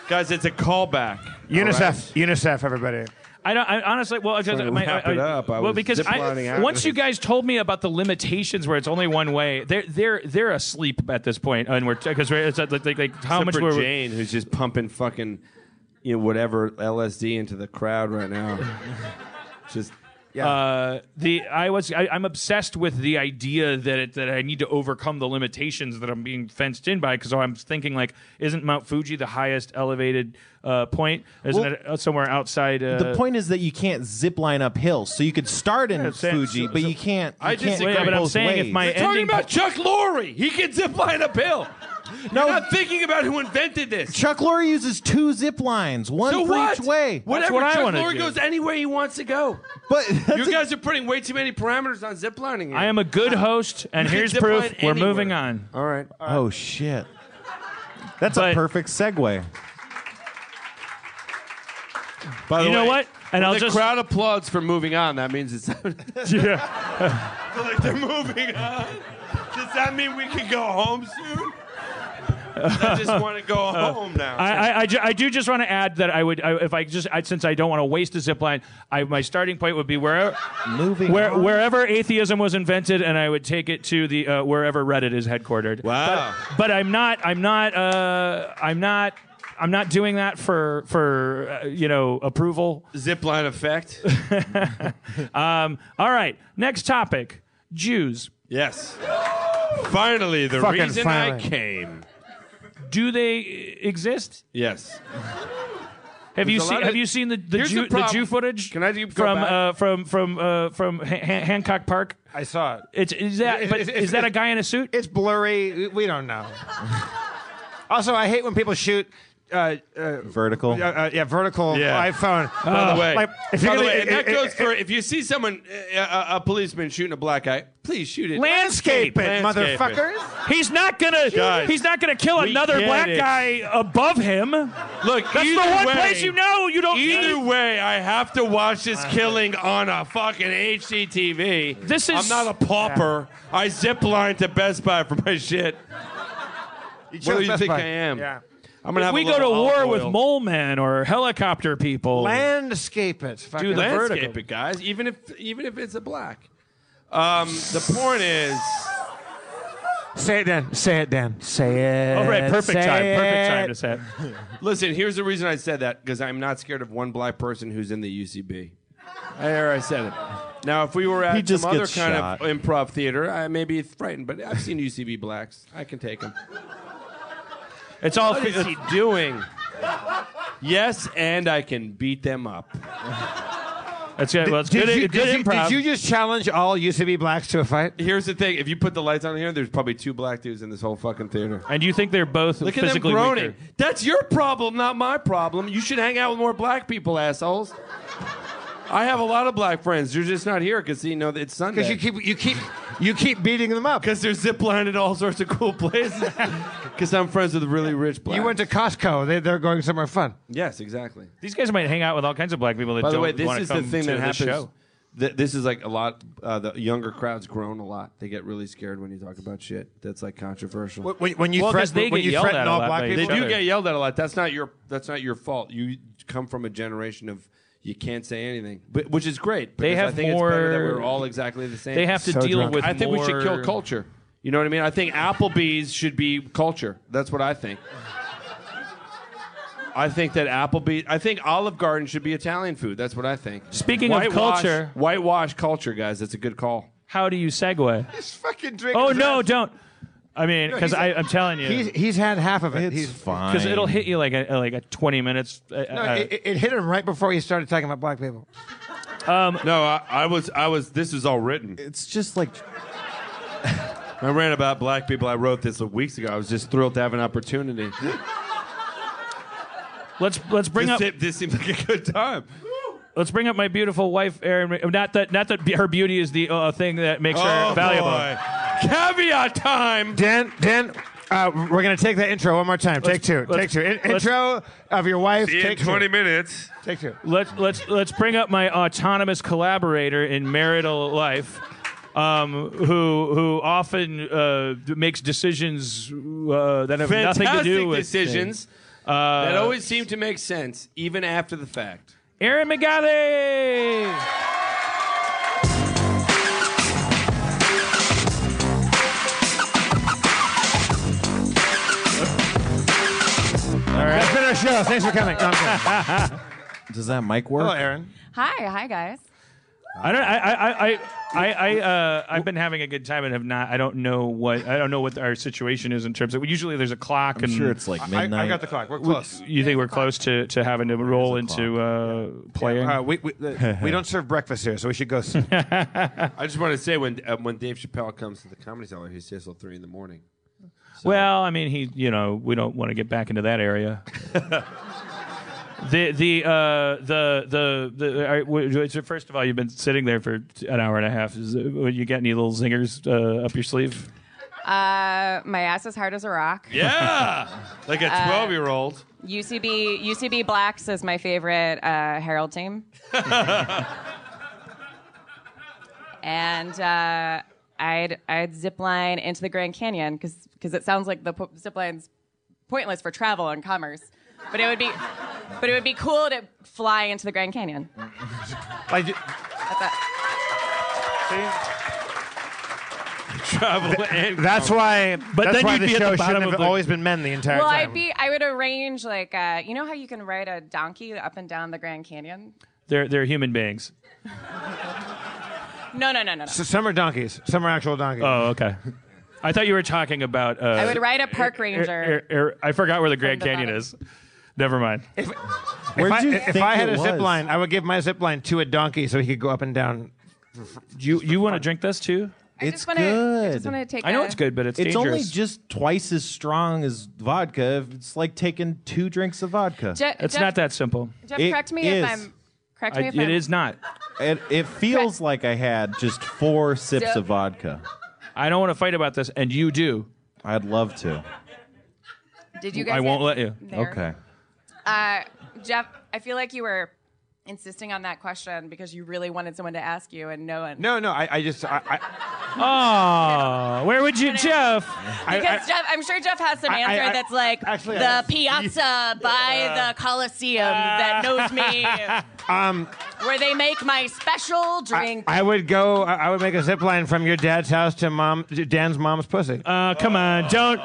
Guys, it's a callback. UNICEF, UNICEF, everybody. I don't. I honestly, well, because to my, wrap I, it up. I well, was because ziplining I, out. once you guys told me about the limitations where it's only one way, they're they're they're asleep at this point, and we're because we're it's uh, like, like, like how Except much for were we, Jane, who's just pumping fucking, you know, whatever LSD into the crowd right now. just Yeah. Uh, the I was I, I'm obsessed with the idea that it, that I need to overcome the limitations that I'm being fenced in by because I'm thinking like, isn't Mount Fuji the highest elevated uh, point? Isn't Well, it uh, somewhere outside? Uh, the point is that you can't zip line up hills, so you could start in I'm saying- Fuji, so- but so- you can't. You I can't disagree. go Yeah, but I'm both saying if ways. my- We're talking ending about Chuck Lorre. He can zip line uphill. no, You're not thinking about who invented this. Chuck Lorre uses two zip lines, one so for what? each way. Whatever. what I Chuck wanna Lorre do. goes anywhere he wants to go. But you guys are putting way too many parameters on ziplining. here. I am a good host, and Uh, can here's zip proof. line We're anywhere. moving on. All right. oh shit, that's a But- perfect segue. By the You know way, what? And when I'll the just- crowd applauds for moving on. That means it's Yeah. like they're moving on. Does that mean we can go home soon? I just want to go home now. Uh, I, I, I, ju- I do just want to add that I would I, if I just I, since I don't want to waste a zip line, I, my starting point would be where, Moving where on. wherever atheism was invented, and I would take it to the uh, wherever Reddit is headquartered. wow. But I'm not I'm not uh, I'm not I'm not doing that for for uh, you know approval. Zipline effect. Um, all right, next topic: Jews. Yes. Finally, the Fucking reason I finally. came. Do they exist? Yes. Have you There's a seen lot of- Have you seen the the Here's Jew, the the problem. Jew footage? Can I do- go from back? uh, from from uh, from Han- Han- Hancock Park? I saw it. It's is that It- but it- it- is that a guy in a suit? It's blurry. We- We don't know. also, I hate when people shoot. Uh, uh, Vertical. uh, uh, yeah, vertical Yeah. iPhone. By the way, like, if you're by the gonna- way, and that it- it- goes for if you see someone, uh, a, a policeman shooting a black guy, please shoot it. Landscape But it. Landscape it. motherfuckers. He's not gonna. Guys, he's not gonna kill we another get black it. guy above him. That's Look, the either one way- place you know you don't. Either way, I have to watch this killing on a fucking HGTV. This is- I'm not a pauper. I zip line to Best Buy for my shit. What do you Best think Buy. I am? Yeah. I'm gonna If have we a go to little war olive with oil. mole men or helicopter people. Landscape it. Fucking Dude, land- landscape vertical. it, guys. Even if even if it's a black. Um, the point is, Say it, Dan. Say it, Dan. Say it. All right, perfect Say time. Perfect it. time to say. it. listen. Here's the reason I said that because I'm not scared of one black person who's in the UCB. There, I said it. Now, if we were He at just some other gets kind shot. of improv theater, I may be frightened, but I've seen UCB blacks. I can take them. It's all. What is he doing? Yes, and I can beat them up. It's good. Well, it's good. Did you, it's good did you- improv. did you just challenge all UCB blacks to a fight? Here's the thing: if you put the lights on here, there's probably two black dudes in this whole fucking theater. and you think they're both Look at them physically groaning. weaker. That's your problem, not my problem. You should hang out with more black people, assholes. I have a lot of black friends. You're just not here because you know it's Sunday. Because you keep you keep you keep beating them up. because they're ziplining at all sorts of cool places. Because I'm friends with really rich black. You went to Costco. They, they're going somewhere fun. yes, exactly. These guys might hang out with all kinds of black people that By don't the way, this want is to the come thing to that this happens. show. Th- this is like a lot. Uh, the younger crowds grown a lot. They get really scared when you talk about shit that's like controversial. When, when you Well, 'cause threaten, they when get you yelled at threaten a all lot black by people, they each other. do get yelled at a lot. That's not your. That's not your fault. You come from a generation of you can't say anything, but, which is great. They because have I think it's better that more- we're all exactly the same. They have to So deal drunk. with. I think we should kill more- culture. You know what I mean? I think Applebee's should be culture. That's what I think. I think that Applebee. I think Olive Garden should be Italian food. That's what I think. Speaking of Whitewash- culture- whitewash culture, guys. That's a good call. How do you segue? Just fucking drink. Oh his no, ass. don't. I mean, because he's- I'm telling He's you, he's had half of it. it's he's, fine. because it'll hit you like a like a 20 minutes. uh, No, uh, it, it hit him right before he started talking about black people. No, I, I was. I was. This is all written. It's just like I ran about black people. I wrote this weeks ago. I was just thrilled to have an opportunity. let's let's bring This, up se- this seems like a good time. let's bring up my beautiful wife, Erin. Ra- Not that not that be- her beauty is the uh, thing that makes Oh, her valuable. Caveat time. Dan, Dan, uh, we're gonna take that intro one more time. Let's- take 2 let's- take two. In- let's- intro of your wife. In take 20 two. minutes. Take two. Let's let's let's bring up my autonomous collaborator in marital life. Um, who who often uh, makes decisions uh, that have Fantastic nothing to do with decisions Uh, that always seem to make sense, even after the fact. Aaron McGalley. That's been our show. Thanks for coming. No, I'm kidding. does that mic work? Hello, Aaron. Hi, hi guys. I don't. I. I. I. I. I uh, I've been having a good time and have not. I don't know what. I don't know what our situation is in terms of. Usually there's a clock and. I'm sure it's like midnight. I, I got the clock. We're close. You think we're close to, to having to roll into uh, playing? Uh, we, we, uh, we don't serve breakfast here, so we should go. s- I just want to say when uh, when Dave Chappelle comes to the comedy cellar, he stays till three in the morning. Well, I mean, he, you know, we don't want to get back into that area. the the uh, the the the. all right, w- so First of all, you've been sitting there for an hour and a half. Is, uh, you got any little zingers uh, up your sleeve? Uh, my ass is hard as a rock. Yeah, like a twelve year old. UCB UCB Blacks is my favorite uh, Herald team. and uh, I'd I'd zip line into the Grand Canyon because it sounds like the po- zip line's pointless for travel and commerce, but it would be but it would be cool to fly into the Grand Canyon. Like, you- Travel and that's why. But that's then why you'd the be at the show bottom should have of the- always been men the entire Well, time. I'd be I would arrange like uh, you know how you can ride a donkey up and down the Grand Canyon. they're they're human beings. No, no, no, no, no. S- some are donkeys. Some are actual donkeys. Oh, okay. I thought you were talking about. Uh, I would ride a park er- ranger. er- er- I forgot where the Grand the Canyon bottom. is. Never mind. Where'd if I, you if think I had it a zip was? line, I would give my zip line to a donkey so he could go up and down. You you want to drink this too? I it's just wanna, I good. just want to take. I know a- it's good, but it's it's dangerous. only just twice as strong as vodka. It's like taking two drinks of vodka. Je- it's Jeff- not that simple. Jeff, It correct me is. if I'm. Correct I, me if it I'm. is not. It, it feels like I had just four sips So- of vodka. I don't want to fight about this, and you do. I'd love to. Did you guys? I won't get let you. there? Okay. Uh, Jeff, I feel like you were insisting on that question because you really wanted someone to ask you, and no one. No, no. I, I just. I, I, Oh, where would you, Jeff? Because Jeff, I'm sure Jeff has some I- answer I- that's like actually, the I- piazza by the Colosseum that knows me, um, where they make my special I, drink. I would go. I I would make a zip line from your dad's house to mom, to Dan's mom's pussy. Uh, come on, don't,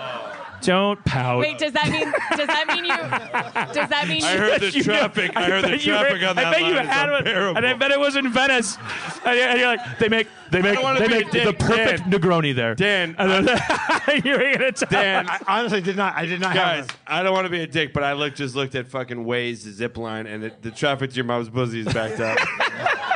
don't pout. Wait, does that mean? Does that mean you? Does that mean? I you, heard the traffic. I heard the bet you were- traffic on that I bet line. you had is one, unbearable. and I bet it was in Venice. And you're, and you're like, they make, they make, wanna they be a make the dick, perfect Negroni there. Dan, and then, you're gonna tell Dan, I honestly did not. I did not have. Guys, one. I don't want to be a dick, but I look just looked at fucking Waze the zip line, and it, the traffic to your mom's pussy is backed up.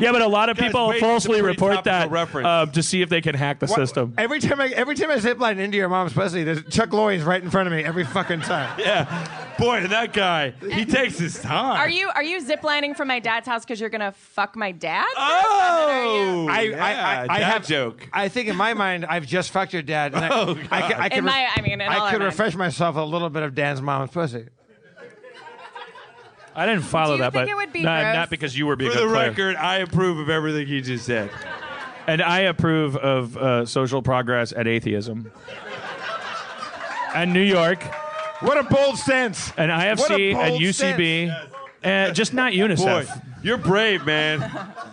Yeah, but a lot of Guys, people wait, falsely it's a pretty report topical that reference. um, to see if they can hack the system. Every time I every time I zip line into your mom's pussy, there's Chuck Lorre's right in front of me every fucking time. yeah, boy, that guy, he takes his time. are you are you ziplining from my dad's house because you're gonna fuck my dad? Oh, I, yeah, I, I, I dad have joke. I think in my mind I've just fucked your dad. And I, Oh, I, I, I could In re- my- I mean, in all I our could minds. refresh myself with a little bit of Dan's mom's pussy. I didn't follow Do you that, think but it would be no, gross? not because you were being For a the player. record, I approve of everything he just said. And I approve of uh, social progress and atheism. and New York, What a bold stance! and IFC, bold and UCB, and just not UNICEF. Boy, you're brave, man.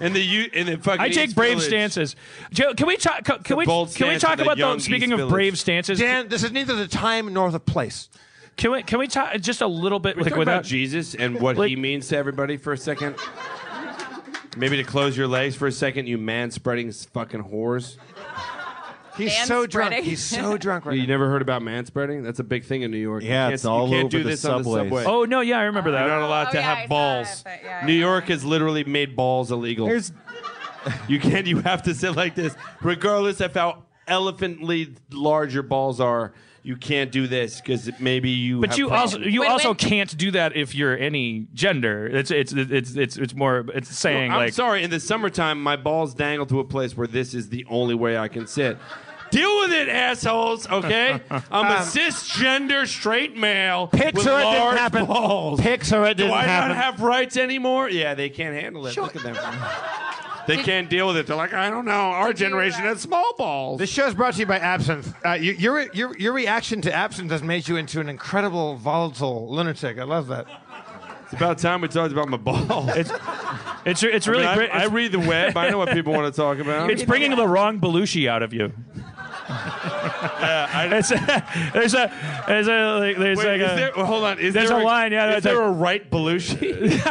In the U, in the fucking. I take East brave Village. stances. Joe, can we talk? Can, we bold can we stance talk of the about young those? Speaking East of Village. brave stances, Dan, this is neither the time nor the place. can we can we talk just a little bit like Talk about without? Jesus and what he Like- means to everybody for a second. Maybe to close your legs for a second, you man spreading fucking whores. He's Dan's so drunk. spreading. He's so drunk right You now. never heard about man spreading? That's a big thing in New York. Yeah, You can't- it's all you can't over do the this on subways. the subway. Oh no, yeah, I remember You're that. not allowed Oh, to yeah, I have saw balls. it, but yeah, New I York has literally made balls illegal. There's you can't. You have to sit like this, regardless of how elephantly large your balls are. You can't do this because maybe you. But have you problems. also you Wait, also wait. can't do that if you're any gender. It's it's it's it's it's more it's saying I'm like sorry. In the summertime, my balls dangle to a place where this is the only way I can sit. Deal with it, assholes. Okay, I'm Um, a cisgender straight male Picture with it didn't large happen. balls. Pixar, it Do didn't I happen. not have rights anymore? Yeah, they can't handle it. Look at them. They can't deal with it. They're like, I don't know. Our generation had small balls. This show's brought to you by Absinthe. Uh, you, your, your, your reaction to Absinthe has made you into an incredible, volatile lunatic. I love that. It's about time we talked about my balls. it's it's it's really I, great. I read the web. I know what people want to talk about. It's bringing the wrong Belushi out of you. It's there's a there's a like, there's Wait, like is a, there, hold on. Is there's there a line, yeah, Is that's there like- a right Belushi?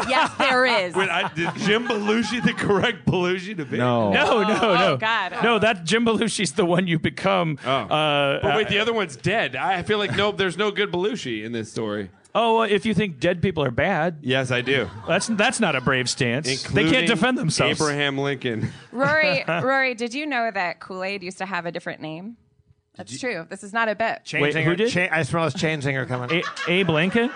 yes, there is. Wait, I, is Jim Belushi the correct Belushi to be? No. no, no, Oh, no. oh, God. No, that Jim Belushi's the one you become. Oh. Uh, But wait, uh, the other one's dead. I feel like no, there's no good Belushi in this story. oh, well, if you think dead people are bad, Yes, I do. that's that's not a brave stance. they Including can't defend themselves. Abraham Lincoln. Rory, Rory, did you know that Kool Aid used to have a different name? That's true. This is not a bit. Chain Wait, singer, who did? Chain, I smell his chain singer coming. A- Abe Lincoln,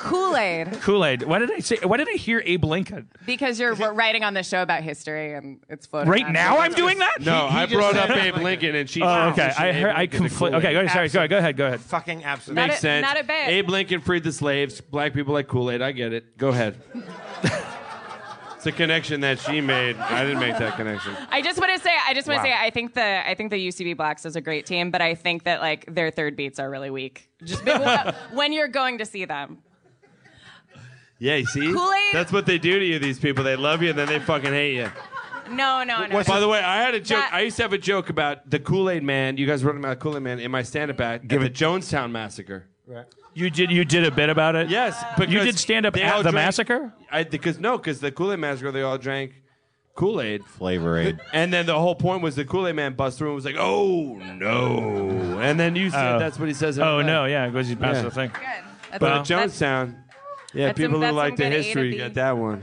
Kool Aid, Kool Aid. Why did I say? Why did I hear Abe Lincoln? because you're writing on the show about history and it's floating. Right around. now, I'm doing that. No, I just brought said Abe up Abe Lincoln. Lincoln, and she. Oh, okay. I transitioned Abe heard. I Lincoln to conflict. Kool-Aid. Okay, go ahead. Sorry, go, go ahead. Go ahead. Fucking absent. Not Makes a- sense. not a bit. Abe Lincoln freed the slaves. Black people like Kool Aid. I get it. Go ahead. it's a connection that she made. I didn't make that connection. I just want to say, I just want Wow. to say, I think the I think the UCB Blacks is a great team, but I think that like their third beats are really weak. Just be- when you're going to see them, Yeah, you see? Kool-Aid- That's what they do to you, these people. They love you and then they fucking hate you. no, no, no. By the way, I had a joke. That- I used to have a joke about the Kool Aid Man. You guys wrote about Kool Aid Man in my stand up act. Give it Jonestown Massacre. You did. You did a bit about it. Yes, because You did stand up they at all the drank- massacre. I because no, because the Kool Aid Massacre they all drank Kool Aid. Flavor Aid. And then the whole point was the Kool Aid Man busts through and was like, "Oh no!" And then you said Oh. that's what he says. in Oh LA. no, yeah, because you passed Yeah. the thing. Good. That's- But that's- at Jonestown, yeah, that's people who some- that's like some the good A to history B. got that one.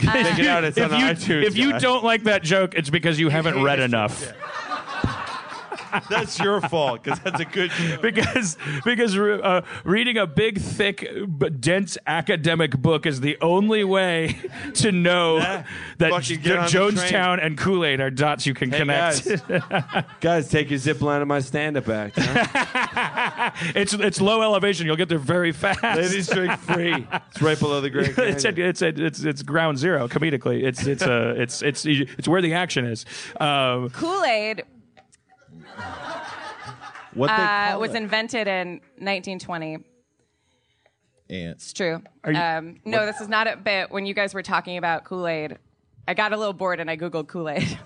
Check it out. It's if on you iTunes. if you guys. don't like that joke, it's because you haven't read enough. that's your fault because that's a good. show. because because uh, reading a big, thick, b- dense academic book is the only way to know that fucking get Jo- on the Jonestown and Kool Aid are dots you can Hey, connect. guys. guys, take your zip line of my stand up act. huh? it's it's low elevation. You'll get there very fast. Ladies drink free. It's right below the Grand Canyon. it's, at, it's, at, it's it's ground zero comedically. It's it's uh, it's it's it's where the action is. Um, Kool Aid What they uh, call was it? invented in 1920. Ants. It's true. you- um, no, this is not a bit. When you guys were talking about Kool Aid, I got a little bored and I googled Kool Aid.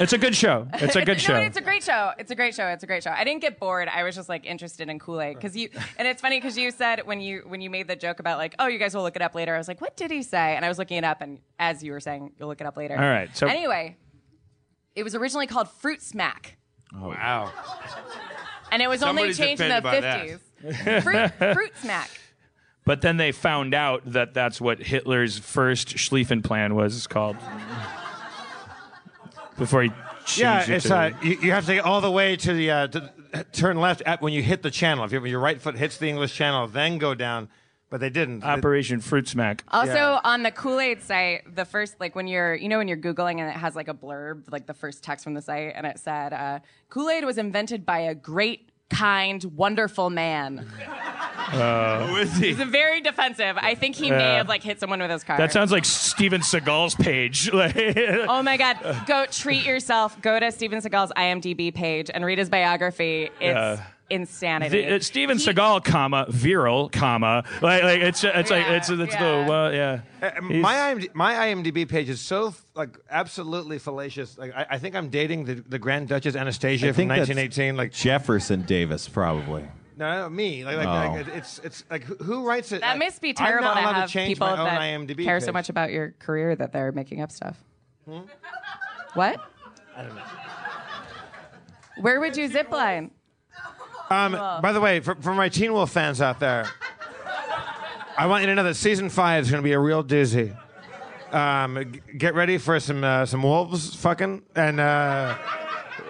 it's a good show. It's a good no, show. It's a great show. It's a great show. It's a great show. I didn't get bored. I was just like interested in Kool Aid because you. And it's funny because you said when you when you made the joke about like, oh, you guys will look it up later. I was like, what did he say? And I was looking it up, and as you were saying, you'll look it up later. All right, so- anyway, it was originally called Fruit Smack, Oh. Wow. and it was Somebody's only changed in the offended by that. fifties. Fruit, fruit Smack. But then they found out that that's what Hitler's first Schlieffen plan was called. Before he changed Yeah, it it's to- uh, you, you have to get all the way to the uh, to, turn left at, when you hit the channel. If you, when your right foot hits the English Channel, then go down. But they didn't. Operation Fruit Smack. Also Yeah. on the Kool Aid site, the first like when you're you know when you're googling and it has like a blurb like the first text from the site and it said uh, Kool Aid was invented by a great kind wonderful man. Who is he? It's very defensive. I think he may have like hit someone with his car. That sounds like Steven Seagal's page. Like, Oh my God! Go treat yourself. Go to Steven Seagal's IMDb page and read his biography. It's Yeah. insanity. the- uh, Steven He- Seagal, comma viral, comma like like it's it's like Yeah, it's it's yeah. the well yeah. He's- Uh, my IMD, my IMDb page is so like absolutely fallacious. Like I, I think I'm dating the, the Grand Duchess Anastasia I from think that's 1918. Like Jefferson Davis, probably. no, no, me. Like, like, Oh. like, it's it's like who, who writes it? That I- must be I'm terrible not to allowed have to change people my own that IMDb care so page. much about your career that they're making up stuff. What? Hmm? I don't know. Where would you zip line? Um, by the way, for, for my Teen Wolf fans out there, I want you to know that season five is going to be a real doozy. Um, g- get ready for some uh, some wolves fucking and uh,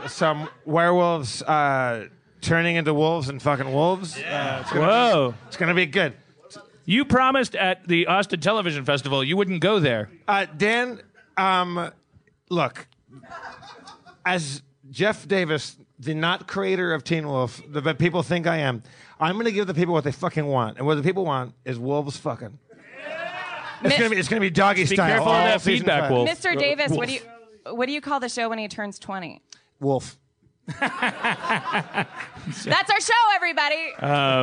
some werewolves uh, turning into wolves and fucking wolves. Uh, it's gonna Whoa! Be, it's going to be good. You promised at the Austin Television Festival you wouldn't go there. Uh, Dan, um, look, as Jeff Davis, the not creator of Teen Wolf, the, but people think I am, I'm going to give the people what they fucking want. And what the people want is wolves fucking. It's going to be, it's gonna be doggy Be style. careful of all that season feedback, five. Wolf. Mr. Davis, what do you what do you call the show when he turns 20? Wolf. That's our show, everybody. Oh,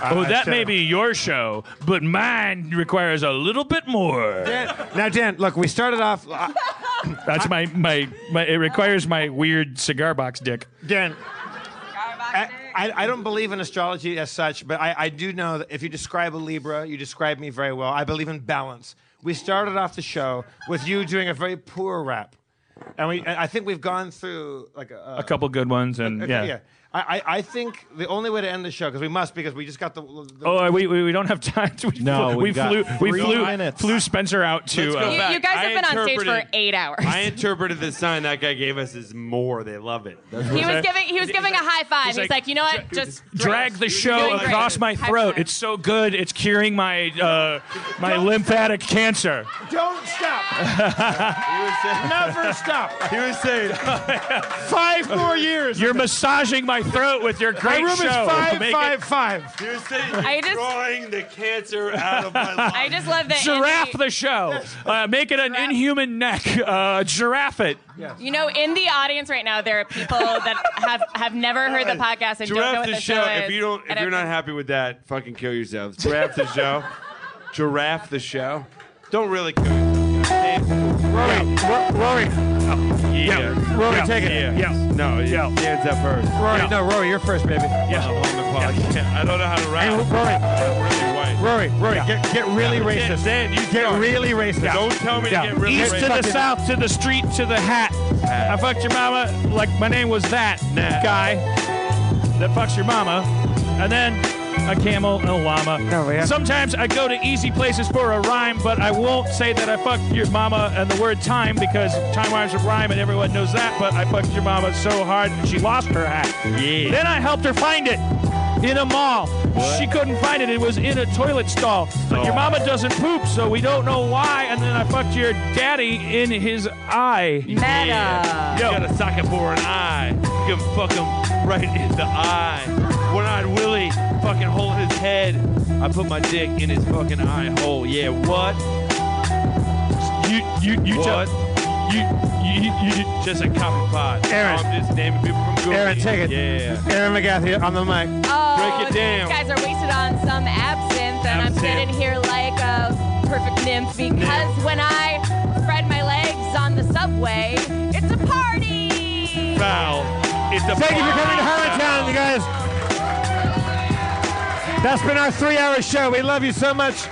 I that may should've- be your show, but mine requires a little bit more. Dan- now, Dan, look, we started off. uh, I, That's my, my my. It requires my weird cigar box dick. Dan, I, I, I don't believe in astrology as such, but I, I do know that if you describe a Libra, you describe me very well. I believe in balance. We started off the show with you doing a very poor rap. And we, and I think we've gone through like a, A couple good ones, and okay, yeah. I, I, I think the only way to end the show because we must because we just got the. the Oh, are we, we we don't have time. To, we No, flew, we've we got flew we three flew minutes. flew Spencer out to. Let's go Uh, back. You, you guys I have been on stage for interpreted- eight hours. I interpreted the sign that guy gave us as more. They love it. That's what he was like- giving he was giving a high five. He's, like, like, you know what? Just drag the show Doing great. across my High throat. five. It's so good. It's curing my uh, my lymphatic cancer. don't stop! he was saying. Never stop! He was saying. Five more years. You're massaging my throat with your my great room is show. five Make it- five five. He was saying. I just- drawing the cancer out of my life. I just love that. Giraffe in the show. Uh, make it an inhuman neck. Uh, giraffe it. You know, in the audience right now, there are people that have, have never heard the podcast and don't know Giraffe what the the show. is. If you don't, if And you're I'm not just- happy with that, fucking kill yourselves. Giraffe the show. Giraffe the show. Don't really. Kill yourself. Rory. Yeah. Rory, Yeah. take it. Yeah. Yeah. No. Yeah. Yeah. Dan's up first. Rory, Yeah. no, Rory, you're first, baby. I'm on the pod. I don't know how to Hey, rap. Rory, I'm really white. Rory, Rory, get, get really racist. Dan, you Get start. really racist. Don't tell me Yeah. to get really East to racist. the south, to the street, to the hat. I fucked your mama like my name was that Nah. guy that fucks your mama. And then a camel and a llama. No, Oh, we have- Sometimes I go to easy places for a rhyme, but I won't say that I fucked your mama and the word time because time rhymes with rhyme and everyone knows that. But I fucked your mama so hard she lost her hat. Yeah. Then I helped her find it in a mall. She couldn't find it. It was in a toilet stall. But Oh. your mama doesn't poop, so we don't know why. And then I fucked your daddy in his eye. Meta. Yo. You got a socket for an eye. You can fuck him right in the eye. One eyed Willie fucking hole in his head. I put my dick in his fucking eye hole. Yeah, what? You you you what? tell you you you. you just a copy pot. Aaron. I'm just naming people from Google. Aaron, take it. Yeah. Aaron McGathy on the mic. Oh, Break it down. These guys are wasted on some absinthe, and I'm Absinthe. sitting here like a perfect nymph because when I spread my legs on the subway, it's a party. Foul. It's a Thank you for foul. coming to Harmontown, you guys. That's been our three-hour show. We love you so much.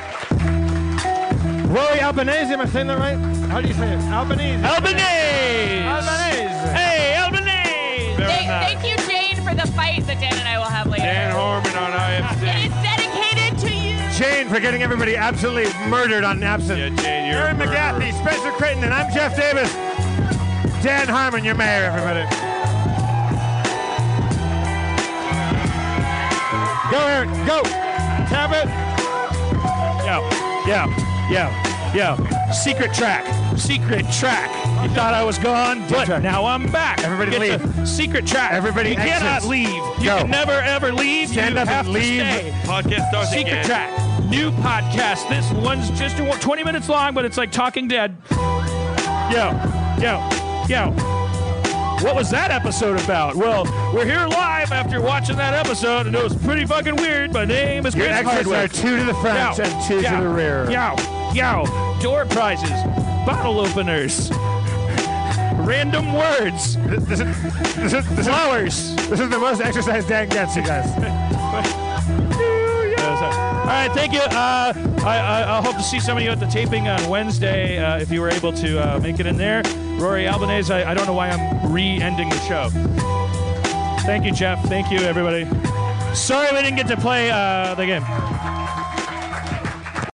Rory Albanese, am I saying that right? How do you say it? Albanese. Albanese. Albanese. Hey Albanese. Very Thank, nice. thank you, Jane, for the fight that Dan and I will have later. Dan Harmon on It IFC. is dedicated to you. Jane for getting everybody absolutely murdered on Absinthe. Yeah, Jane, you're a Aaron murderer. McGathy, Spencer Critton, and I'm Jeff Davis. Dan Harmon, your mayor, everybody. Go, Aaron. Go. Tap it. Yeah yeah yeah yeah. Secret track. Secret track. You thought I was gone, but track. now I'm back. Everybody it's leave. A secret track. Everybody You cannot exits. leave. You Go. can never ever leave. Stand you up and have to leave. stay. Podcast starts Secret again. track. New podcast. This one's just a- 20 minutes long, but it's like Talking Dead. Yo, yo, yo. What was that episode about? Well, we're here live after watching that episode, and it was pretty fucking weird. My name is Your Chris exits Hardwick. are two to the front and two to the rear. Yow, yow. Door prizes, bottle openers, random words, This is, this, is, this, is, flowers. this is the most exercise Dan gets, you guys. All right, thank you. Uh, I, I, I hope to see some of you at the taping on Wednesday uh, if you were able to uh, make it in there. Rory Albanese, I, I don't know why I'm re ending the show. Thank you, Jeff. Thank you, everybody. Sorry we didn't get to play uh, the game.